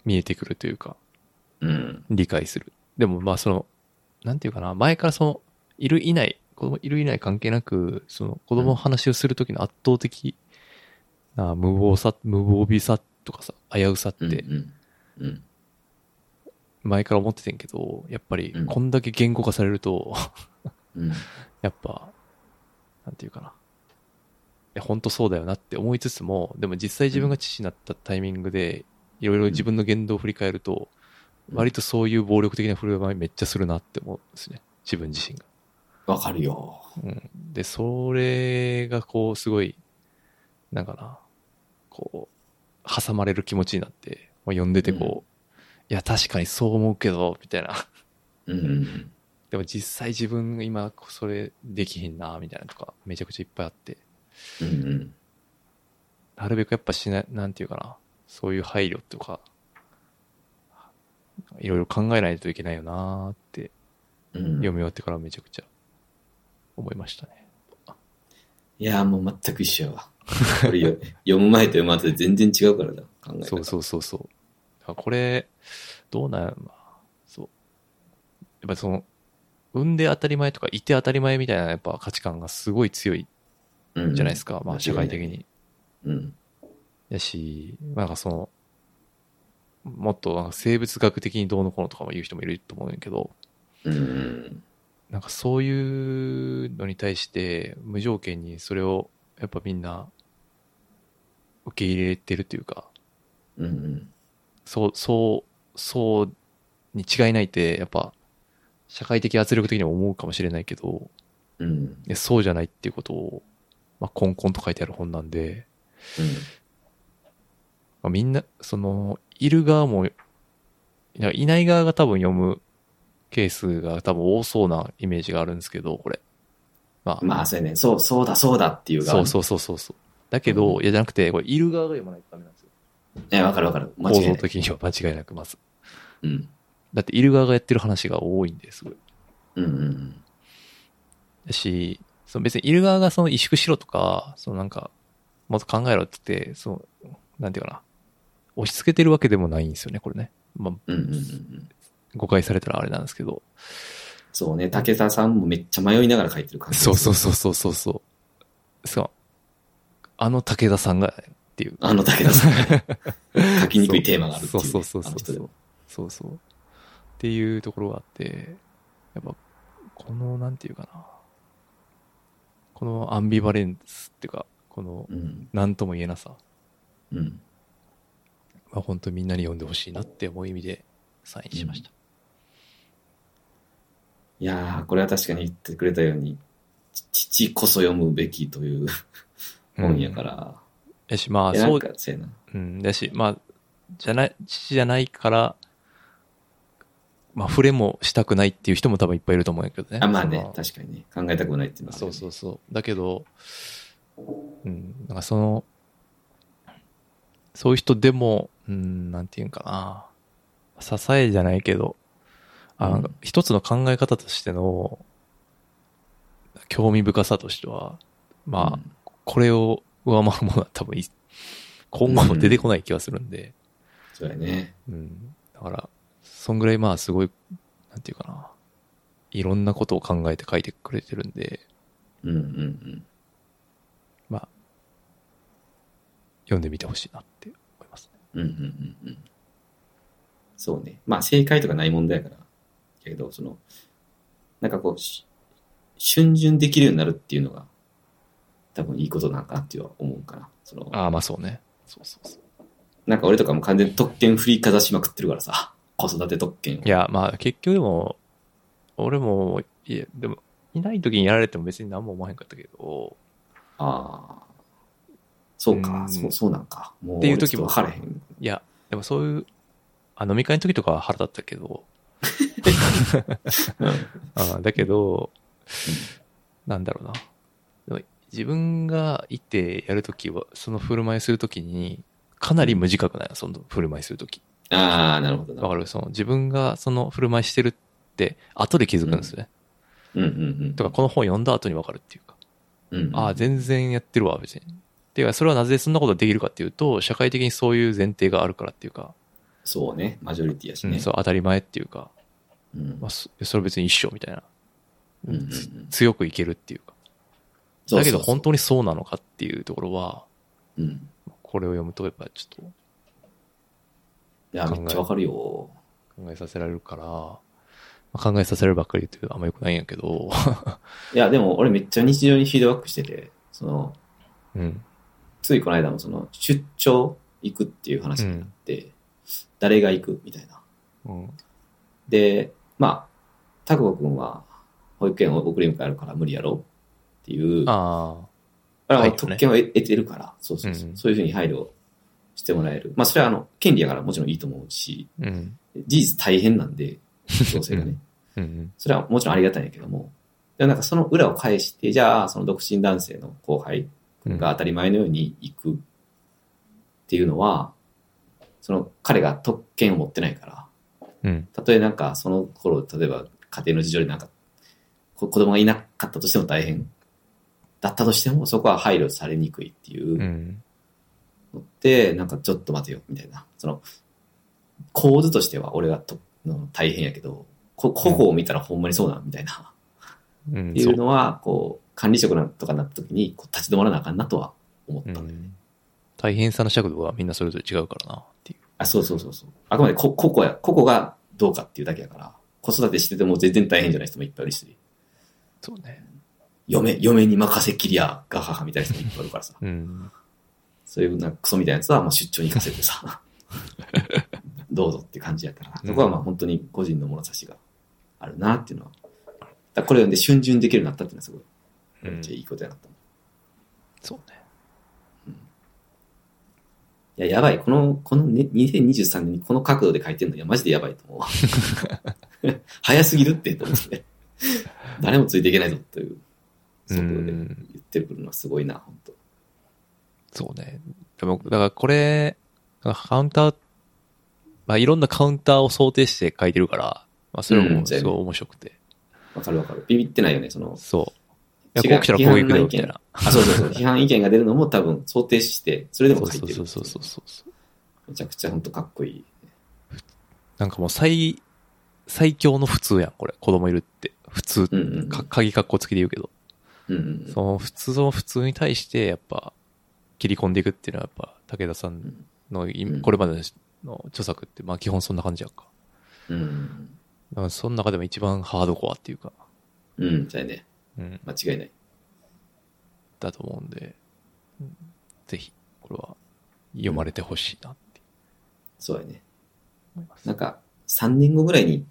見えてくるというか、
うん。
理解する。でもまあその、なんていうかな、前からその、いるいない、子供いるいない関係なく、その子供の話をするときの圧倒的な無謀さ、無防備さとかさ、危うさって、
うんうん。うん。
前から思っててんけど、やっぱり
うん
こんだけ言語化されると、
うん。
やっぱ、なんていうかな。いや、ほんとそうだよなって思いつつも、でも実際自分が父になったタイミングで、いろいろ自分の言動を振り返ると、
うん
割とそういう暴力的な振る舞いめっちゃするなって思うんですね。自分自身が。
わかるよ。
うん。で、それがこう、すごい、なんかな、こう、挟まれる気持ちになって、まあ、読んでてこう、
うん
いや、確かにそう思うけど、みたいな。
うんうん。
でも実際自分今それできひんなみたいなとかめちゃくちゃいっぱいあって
うんうん。
なるべくやっぱしないなんていうかなそういう配慮とかいろいろ考えないといけないよなって
うん
読み終わってからめちゃくちゃ思いましたね。
いやーもう全く一緒やわ。これよ読む前と読む後で全然違うからだ、考え方。
そうそうそうそう。だからこれ、どうなんやろな。そう。やっぱその、産んで当たり前とか、いて当たり前みたいなやっぱ価値観がすごい強い
うん
じゃないですか。まあ社会的
に。
に。
うん。
やし、なんかその、もっとなんか生物学的にどうのこうのとかも言う人もいると思うんやけど、
うん。
なんかそういうのに対して無条件にそれをやっぱみんな受け入れてるというか、
うんうん。
そう、そう、そうに違いないってやっぱ社会的圧力的にも思うかもしれないけど、
うん。うん
いやそうじゃないっていうことを、まあ、コンコンと書いてある本なんで、まあ、みんな、その、いる側も、いやいない側が多分読むケースが多分多そうなイメージがあるんですけど、これ。まあ、
まあ、そうやね。そう、そうだ、そうだっていうが。
そうそうそうそうそう。だけど、
うん
いやじゃなくて、これ、いる側が読まないとダメなんですよ。
え、わかるわかる。間
構
違い
造
ない。
的には間違いなく、まず。
うん。
だって、いる側がやってる話が多いんですごい。
うんうん
だし、その別にいる側がその萎縮しろとか、そのなんか、もっと考えろって言って、その、なんていうかな、押し付けてるわけでもないんですよね、これね。まあ、
うん。うんうんうん。
誤解されたらあれなんですけど。
そうね。武田さんもめっちゃ迷いながら書いてる感じ。
そうそうそうそうそうそう。そう。あの武田さんがっていう。
あの武田さんがね。 書きにくいテーマがあるってい
そう
ね。
うそうそう
あ
そ
の
う
人で
そう。。
も
そうそう。っていうところがあって、やっぱ、この、なんていうかな。このアンビバレンスっていうか、この、
うん。
なんとも言えなさ。
うん。
まあ、本当みんなに読んでほしいなって思う意味でサインしました。
いやー、これは確かに言ってくれたように、ち父こそ読むべきという本やから。
やし、まあ、
いやな
そ
ん
う
か、そうやな。
うん、だし、まあ、じゃない、父じゃないから、まあ、触れもしたくないっていう人も多分いっぱいいると思うんやけどね。
あまあ
そ
ね
の、
確かにね。考えたくもないっていうのはある
そ
よ
う
ね、
そうそう。だけど、うん、なんかその、そういう人でも、うん、なんていうんかな、支えじゃないけど、あなんか
うん
一つの考え方としての、興味深さとしては、まあ、
うん
これを上回るものは多分い、今後も出てこない気がするんで、
そうやね。
うん。だから、そんぐらいまあすごい、なんていうかな、いろんなことを考えて書いてくれてるんで、
うんうんうん。
まあ、読んでみてほしいなって思いますね。
うんうんうんうん。そうね。まあ正解とかない問題やから。だけど、その、なんかこう、し瞬順できるようになるっていうのが、多分いいことなんかなっていうのは思うかな。その、
ああ、まあそうね。そうそうそう。
なんか俺とかも完全に特権振りかざしまくってるからさ。子育て特権を
い。や、まあ結局でも、俺も、いや、でも、いない時にやられても別に何も思わへんかったけど、
ああ。そうか、
うん
そう、そうなんか。もう、
っていう時も
分からへん。
いや、でもそういう、あ飲み会の時とかは腹立ったけ ど、あだけど、なんだろうな。でも自分がいてやるときは、その振る舞いするときに、かなり無自覚なの、その振る舞いするとき。
ああ、なるほどな。
わかるその自分がその振る舞いしてるって、後で気づくんですよね。
うんうんうん。
とか、この本読んだ後にわかるっていうか、
うん、
ああ、全然やってるわ、別に。っていうか、それはなぜそんなことができるかっていうと、社会的にそういう前提があるからっていうか、
そうね、マジョリティやし
うん
ね。
そう当たり前っていうか、
うん
まあ、そそれ別に一緒みたいな、
うんうんうん
つ強くいけるっていうか
そうそうそう
だけど本当にそうなのかっていうところは
うん。
これを読むとやっぱりちょっ
いや、めっちゃわかるよ。
と考えさせられるから、まあ、考えさせられるばっかりっていうのはあんま良くないんやけど、
いや、でも俺めっちゃ日常にフィードバックしてて、その、
うん、
ついこの間もその、出張行くっていう話になって、誰が行くみたいな。
うん、
で、まあ、タクゴ君は保育園を送り迎えあるから無理やろっていう、
ああ
俺は
配慮ね
特権を得てるから、そうそうそう、
うん
そういうふうに配慮してもらえる。まあ、それはあの、権利やからもちろんいいと思うし、
うん
事実大変なんで、行政がね。
うん
それはもちろんありがたいんやけども、でもなんかその裏を返して、じゃあ、その独身男性の後輩
うん
が当たり前のように行くっていうのは、その彼が特権を持ってないから、
うん。
たとえなんかその頃、例えば家庭の事情でなんか、こ子供がいなかったとしても大変だったとしても、そこは配慮されにくいっていううんのって、なんかちょっと待てよ、みたいな。その、構図としては俺がとの大変やけど、こ個々を見たらほんまにそうなんみたいな。
うん
っていうのは、こう、管理職なんとかなった時に、こう立ち止まらなあかんなとは思った
そ
ん
う
だよ
う
ね。
ん大変さの尺度がみんなそれぞれ違うからなっていう。
あ、そうそうそうそう。あくまでこ個々や、個々がどうかっていうだけやから、子育てしてても全然大変じゃない人もいっぱいいるし、
そうね。
嫁、嫁に任せっきりや、ガハハみたいな人もいっぱいいるからさ。
うん。
そういうなんかクソみたいなやつはもう出張に行かせて さ、どうぞって感じやからな、そこはまあ本当に個人の物差しがあるなっていうのは。だからこれで瞬順できるようになったっていうのはすごい、
うん
めっちゃいいことやなと思
そうね。
う。いや、やばい。この、この、ね、2023年にこの角度で書いてるの、いや、マジでやばいと思う。 早すぎるって、と思って。誰もついていけないぞ、という速度で
う
言
ん
ってくるのはすごいな、本当
そうね。でも、だからこれ、カウンター、まあいろんなカウンターを想定して書いてるから、まあそれもすごい面白くて。
わかるわかる。ビビってないよね、その、
そう。いや、こう来たらこう行くよ、みたいな。
あ、そうそ うそう。批判意見が出るのも多分想定して、それで
そ
も
う
書い
そ
て
う
る。
そうそうそうそう。
めちゃくちゃ本当かっこいい。
なんかもう最、最強の普通やん、これ。子供いるって。普通
うんうんうん。
か、鍵格好つきで言うけど。
うんうん
その普通の普通に対して、やっぱ、切り込んでいくっていうのは、やっぱ、武田さんのい、
うん
これまでの著作って、まあ基本そんな感じやんか。
うん。うん
だからその中でも一番ハードコアっていうか、
うん。うん、じゃあね。
うん、
間違いない。
だと思うんで、うんぜひ、これは、読まれてほしいなって
そうやね。
思います。
なんか、3年後ぐらいに、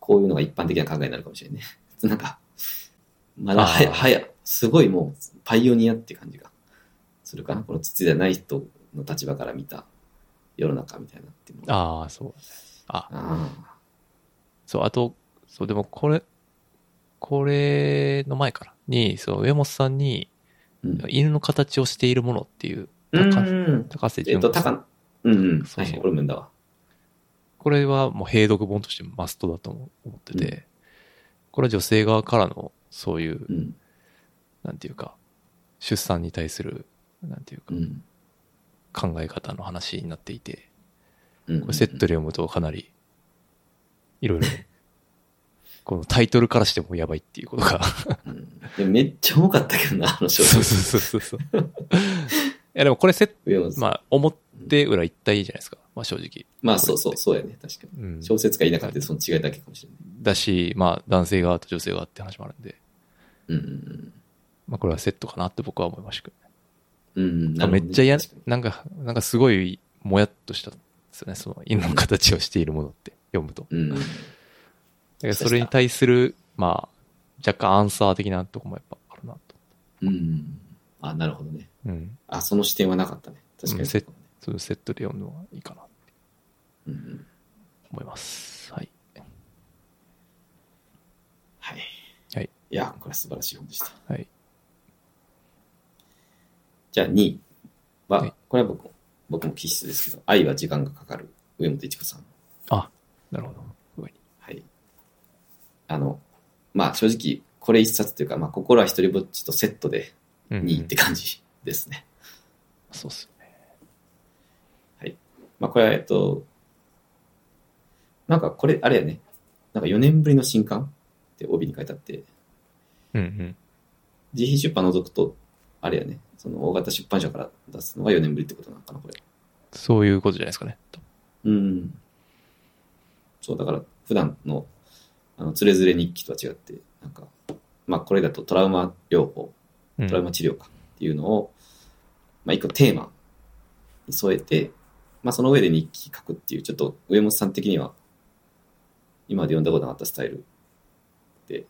こういうのが一般的な考えになるかもしれないね。 なんか、まだはや、
あー
はや、すごいもう、パイオニアって感じがするかな。この父じゃない人の立場から見た世の中みたいなっていうのが。あ
ああ、そう。あ、
あ
そう、あと、そう、でもこれ、これの前からに、そう、上本さんに、
ー。うん。
犬の形をしているものっていう、
うんう
高
んうん。
高瀬
えっ
淳
と、
子
た
さん
か、うんう
そ
ん。
うそう
はいはい、俺も読んだわ。
これはもう閉読本としてマストだと思思ってて、これは女性側からの、そういう、
うん。
なんていうか、出産に対する、なんていう
う
か、
ん。
考え方の話になっていて、
うん
これセットで読むとかなり、い ろいろ、このタイトルからしてもやばいっていうことが。
うんでもめっちゃ重かったけどな、あの小
そう
説。
そうそうそう。 いやでもこれセッ
上松
まあ、表裏一体じゃないですか。まあ正直。
まあ、そうそう、そうやね、確かに。
うん。
小説がいなかったその違いだけかもしれ
だし、まあ男性側と女性側って話もあるんで、
ない。うん
まあこれはセットかなって僕は思いましたけど
うんうん。うん、なるほ
め
どね
っちゃ嫌
確かに、
なんか、なんかすごい、もやっとしたんですよね。その、犬の形をしているものって読むと。
うんう
だ
ん。
からそれに対する、まあ、若干アンサー的なとこもやっぱあるなと。
うん。あ、なるほどね。
うん。
あ、その視点はなかったね。確か
うん
に。
セッそういうセットで読むのはいいかなと
うんうん
思います。はい。
はい。
はい。
いや、これは素晴らしい本でした。
はい。
じゃあ、2位
は、
はいこれは僕も、僕も気質ですけど、愛は時間がかかる、上本一子さん。
あ、なるほど。
はい。あの、まあ、正直、これ一冊というか、まあ、心は一人ぼっちとセットで
うんうん
2位って感じですね。
そうっすね。
まあ、これは、えっと、なんかこれ、あれやね、なんか4年ぶりの新刊って帯に書いてあって、
うん
自費出版除くと、あれやね、その大型出版社から出すのが4年ぶりってことなのかな、これ。
そういうことじゃないですかね。
うん。そう、だから、普段の、あの、つれづれ日記とは違って、なんか、まあ、これだとトラウマ療法
うん
トラウマ治療かっていうのを、まあ、一個テーマに添えて、まあ、その上で日記書くっていう、ちょっと上本さん的には、今まで読んだことなかったスタイルで、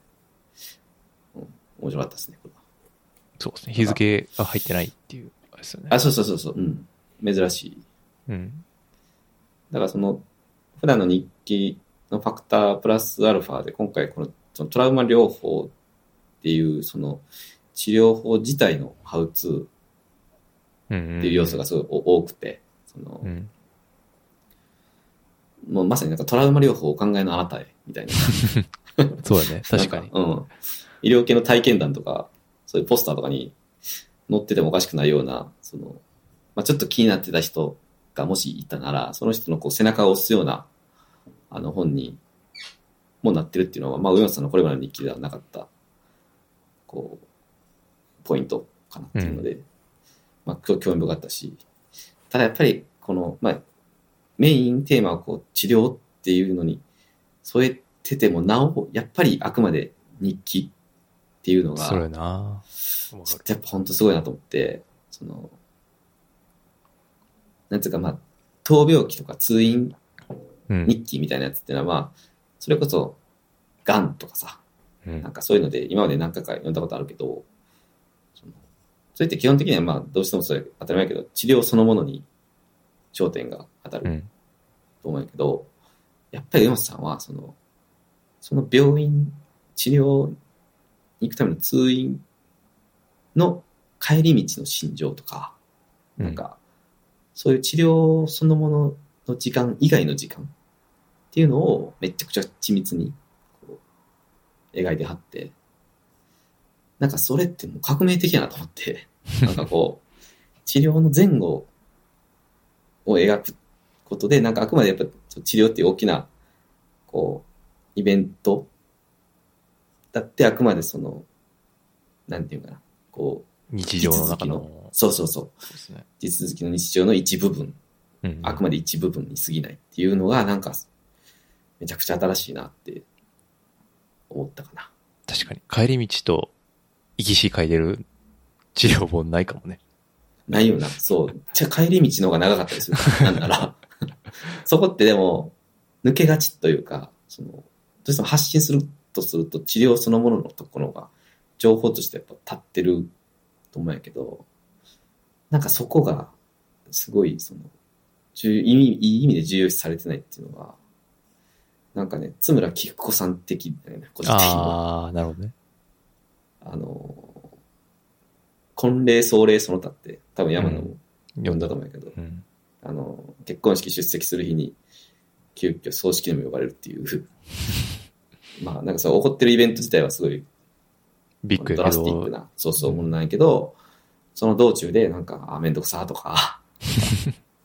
うん、面白かったですね、これは
そうですね。日付が入ってないっていう、あれですよね。
あ、そうそうそうそう、うん、珍しい。
うん。
だからその、普段の日記のファクタープラスアルファで、今回このそのトラウマ療法っていう、その治療法自体のハウツーっ
うん。
ていう要素がすごい多くて、その、
うん。
もうまさになんかトラウマ療法をお考えのあなたへ、みたいな。
そうだね。 確かに。
なんうん。医療系の体験談とか、そういうポスターとかに載っててもおかしくないような、その、まあ、ちょっと気になってた人がもしいたなら、その人のこう背中を押すような、あの本にもなってるっていうのは、まあ、上松さんのこれまでの日記ではなかった、こう、ポイントかなっていうので、まあ、興興味深かったし、ただやっぱり、この、まあ、メインテーマはこう、治療っていうのに添えてても、なお、やっぱりあくまで日記っていうのが、
そうやな。わかる
やっぱ本当すごいなと思って、その、なんつうかまあ、闘病期とか通院
うん。
日記みたいなやつっていうのはまあ、それこそ、がんとかさ、
うん
なんかそういうので今まで何回か読んだことあるけど、そのそれって基本的にはまあ、どうしてもそれ当たり前やけど、治療そのものに焦点が当た
う
る
ん。
と思うんやけど、やっぱり上本さんは、その、その病院、治療に行くための通院の帰り道の心情とか、
う
なんか、そういう治療そのものの時間以外の時間っていうのをめちゃくちゃ緻密にこう描いてはって、なんかそれってもう革命的やなと思って、なんかこう、治療の前後を描くことで、なんかあくまでやっぱそう治療っていう大きな、こう、イベントだってあくまでその、なんていうかな、こう、
日常の中の。
そうそうそう、
そうですね。
地続きの日常の一部分、
うん。
あくまで一部分に過ぎないっていうのが、なんか、めちゃくちゃ新しいなって思ったかな。
確かに。帰り道と、行きし書いてる治療本ないかもね。
ないよな。そう。じゃあ帰り道の方が長かったりする。なんなら。そこってでも、抜けがちというか、その、どうしても発信するとすると、治療そのもののところが、情報としてやっぱ立ってると思うんやけど、なんかそこが、すごい、その、重いいいい意味で重要視されてないっていうのが、なんかね、津村菊子さん的だよね、個人的には。
ああ、なるほどね。
あの、婚礼、葬礼、その他って、多分山野も
読
呼ん
んだ
だと
と
思うんやけど、
うん。
あの、結婚式出席する日に、急遽葬式にも呼ばれるっていう。 まあ、なんかその怒ってるイベント自体はすごい
ビッグ
ド
やけ
ラスティック
ど、
な、そうそう、ものなんやけど、その道中でなんか、あ、めんどくさとか、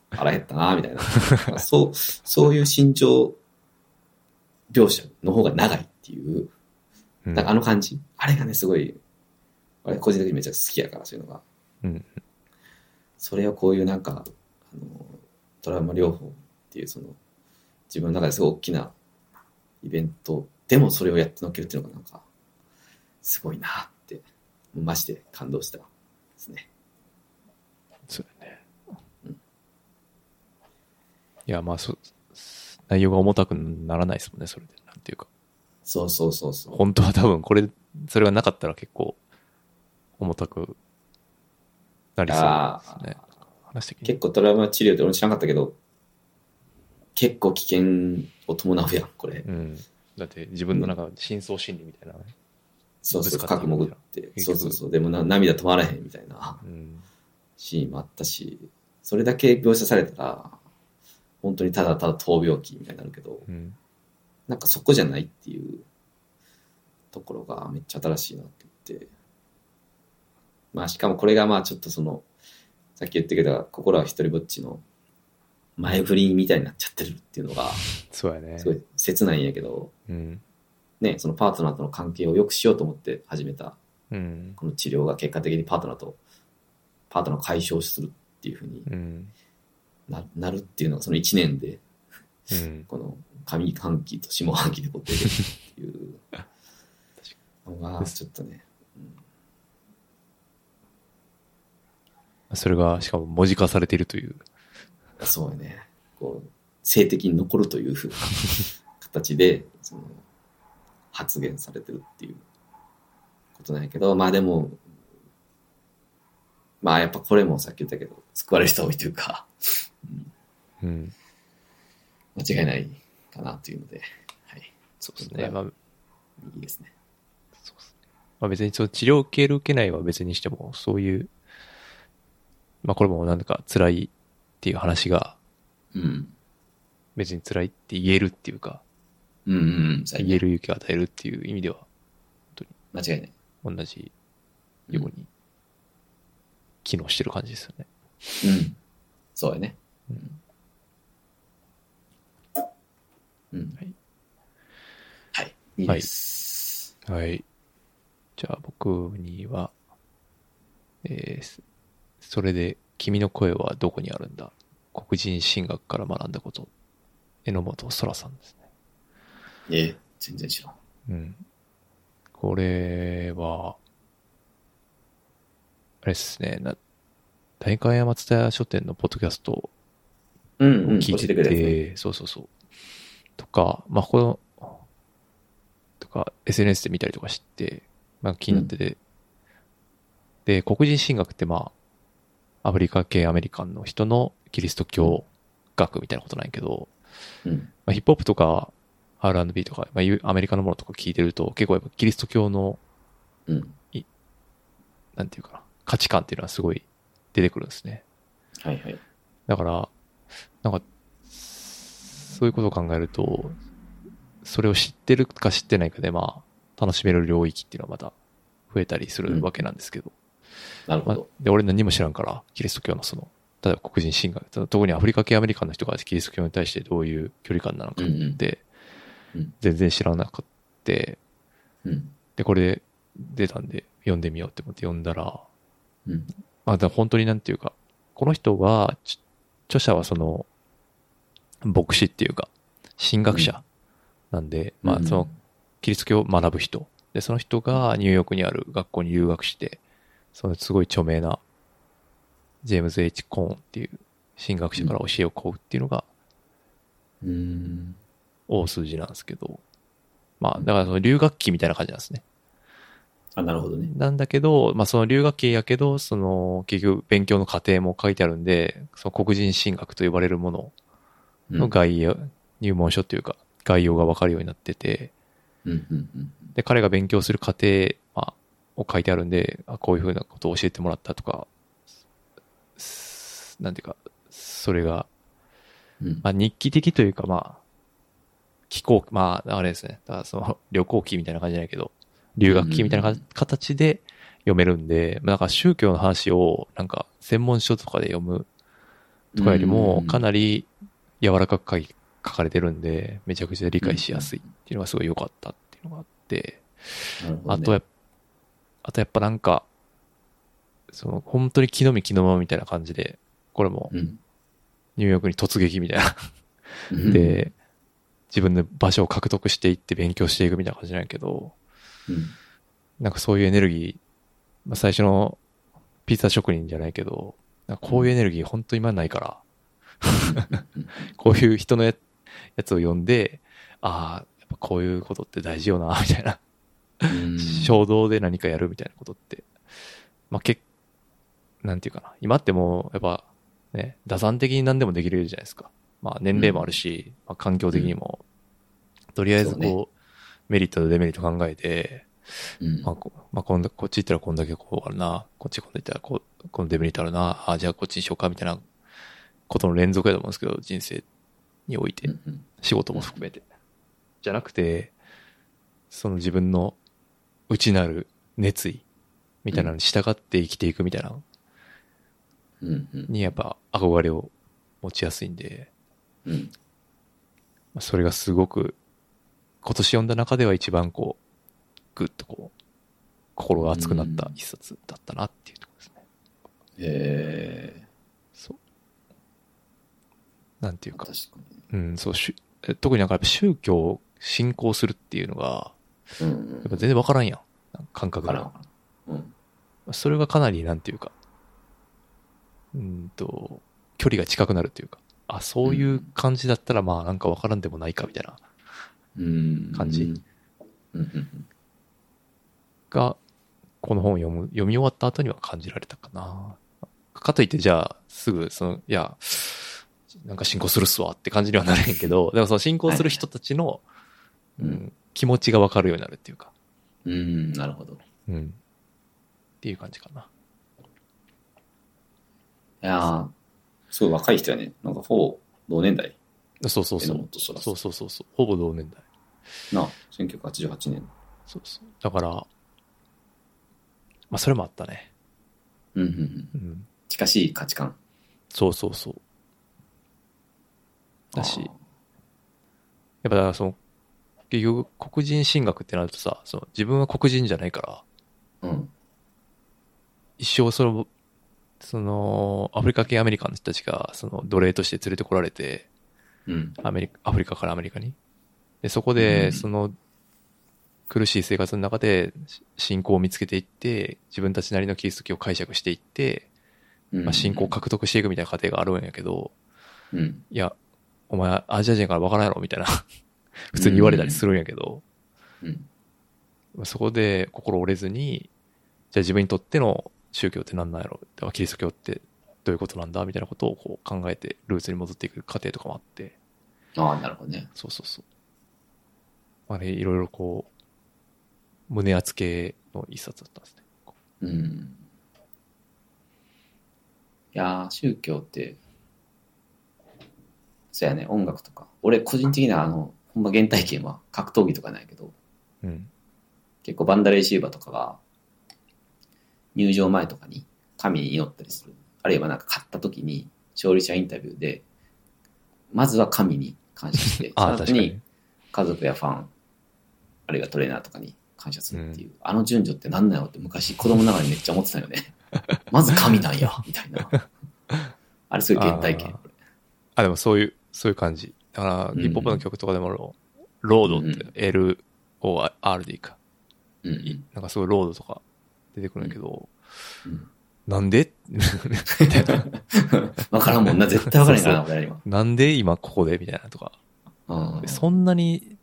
腹減ったな、 みたいな。そう、そういう心情描写の方が長いっていう。
うん
なんかあの感じ。あれがね、すごい、あれ個人的にめちゃくちゃ好きやから、そういうのが。
うん
それをこういうなんか、あのトラウマ療法っていう、その、自分の中ですごい大きなイベントでもそれをやってのけるっていうのがなんか、すごいなって、もうマジで感動したですね。
そうだね。いや、まあ、そ、内容が重たくならないですもんね、それで。なんていうか。
そうそうそうそう。
本当は多分、これ、それがなかったら結構、重たくなりそうですね。話的に。
結構トラウマ治療って俺も知らなかったけど、結構危険を伴うやん、これ。
うん。だって、自分の中の深層心理みたいなね。
そうそう、
ぶつか
深
った
く潜って、
結
そう
局
そうそう、でもな涙止まらへんみたいな
うん。
シーンもあったし、それだけ描写されたら、本当にただただ闘病期みたいになるけど、
うん。
なんかそこじゃないっていうところがめっちゃ新しいなって言って。まあしかもこれがまあちょっとその、さっき言ってけた心は一人ぼっちの前振りみたいになっちゃってるっていうのが、
そうやね。
すごい切ないんやけど、
うん。
ね、そのパートナーとの関係を良くしようと思って始めた
うん。
この治療が結果的にパートナーと、パートナーを解消するっていうふうに
うん。
ななるっていうのが、その1年で、
うん。
この上半期と下半期でこう出てるっていうのが、ちょっとね、
それが、しかも文字化されているという。
そうよね、こう、性的に残るというふうな形で、その、発言されてるっていうことなんやけど、まあでも、まあやっぱこれもさっき言ったけど、救われる人は多いというか、
うん。
間違いないかなというので、はい。
そう
で
ですす
ね
ね。まあ、
いいですね。
そうですね。まあ別にその治療を受ける受けないは別にしても、そういう、まあこれもなんか辛いっていう話が、
うん。
別に辛いって言えるっていうか、
うんうん、最
言える勇気を与えるっていう意味では、
間違いない。
同じように機能してる感じですよね。
うん。そうやね。
う
うん。うん。
はい。
はい。いいです。
はい。じゃあ僕には、えーそそれで君の声はどこにあるんだ黒人神学から学んだこと。榎本空さんですね。
ええ、全然知らん。
うん。これは、あれですね、な大会山蔦屋書店のポッドキャスト
うん、
を聞いてて、そうそうそう。とか、まあ、この、とか、SNS で見たりとかして、まあ、気になってて、で、黒人神学って、まあ、アフリカ系アメリカンの人のキリスト教学みたいなことなんやけど、
うん。
まあ、ヒップホップとか R&B とか、まあ、いうアメリカのものとか聞いてると、結構やっぱキリスト教の、
うん。
なんていうかな、価値観っていうのはすごい出てくるんですね。
はいはい。
だから、なんか、そういうことを考えると、それを知ってるか知ってないかで、まあ、楽しめる領域っていうのはまた増えたりするわけなんですけど。
なるほ
まあ
ど。、
で、俺何も知らんから、キリスト教のその、例えば黒人神学、特にアフリカ系アメリカンの人がキリスト教に対してどういう距離感なのかって、
うんうんうん
全然知らなくて、
うん。
で、これ出たんで、読んでみようって思って読んだら、
うん。
まあ、だから本当になんていうか、この人は、ち著者はその、牧師っていうか、神学者なんで、まあ、その、キリスト教を学ぶ人。で、その人がニューヨークにある学校に留学して、そのすごい著名な、ジェームズ・ H ・コーンっていう神学者から教えを請うっていうのが
うん、うん。
大筋なんですけど、まあ、だからその留学期みたいな感じなんですね。
あ、なるほどね。
なんだけど、まあ、その留学期やけど、その、結局勉強の過程も書いてあるんで、その黒人神学と呼ばれるもの
うん。
の概要、入門書というか、概要がわかるようになってて、
うんうんうん。
で、彼が勉強する過程、まあ、を書いてあるんで、あこういうふうなことを教えてもらったとか、すなんていうか、それが、
うん
まあ、日記的というか、まあ、寄港、まあ、あれですね。だからその 旅行記みたいな感じじゃないけど、留学記みたいなか
うん
形で読めるんで、まあなんか宗教の話を、なんか専門書とかで読むとかよりも、かなり柔らかく書い書かれてるんで、めちゃくちゃ理解しやすいっていうのがすごい良かったっていうのがあって、
なるほど
あ
ね
とやっ、あとやっぱなんか、その、本当に木の実木のままみたいな感じで、これも
うん
ニューヨークに突撃みたいな
うん
で、自分の場所を獲得していって勉強していくみたいな感じなんやけど、
うん
なんかそういうエネルギー、まあ、最初のピザ職人じゃないけど、なんかこういうエネルギー本当今ないから、こういう人のややつを呼んで、ああ、やっぱこういうことって大事よな、みたいな。
うん
衝動で何かやるみたいなことって、まあ、けなんていうかな、今ってもう、やっぱ、ね、打算的に何でもできるじゃないですか。まあ、年齢もあるし、まあ、環境的にも、とりあえずこう、
そう
メリットとデメリット考えて、
うん
まあ、こまあ、こんだこっち行ったらこんだけこうあるな、こっちこんだ行ったらこう、このデメリットあるな、あじゃあこっちにしようか、みたいなことの連続やと思うんですけど、人生において。
うん
仕事も含めて。じゃなくて、その自分の内なる熱意みたいなのに従って生きていくみたいなの
うんうん
にやっぱ憧れを持ちやすいんで、
うん
まあそれがすごく今年読んだ中では一番こう、ぐっとこう、心が熱くなった一冊だったなっていうところですね。
え
そう。なんていう
ー
か
確、か
うん、そう、しゅえ特になんかやっぱ宗教を信仰するっていうのが、
に。うんうん
やっぱ全然わからんやん。なんか感覚
わ
が。
からんわからんうん
それがかなり、なんていうか、うーんと、距離が近くなるというか、あ、そういう感じだったら、まあ、なんかわからんでもないか、みたいな、
うん
感じ
うんうん
が、この本を読む、読み終わった後には感じられたかな。かといって、じゃあ、すぐ、その、いや、なんか進行するっすわって感じにはなれへんけ ど、でもその進行する人たちの、
いはい
うん、気持ちがわかるようになるっていうか、
うんうんなるほど。い
うん。っていう感じかな。
やーすごい若い人やね。なんか、ほう、同年代。
そうそうそ
榎
う。
本そら
そ
さ
うそうそうそう。ほぼ同年代。
んなあ、1988年。
そうそう。だから、まあ、それもあったね。
うんうんうん。
うん。
近しい価値観。
そうそうそう。だし、
あ
やっ
ー
ぱだからその、結局黒人進学ってなるとさ、その自分は黒人じゃないから、
うん。
一生その、その、アフリカ系アメリカンの人たちが、その奴隷として連れてこられて、
うん。
アメリカ、アフリカからアメリカに。で、そこ
う
で、
ん
その、苦しい生活の中で、し信仰を見つけていって、自分たちなりのキリスト教を解釈していって、
うん
まあ、信仰を獲得していくみたいな過程があるんやけど、
うん。
いや、お前、アジア人やから分からんやろみたいな、 普通に言われたりするんやけど、
うん。
まあそこで心折れずに、じゃあ自分にとっての宗教って何なんやろだからキリスト教ってどういうことなんだみたいなことをこう考えて、ルーツに戻っていく過程とかもあって、
ああ、なるほどね。
そうそうそう。まあね、いろいろこう、胸厚系の一冊だったんですね。
うん。いやー、宗教って、そうやね、音楽とか。俺、個人的な、あの、ほんま原体験は格闘技とかなんやけど、
うん。、
結構バンダレーシーバーとかが、入場前とかに神に祈ったりする。あるいはなんか勝った時に、勝利者インタビューで、まずは神に感謝して
ああ、
その
確
後
かに。。
家族やファン、あるいはトレーナーとかに感謝するっていう、あの順序ってなんなんやろって昔子供ながらにめっちゃ思ってたよね。まず神なんや、みたいな。あれすごい原体験。
あ
これ
あ、でもそういう、そういう感じ。だから、
うん
ヒップホップの曲とかでもあるの、ロードって、
うん
LORD か。
うんうん
なんかすごいロードとか出てくるんだけど、
うん
なんで
わからんもんな、絶対わからんからな、俺らには。
なんで今ここでみたいなとか。
うん
そんなに、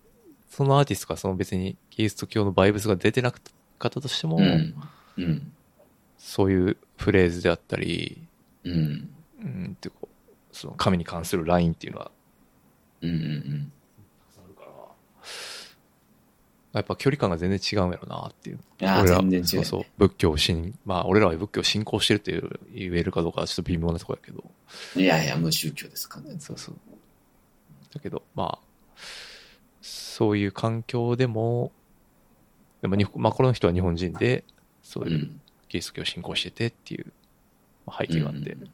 そのアーティストがその別にキリスト教のバイブスが出てなかったとしても、
うん。うん。
そういうフレーズであったり、
うん。
うん、っていうか、その神に関するラインっていうのは、
うん。うん。
やっぱ距離感が全然違うんやろなっていう。
いやー
俺ら
全然違う。
そうそう。仏教を信、まあ俺らは仏教を信仰してるっていう言えるかどうかはちょっと微妙なところやけど。
いやいや、無宗教ですからね。
そうそう。だけど、まあ、そういう環境でも、でも日本まあこの人は日本人で、そう
う。
いうんキリスト教を信仰しててっていうまあ背景があって。
うん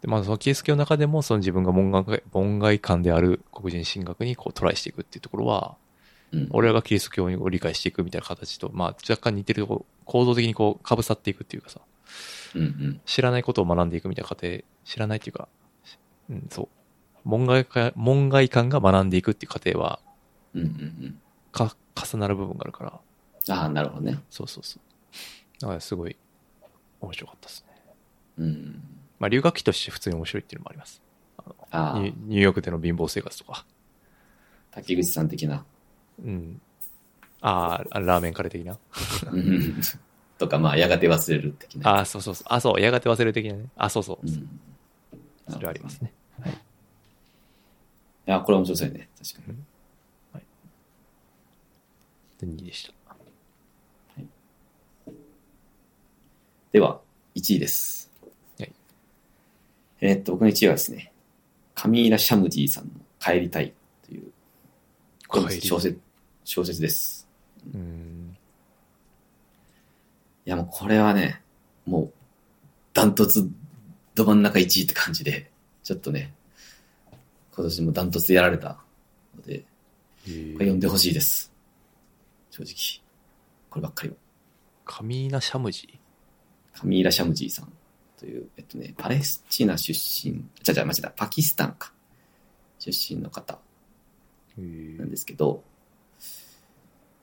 で、まあ、そのキリスト教の中でも、その自分が門外門外観である黒人神学にこうトライしていくっていうところは、
うん。
俺らがキリスト教を理解していくみたいな形と、まあ、若干似てるところ、構造的にこう、かぶさっていくっていうかさ、
うんうん。
知らないことを学んでいくみたいな過程、知らないっていうか、しうん、そう。門外観、門外観が学んでいくっていう過程は、
うんうんうん。
か、重なる部分があるから、
ああ、なるほどね。
そうそうそう。だからすごい、面白かったですね。
うん。
まあ、留学期として普通に面白いっていうのもあります。
ああ
ニュ、ニューヨークでの貧乏生活とか。
滝口さん的な。
うん。あーあ、ラーメンカレー的な。
うんとか、まあ、やがて忘れる的な。
ああ、そうそうそう。あそう、やがて忘れる的なね。あそうそうう。
ん
それはありますね。
いや、これ面白そうやね。確かに。
で2位でした。
では、1位です。
はい
えーっと、僕の1位はですね、カミーラ・シャムディさんの帰りたいという
帰り
小説小説です。
うん。
いや、もうこれはね、もう、ダントツ、ど真ん中1位って感じで、ちょっとね、今年もダントツでやられたので、これ読んでほしいです。正直。こればっかりは。
カミーナ・シャムジ
カミーラ・シャムジーさんという、えっとね、パレスチナ出身、じゃじゃ間違えた、パキスタンか。出身の方なんですけど、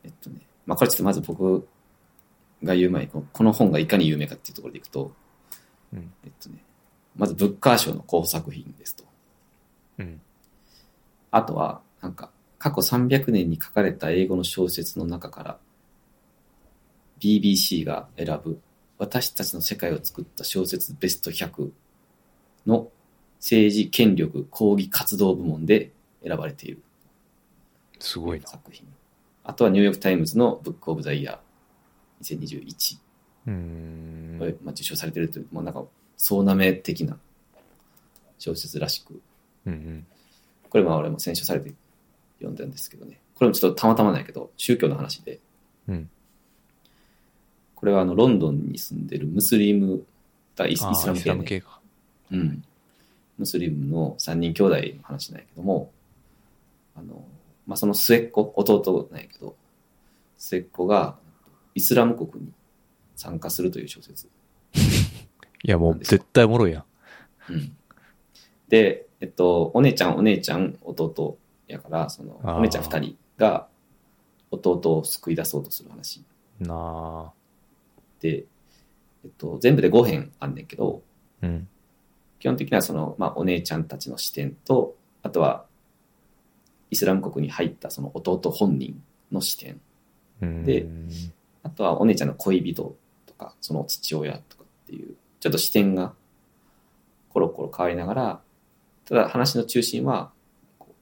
えっとね、まあこれちょっとまず僕が言う前に、ここの本がいかに有名かっていうところでいくと、
うん
えっとね、まずブッカー賞の候補作品ですと。
うん。
あとは、なんか、過去300年に書かれた英語の小説の中から、BBC が選ぶ、私たちの世界を作った小説ベスト100の政治、権力、抗議活動部門で選ばれている
すごいな。
作品。あとはニューヨークタイムズのブックオブザイヤー2021
うん
を、まあ、受賞されているという、もうなんか、総なめ的な小説らしく、
うんうん。
これまあ俺も選書されて読んでるんですけどね。これもちょっとたまたまないけど、宗教の話で。
うん
これはあの、ロンドンに住んでるムスリム、だイス
あ
イス
ー
ラム
イス
系,、
ラム系か。
うん。ムスリムの3人兄弟の話なんやけども、あの、まあ、その末っ子、弟なんやけど、末っ子がイスラム国に参加するという小説。
いや、もう
なんですか
絶対おもろいやん。
うんで、えっと、お姉ちゃん、お姉ちゃん、弟やから、その、
あー
お姉ちゃん二人が弟を救い出そうとする話
な
で、えっと、全部で5編あんねんけど、
あ。うん。
基本的にはその、まあ、お姉ちゃんたちの視点と、あとは、イスラム国に入ったその弟本人の視点、
うん
であとはお姉ちゃんの恋人とか、その父親とかっていう、ちょっと視点がコロコロ変わりながら、ただ話の中心は、こう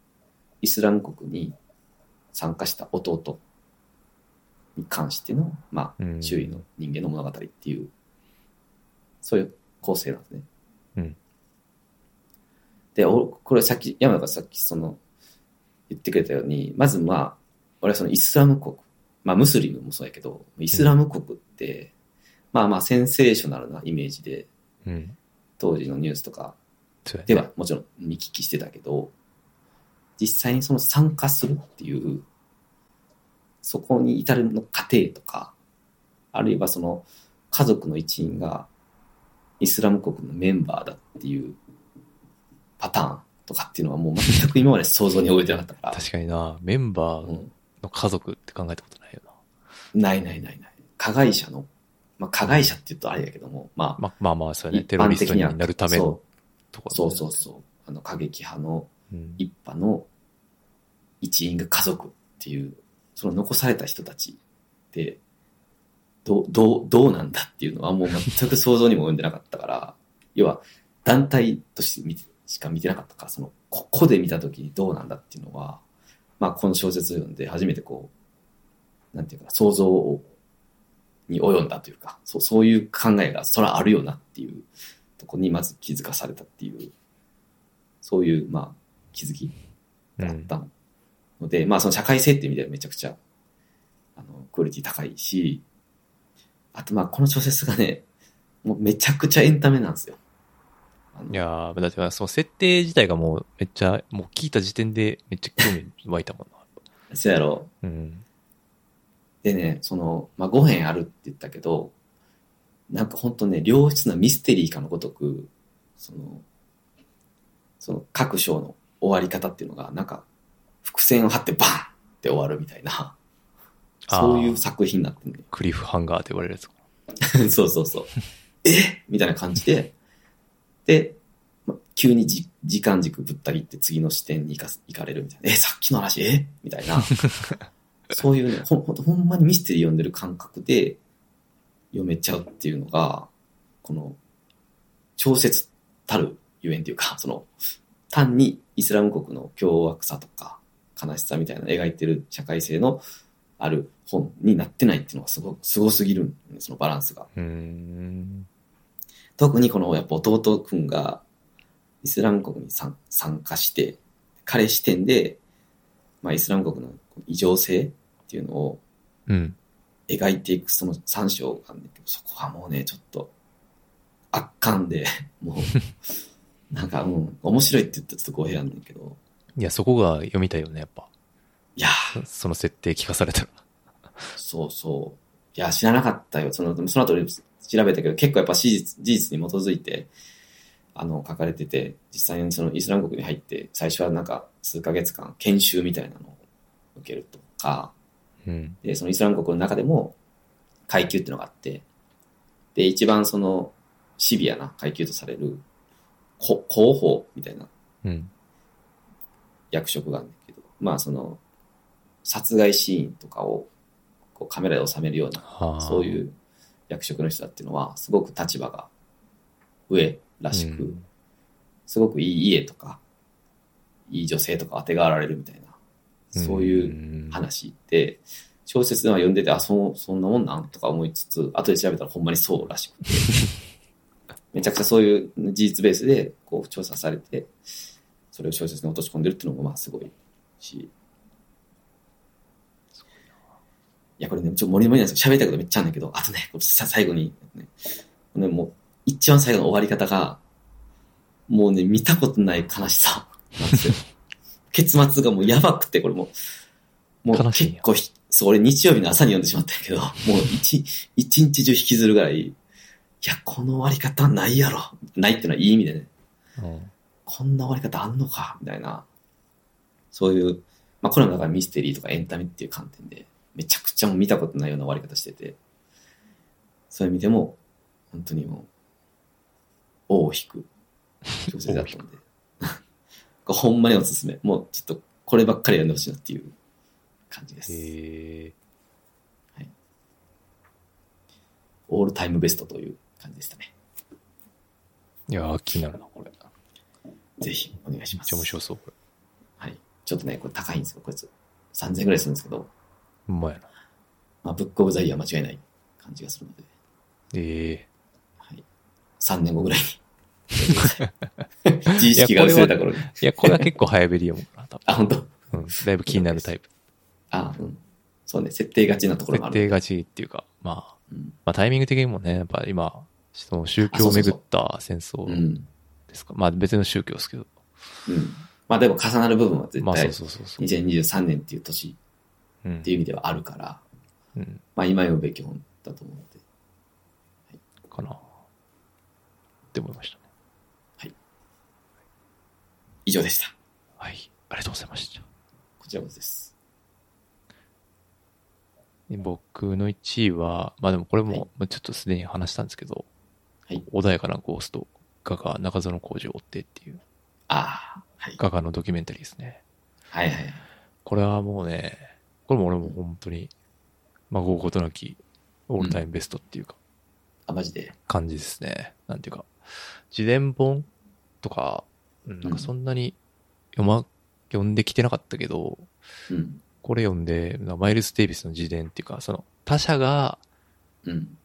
イスラム国に参加した弟に関しての、ま
うん
あ、周囲の人間の物語っていう、そういう構成なんですね。
うん
で、おこれさっき、山田がさっきその、言ってくれたように、まずまあ、俺はそのイスラム国、まあムスリムもそうやけど、イスラム国って、まあまあセンセーショナルなイメージで、
うん。
当時のニュースとか
そうやね
ではもちろん見聞きしてたけど、実際にその参加するっていう、そこに至るの過程とか、あるいはその家族の一員がイスラム国のメンバーだっていうパターンとかっていうのはもう全く今まで想像に覚えてなかったか
確かにな、メンバ
ら、
ーの家族って考えたことないよな。
うんないないないない。加害者の、まあ加害者って言うとあれやけども、まあ、
ままあまあ、そうやね。
一
テロ
般
リス
的
トに
には
なるため
そ
の
う
とこ
そうそうそう。あの過激派の
う。うん
一派の一員が家族っていう、その残された人たちって、どう、どう、どうなんだっていうのはもう全く想像にも及んでなかったから、 要は団体として見てしか見てなかったから、その、ここで見た時にどうなんだっていうのは、まあこの小説を読んで初めてこう、なんていうかな、想像をに及んだというか、そうそういう考えがそらあるよなっていうとこにまず気づかされたっていう、そういう、まあ、気づき
う
だっ
ん。
たので、まあその社会性っていう意味ではめちゃくちゃ、あの、クオリティ高いし、あとまあこの小説がね、もうめちゃくちゃエンタメなんですよ。あの
いやーだって、その設定自体がもうめっちゃ、もう聞いた時点でめっちゃ興味湧いたもん
そうやろ。
な。うん。
でね、その、まあ5編あるって言ったけど、なんかほんとね、良質なミステリーかのごとく、その、その各章の終わり方っていうのが、なんか、伏線を張ってバーンって終わるみたいな、
あー
そういう作品になってるね。
クリフハンガーって言われるやつ。
そうそうそう。えみたいな感じで、で、ま急にじ時間軸ぶったりって次の視点に行かす行かれるみたいな。え、さっきの話えみたいな。そういうねほん、ほんほんまにミステリー読んでる感覚で読めちゃうっていうのが、この、小説たるゆえんというか、 その、単にイスラム国の凶悪さとか悲しさみたいなのを描いてる社会性のある本になってないっていうのがすご、すごすぎるんですね、そのバランスが。
うーん。
特にこのやっぱ弟くんがイスラム国に参参加して、彼視点で、まあ、イスラム国の異常性っていうのを
うん。
描いていくその3章があるんだけど、そこはもうね、ちょっと圧巻で、もう、なんか、うん、面白いって言ったらちょっと語弊なんだけど、
いや、そこが読みたいよね、やっぱ。
いやー、
その設定聞かされたら。
そうそう。いや、知らなかったよ。その、その後俺調べたけど、結構やっぱ史実、事実に基づいて、あの、書かれてて、実際にそのイスラム国に入って、最初はなんか数ヶ月間研修みたいなのを受けるとか、
うん。
で、そのイスラム国の中でも階級っていうのがあって、で、一番そのシビアな階級とされる、こ広報みたいな
うん。
役職があるんだけど、まあその、殺害シーンとかをこうカメラで収めるような
はあ。
そういう役職の人だっていうのは、すごく立場が上らしく、
うん
すごくいい家とか、いい女性とか当てがわられるみたいな、そういう
う
話で、小説では読んでて、あ、そそんなもんなんとか思いつつ、後で調べたらほんまにそうらしくて、めちゃくちゃそういう事実ベースでこう調査されて、それを小説に落とし込んでるっていうのもまあすごいし。いや、これね、ちょっと森森なんですよ。喋りたいことめっちゃあるんだけど、あとね、さ最後に、ね、ねもう一番最後の終わり方が、もうね、見たことない悲しさなんですよ。結末がもうやばくて、これもう、もう
悲しいん
結
や
構ひ、そう、俺日曜日の朝に読んでしまったんやけど、もう一、一日中引きずるぐらい、いや、この終わり方ないやろ。ないってのはいい意味でね。
うん
こんな終わり方あんのかみたいな。そういう、まあこれもだからミステリーとかエンタメっていう観点で、めちゃくちゃもう見たことないような終わり方してて、そういう意味でも、本当にもう、王を引く小説だったので、 これほんまにおすすめ。もうちょっとこればっかり読んでほしいなっていう感じです。
へえ。
オールタイムベストという感じでしたね。
いやー、気になるな、これ。めっ
ぜひお願いします。
ちゃ面白そう、これ。
はい。ちょっとね、これ高いんですよ。こいつ3000円ぐらいするんですけど、
うまいな。
まあ、ブックオブザイヤー間違いない感じがするので、
ええ。
はい、3年後ぐらい に。自意識が薄れた頃に。
いや、これは結構早めに読むかな、多
あ、本当
分。うん。だいぶ気になるタイプ。
あ、うん。そうね、設定がちなところもあ
設
る。
定がちっていうか、まあ、
うん
まあタイミング的にもね、やっぱ今、その宗教をめぐった戦
う
争
ん。
ですか。まあ別の宗教ですけど。
うん。まあでも重なる部分は絶
まあそ
対
う、そうそうそう。
2023年っていう年
うん
っていう意味ではあるから、
うん。
まあ今読むべき本だと思うので、
かな。って思いましたね。
以上でした。
はい。ありがとうございました。
こちらこそです。
で僕の1位は、まあでもこれも、
はい
もうちょっとすでに話したんですけど、
はい
穏やかなゴースト、画家中園工事を追ってっていう
ああ、はい。
画家のドキュメンタリーですね。
はいはい。
これはもうね、これも俺も本当に、まあ、ごうことなき、オールタイムベストっていうか、
あ、マジで。
感じですね。なんていうか、自伝本とか、うんなんかそんなに読ま、読んできてなかったけど、
うん。
これ読んで、なマイルス・デイビスの自伝っていうか、その、他者が、
うん。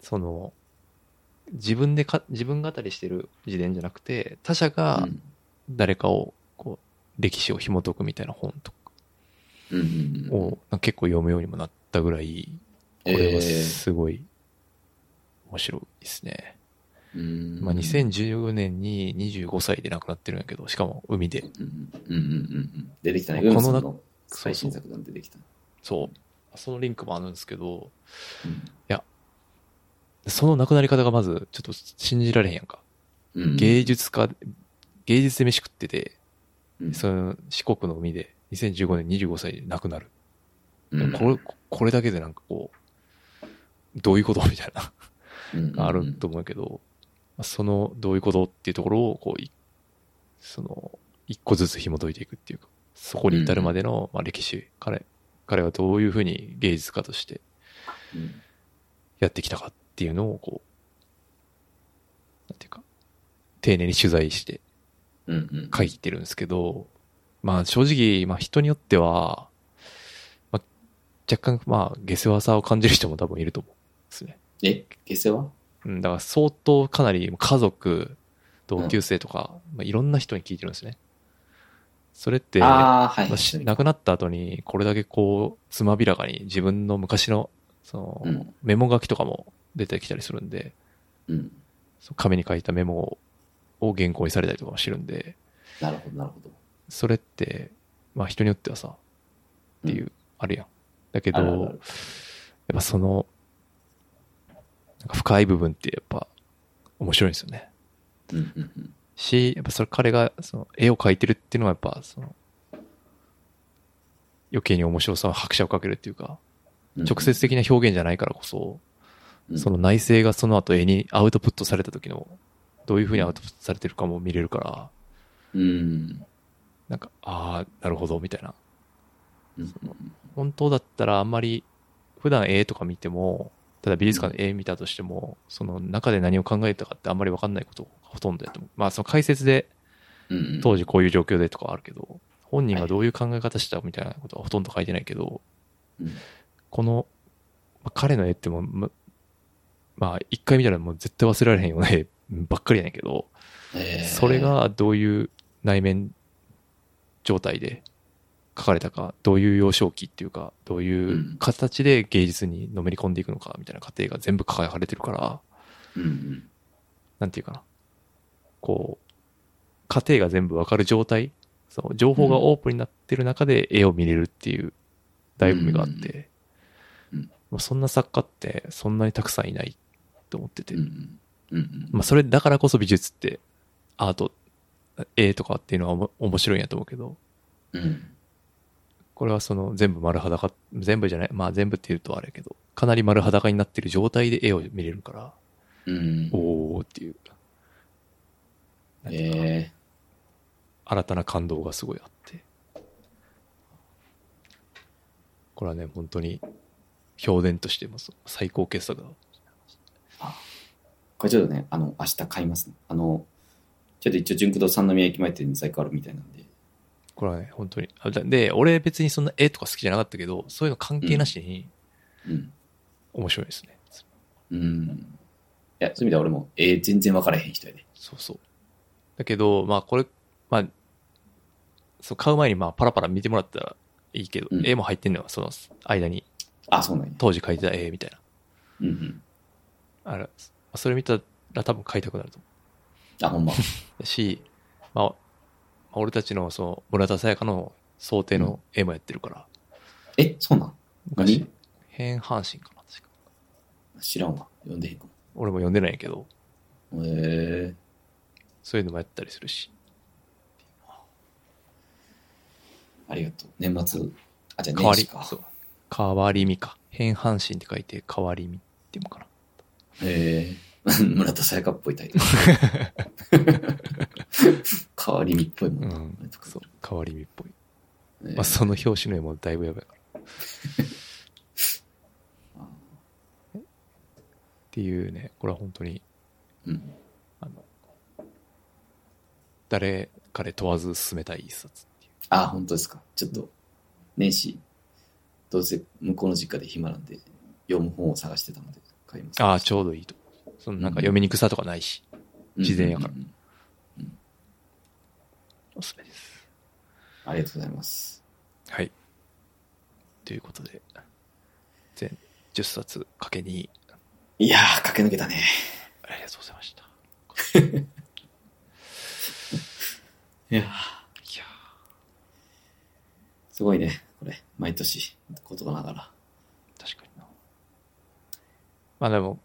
その、自分でか、自分語りしてる自伝じゃなくて、他者
う
が
ん。
誰かを、こう、歴史を紐解くみたいな本とか
うんうんうん。
を、なんか結構読むようにもなったぐらい、これはすごい面白いですね。
えーうん
まあ、2014年に25歳で亡くなってるんやけど、しかも海で。
うんうんうんうんうん出てきたね。
この
ウムさ
そ
んの最新作が出てきた。
そう。そのリンクもあるんですけど、
う
その亡くなり方がまずちょっと信じられへんやんか。
んうん
芸術家、芸術で飯食ってて、
うん
その四国の海で2015年25歳で亡くなる。
うん
これ、これだけでなんかこう、どういうことみたいな、
うん
あると思うけど、まあそのどういうことっていうところを、こう、いその、一個ずつ紐解いていくっていうか、そこに至るまでの、まあ、歴史、彼、彼はどういうふうに芸術家として
うん
やってきたかっていうのを、こう、なんていうか、丁寧に取材して
うんうん
書いてるんですけど、まあ正直、まあ人によっては、まあ、若干、まあ、下世話さを感じる人も多分いると思うんですね。
え、下世話
うん、だから相当かなり家族、同級生とか、まあ、いろんな人に聞いてるんですね。それって、
ああ、はい
まあし。亡くなった後にこれだけこう、つまびらかに自分の昔の、その、
うん
メモ書きとかも出てきたりするんで、
うん
その紙に書いたメモを原稿にされたりとかもしてるんで、
なるほど、なるほど。
それって、まあ人によってはさ、っていう、あるやん。だけど、
あるあるあ
やっ
る
ぱその、なんか深い部分ってやっぱ面白いんですよね。
うんうんうん
し、やっぱそれ彼がその絵を描いてるっていうのはやっぱその余計に面白さを拍車をかけるっていうか、
うん
直接的な表現じゃないからこそ、その内政がその後絵にアウトプットされた時の、どういうふうにアウトプットされてるかも見れるから、
うん
なんか、ああ、なるほど、みたいな。
うん
本当だったらあんまり普段絵とか見てもただ美術館の絵見たとしても、その中で何を考えたかってあんまり分かんないことがほとんどやと思うまあその解説で
うん
当時こういう状況でとかはあるけど、本人がどういう考え方したみたいなことはほとんど書いてないけど、
うん
この、まあ彼の絵ってもうむまあ一回見たらもう絶対忘れられへんような絵ばっかりやねんけど、
えー
それ、がどういう内面状態で書かれたか、どういう幼少期っていうか、どういう形で芸術にのめり込んでいくのかみたいな過程が全部書かれてるから、
うんうん、
なんていうかな、こう、過程が全部わかる状態、その情報がオープンになってる中で絵を見れるっていう醍醐味があって
うんうん、
まあ、そんな作家ってそんなにたくさんいないと思ってて、
うんうんうん
まあ、それだからこそ美術ってアート絵とかっていうのはおも面白いんやと思うけど
うんうん
これはその全部丸裸全部じゃないまあ全部っていうとあれやけどかなり丸裸になってる状態で絵を見れるから
うん
おおっていうなんていうかな
え
新たな感動がすごいあってこれはね本当に表現としてもそう最高傑作だ
ーこれちょっとね、あの、明日買います、ね。あの、ちょっと一応、純駆動三宮駅前店に在庫あるみたいなんで。
これはね本当にあだで俺別にそんな絵とか好きじゃなかったけどそういうの関係なしに
うん。
面白いですね、
うん。いや、そういう意味では俺も、えー、全然分からへん人やで。
そうそう。だけど、まあこれ、まあ、そう買う前にまあパラパラ見てもらったらいいけど、
うん
絵も入ってんのよ、その間に。
あ、そうなんや。
当時描いてた絵みたいな。
うんうん。
あれ、それ見たら多分買いたくなると思
あ、ほんま。
う。し、まあ、まあ俺たちのその村田沙耶香の想定の絵もやってるから、
え、そうなん
昔
何、
変半身かな、確か。
知らんわ。読んでへんか
俺も読んでないんやけど、
も。え
そういうのもやったりするし。
ー、ありがとう。年末、あ、じゃあ
変わ
年
り
始か。
そう変わり身か。変半身って書いて、変わり身っていうのかな。
えー、 村田沙耶香っぽいタイトル。 変わり身っぽいもんな。
うん
あれとか
そう、変わり身っぽい。
えー
まあ、その表紙の絵もだいぶ やばいから。っていうね、これは本当に
うん、
誰彼問わず進めたい一冊っていう。
あ、本当ですか。ちょっと、年始、どうせ向こうの実家で暇なんで、読む本を探してたので、買います。
ああ、ちょうどいいと。そのなんか読みにくさとかないし、
うん
事前やから
うんうん
おすすめです。
ありがとうございます。
はい。ということで、全10冊かけに
いやー、駆け抜けたね。
ありがとうございました。
い
い
やー
や
すごいね、これ。毎年、言葉ながら。
ー確かにな。まあでも、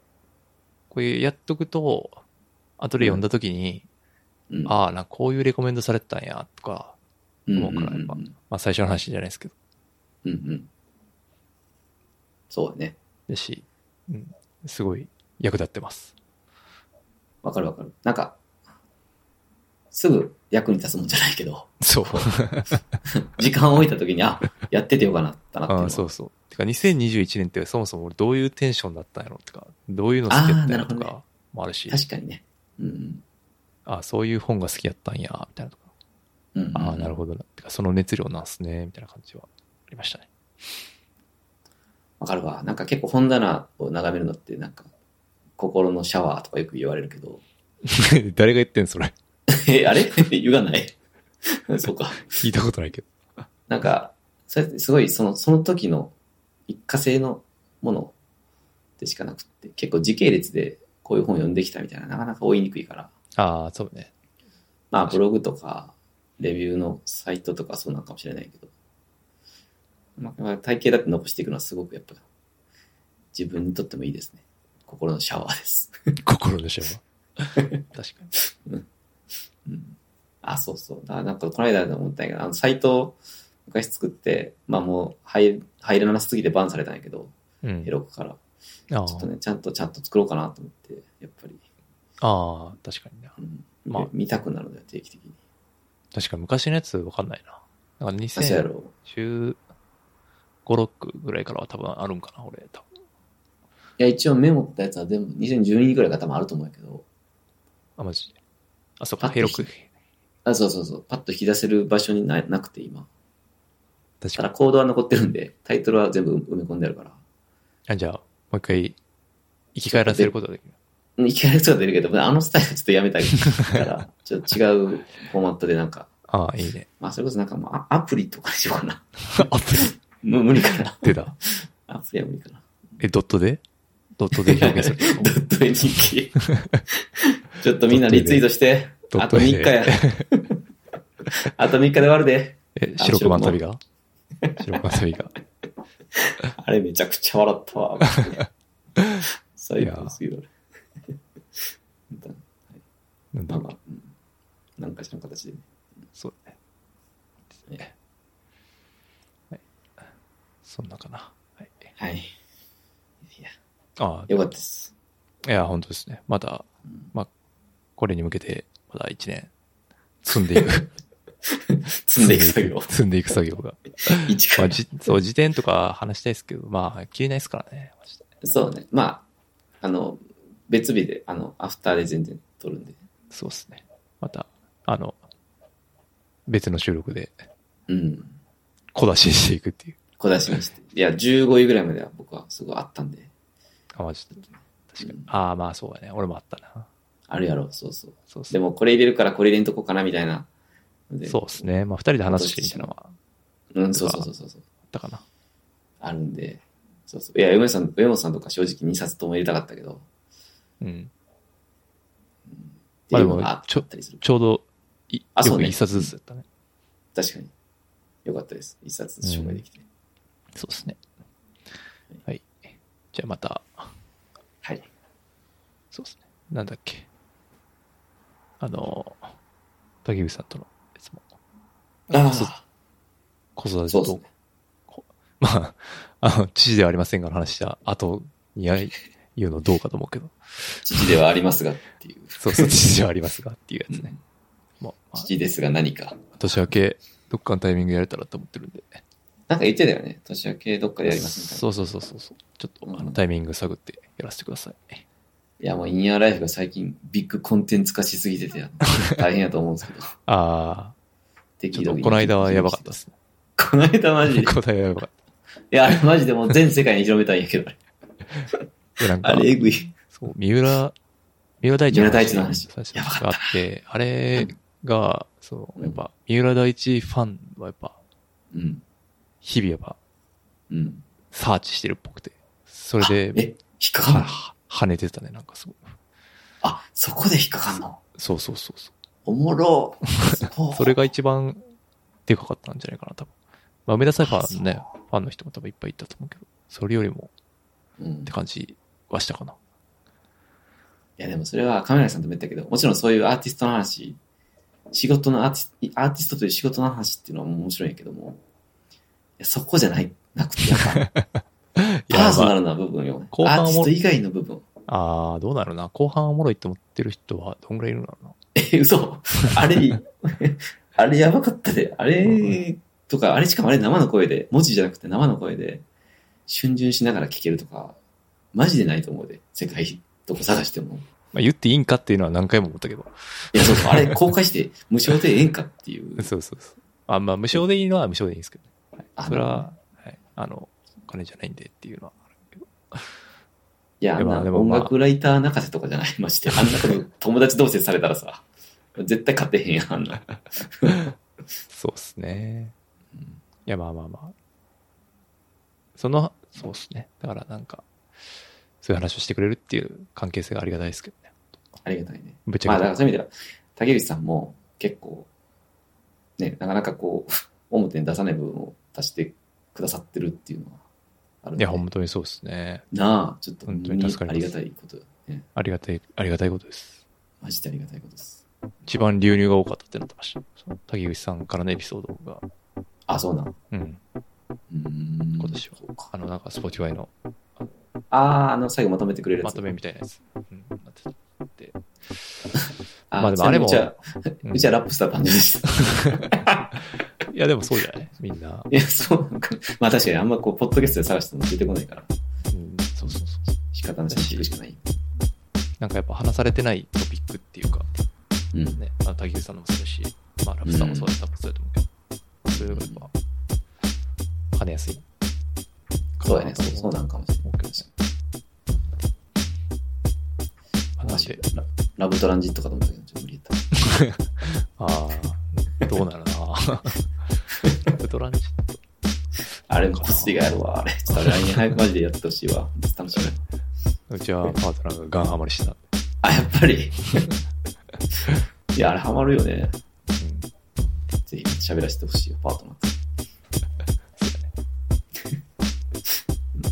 こういうやっとくと、後で読んだ時に、
うん、
ああ、なんかこういうレコメンドされてたんや、とか、
うん、
思うからやっぱ
うん
まあ最初の話じゃないですけど、
うん、うん。そうだね。
ですし、うん、すごい役立ってます。
わかるわかる。なんか、すぐ役に立つもんじゃないけど、
そう。
時間を置いた時に、あ、やっててよかなったなっていうの
あ
は。
そうそう。てか、2021年ってそもそも俺どういうテンションだったんやろとか、どういうの好きやったんやろと
あーなるほど
かもあるし、
確かにね。うん。
あそういう本が好きやったんや、みたいなとか、
うん、
ああ、なるほどな。てか、その熱量なんすね、みたいな感じはありましたね。
わかるわ。なんか結構本棚を眺めるのって、なんか、心のシャワーとかよく言われるけど、
誰が言ってんそれ。
え、あれ 言がないそうか。
聞いたことないけど。
なんか、それってすごい、その、その時の一過性のものでしかなくって、結構時系列でこういう本読んできたみたいな、なかなか追いにくいから、
ああ、そうね。
まあブログとか、レビューのサイトとかそうなのかもしれないけど、まあまあ、体系だって残していくのはすごくやっぱ、自分にとってもいいですね。心のシャワーです。
心のシャワー確かに。
うんあ、そうそう。あなんか、この間思ったんやけど、あの、サイトを昔作って、まあもう入、入らなすぎてバンされたんやけど、
うん
ヘ。ロクから。
あ
ちょっとね、ちゃんと、ちゃんと作ろうかなと思って、やっぱり、
ああ、確かにな。
うん。
まあ
見たくなるのよ、定期的に。
確かに昔のやつわかんないな。なんか
あ、そうや
2015、
ろ
6ぐらいからは多分あるんかな、俺。多分
いや、一応メモったやつは全部、2012ぐらいが多分あると思うけど、
あ、マジで。あ、そう
あ
か、平六。
あ、そうそうそう、パッと引き出せる場所にななくて、今。
確か
ただ、
に。
コードは残ってるんで、タイトルは全部埋め込んであるから。
あじゃあ、もう一回、生き返らせることができる。
いける人が出るけど、あのスタイルはちょっとやめたいから、ちょっと違うフォーマットでなんか、
ああ、いいね。
まあそれこそなんかもうアアプリとかにしようかな。
アプ
む無理かな。
リ出た。
アプリは無理かな。
え、ドットでドットで表現する。
ドット絵日 記。ちょっとみんなリツイートして。
ド
あ
ット
と
絵
3
で
日や。あと3日で終わるで。
え、
あ
白黒マン旅が白黒マン旅が。
あれめちゃくちゃ笑ったわ。最高すぎる。
なん
俺な
だ
んか、うんなんかしらの形で。
そうね。
ね
はい。そんなかな。はい、
はい。いや、
あ
よかったです。
あ、いや、本当ですね。まだ、まあ、これに向けて、まだ1年、 積んでいく。
積んでいく作業。
積んでいく作業が。
一か
まあ、
ら。
じそう、辞典とか話したいですけど、まあ、切れないですからね。マジで
そうね。まあ、あの、別日で、あの、アフターで全然撮るんで。
そうですね。また、あの、別の収録で
うん。
小出しにしていくっていう。
小出しにして。いや、15位ぐらいまでは僕はすごいあったんで。
あ、マジで。確か
う
に
ん。
ああ、まあ、そうだね。俺もあったな。
あるやろ、そうそう。
そうっす
でも、これ入れるからこれ入れんとこかな、みたいな。
そうですね。まあ、二人で話すみたいなのはあっ
う。うん、そうそうそうそうそう。
たかな。
あるんで。そうそう。いや、梅さん、上本さんとか正直2冊とも入れたかったけど、
うん。
って
まあ
いうの
で
が
も
あ
ちょ
ったりする。
ちょうどい、
あ
よ
そう
く
ね
一冊ずつだったね。
確かに。よかったです。1冊ずつ紹介できて。
そうですね。はい。じゃあまた、
はい。
そうですね。なんだっけ。あの、竹内さんとのやつも、
あ
そう
あ、
子育て
そう
と、
ですね。
まあ、あの、知事ではありませんがの話した後にや言うのどうかと思うけど、
父ではありますがっていう。
そう そう、知事ではありますがっていうやつね。まあ、ま
父ですが何か。
あ、年明け、どっかのタイミングでやれたらと思ってるんで。
なんか言ってたよね。年明けどっかでやりますみたいな。
そうそうそうそうそう。ちょっと、あ
う
の
ん
タイミング探ってやらせてください。
いや、もうインヤーライフが最近ビッグコンテンツ化しすぎてて、あの大変やと思うんですけど。
ああ、
適
ちょ
度
っと
に
この間はやばかったですね。
この間マジで。
この間はやばかっ
いや、あれマジでもう全世界に広めたいんやけど、あれ
た。で、なん
あ
か、
れえぐい。
そう、三浦、三浦大知の
三浦大知の話
最初の話があって、あれが、そう、
うん
やっぱ、三浦大知ファンはやっぱ、
うん。
日々やっぱ、
うん。
サーチしてるっぽくて、それ
あえ
で、、
引っかかんの
は跳ねてたね、なんかすごい。
あ、そこで引っかかんの
そうそうそうそ
おもろ。 そう
う。それが一番でかかったんじゃないかな、多分。まあ、梅田サイファーのね、ファンの人も多分いっぱいいたと思うけど、それよりも
うん
って感じはしたかな。
いや、でもそれはカメラさんとも言ったけど、もちろんそういうアーティストの話、仕事のアーティスアーティストという仕事の話っていうのは面白いんやけども、いやそこじゃ ない、なくて、やっぱパーソナルな部分よ。
後
ア
半も
ーティスト以外の部分。
ああ、どうなるな。後半おもろいって思ってる人はどんぐらいいるんだろうな。
え、嘘。あれ、あれやばかったで。あれとか、あれしかもあれ生の声で、文字じゃなくて生の声で、春巡しながら聞けるとか、マジでないと思うで。世界どこ探しても。
まあ、言っていいんかっていうのは何回も思ったけど。
いや、そうそう。あれ公 開して無償でええんかっていう。
そうそうそう。あまあ、無償でいいのは無償でいいんですけど、ね。
あの
それは、はい、あの、お金じゃないんでっていうのはあるけど。
いや、あ
で
ん
も
な
でも
音
まあ
楽ライター泣かせとかじゃないまして、あんなこと友達同士でされたらさ、絶対勝てへんやん、あんな。
そうっすね。
うん
いや、まあまあまあ。その、そうっすね。だからなんか、そういう話をしてくれるっていう関係性がありがたいですけどね。
ありがたいね。
ぶっちゃ
まあ、
けど。
だからそういう意味では、竹内さんも結構、ね、なかなかこう、 表に出さない部分を出してくださってるっていうのはあるん
い
で
や、本当にそうっすね。
なあ、ちょっと
本当に助か
あ
り
り
ま
が
す
たいこと、ね。
ありがたい、ありがたいことです。
マジでありがたいことです。
一番流入が多かったってなってました。その竹口さんからのエピソードが、
あ、そうなん。う
うん、
ーん
今年は
そうか
あの、なんか、スポーティファイの
ああ、あの、最後まとめてくれるや
ま
つ。
とめみたいなやつ。うん、なってたで
あ
まあでもあれも
ちなみ
う
に
ん
うちは、うちはラップスター誕生でした。
いや、でもそうじゃないみんな。
いや、そうなんか。まあ確かにあんまこう、ポッドキャストで探しても出てこないから、
うん、そうそうそう。
仕方なしに聞くしかない。
なんかやっぱ話されてないトピックっていうか、
うん。
ね、あの、滝口さんのもそうだし、まあ、ラプさんもそうだし、ラプさんだと思うけど、そういうのがやっぱ、跳ねやすい。
そうやね。そうそうなんかもしれない。
まあ
ラブトランジットかと思ったけど、ちょっと無理やっ
ああ、どうなるな。 トランジット。
た。あれも腰がやるわ、あれ。ちょっと来年早くマジでやってほしいわ。楽しみ。
うちはパートナーがガンハマりした。
あ、やっぱり。 いや、あれハマるよね。
うん
ぜひ喋らせてほしいよ、パートナーと。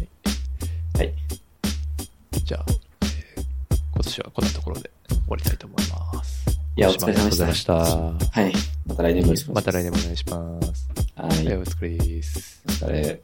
はい。
じゃあ、えー今年はこんなところで終わりたいと思います。
いや、お疲れ様で
ございま
し。
したた。
はい。また来年もよろしくお願いします。
また来年もお願いします。
はい。
はい、お疲れです。
お疲れ。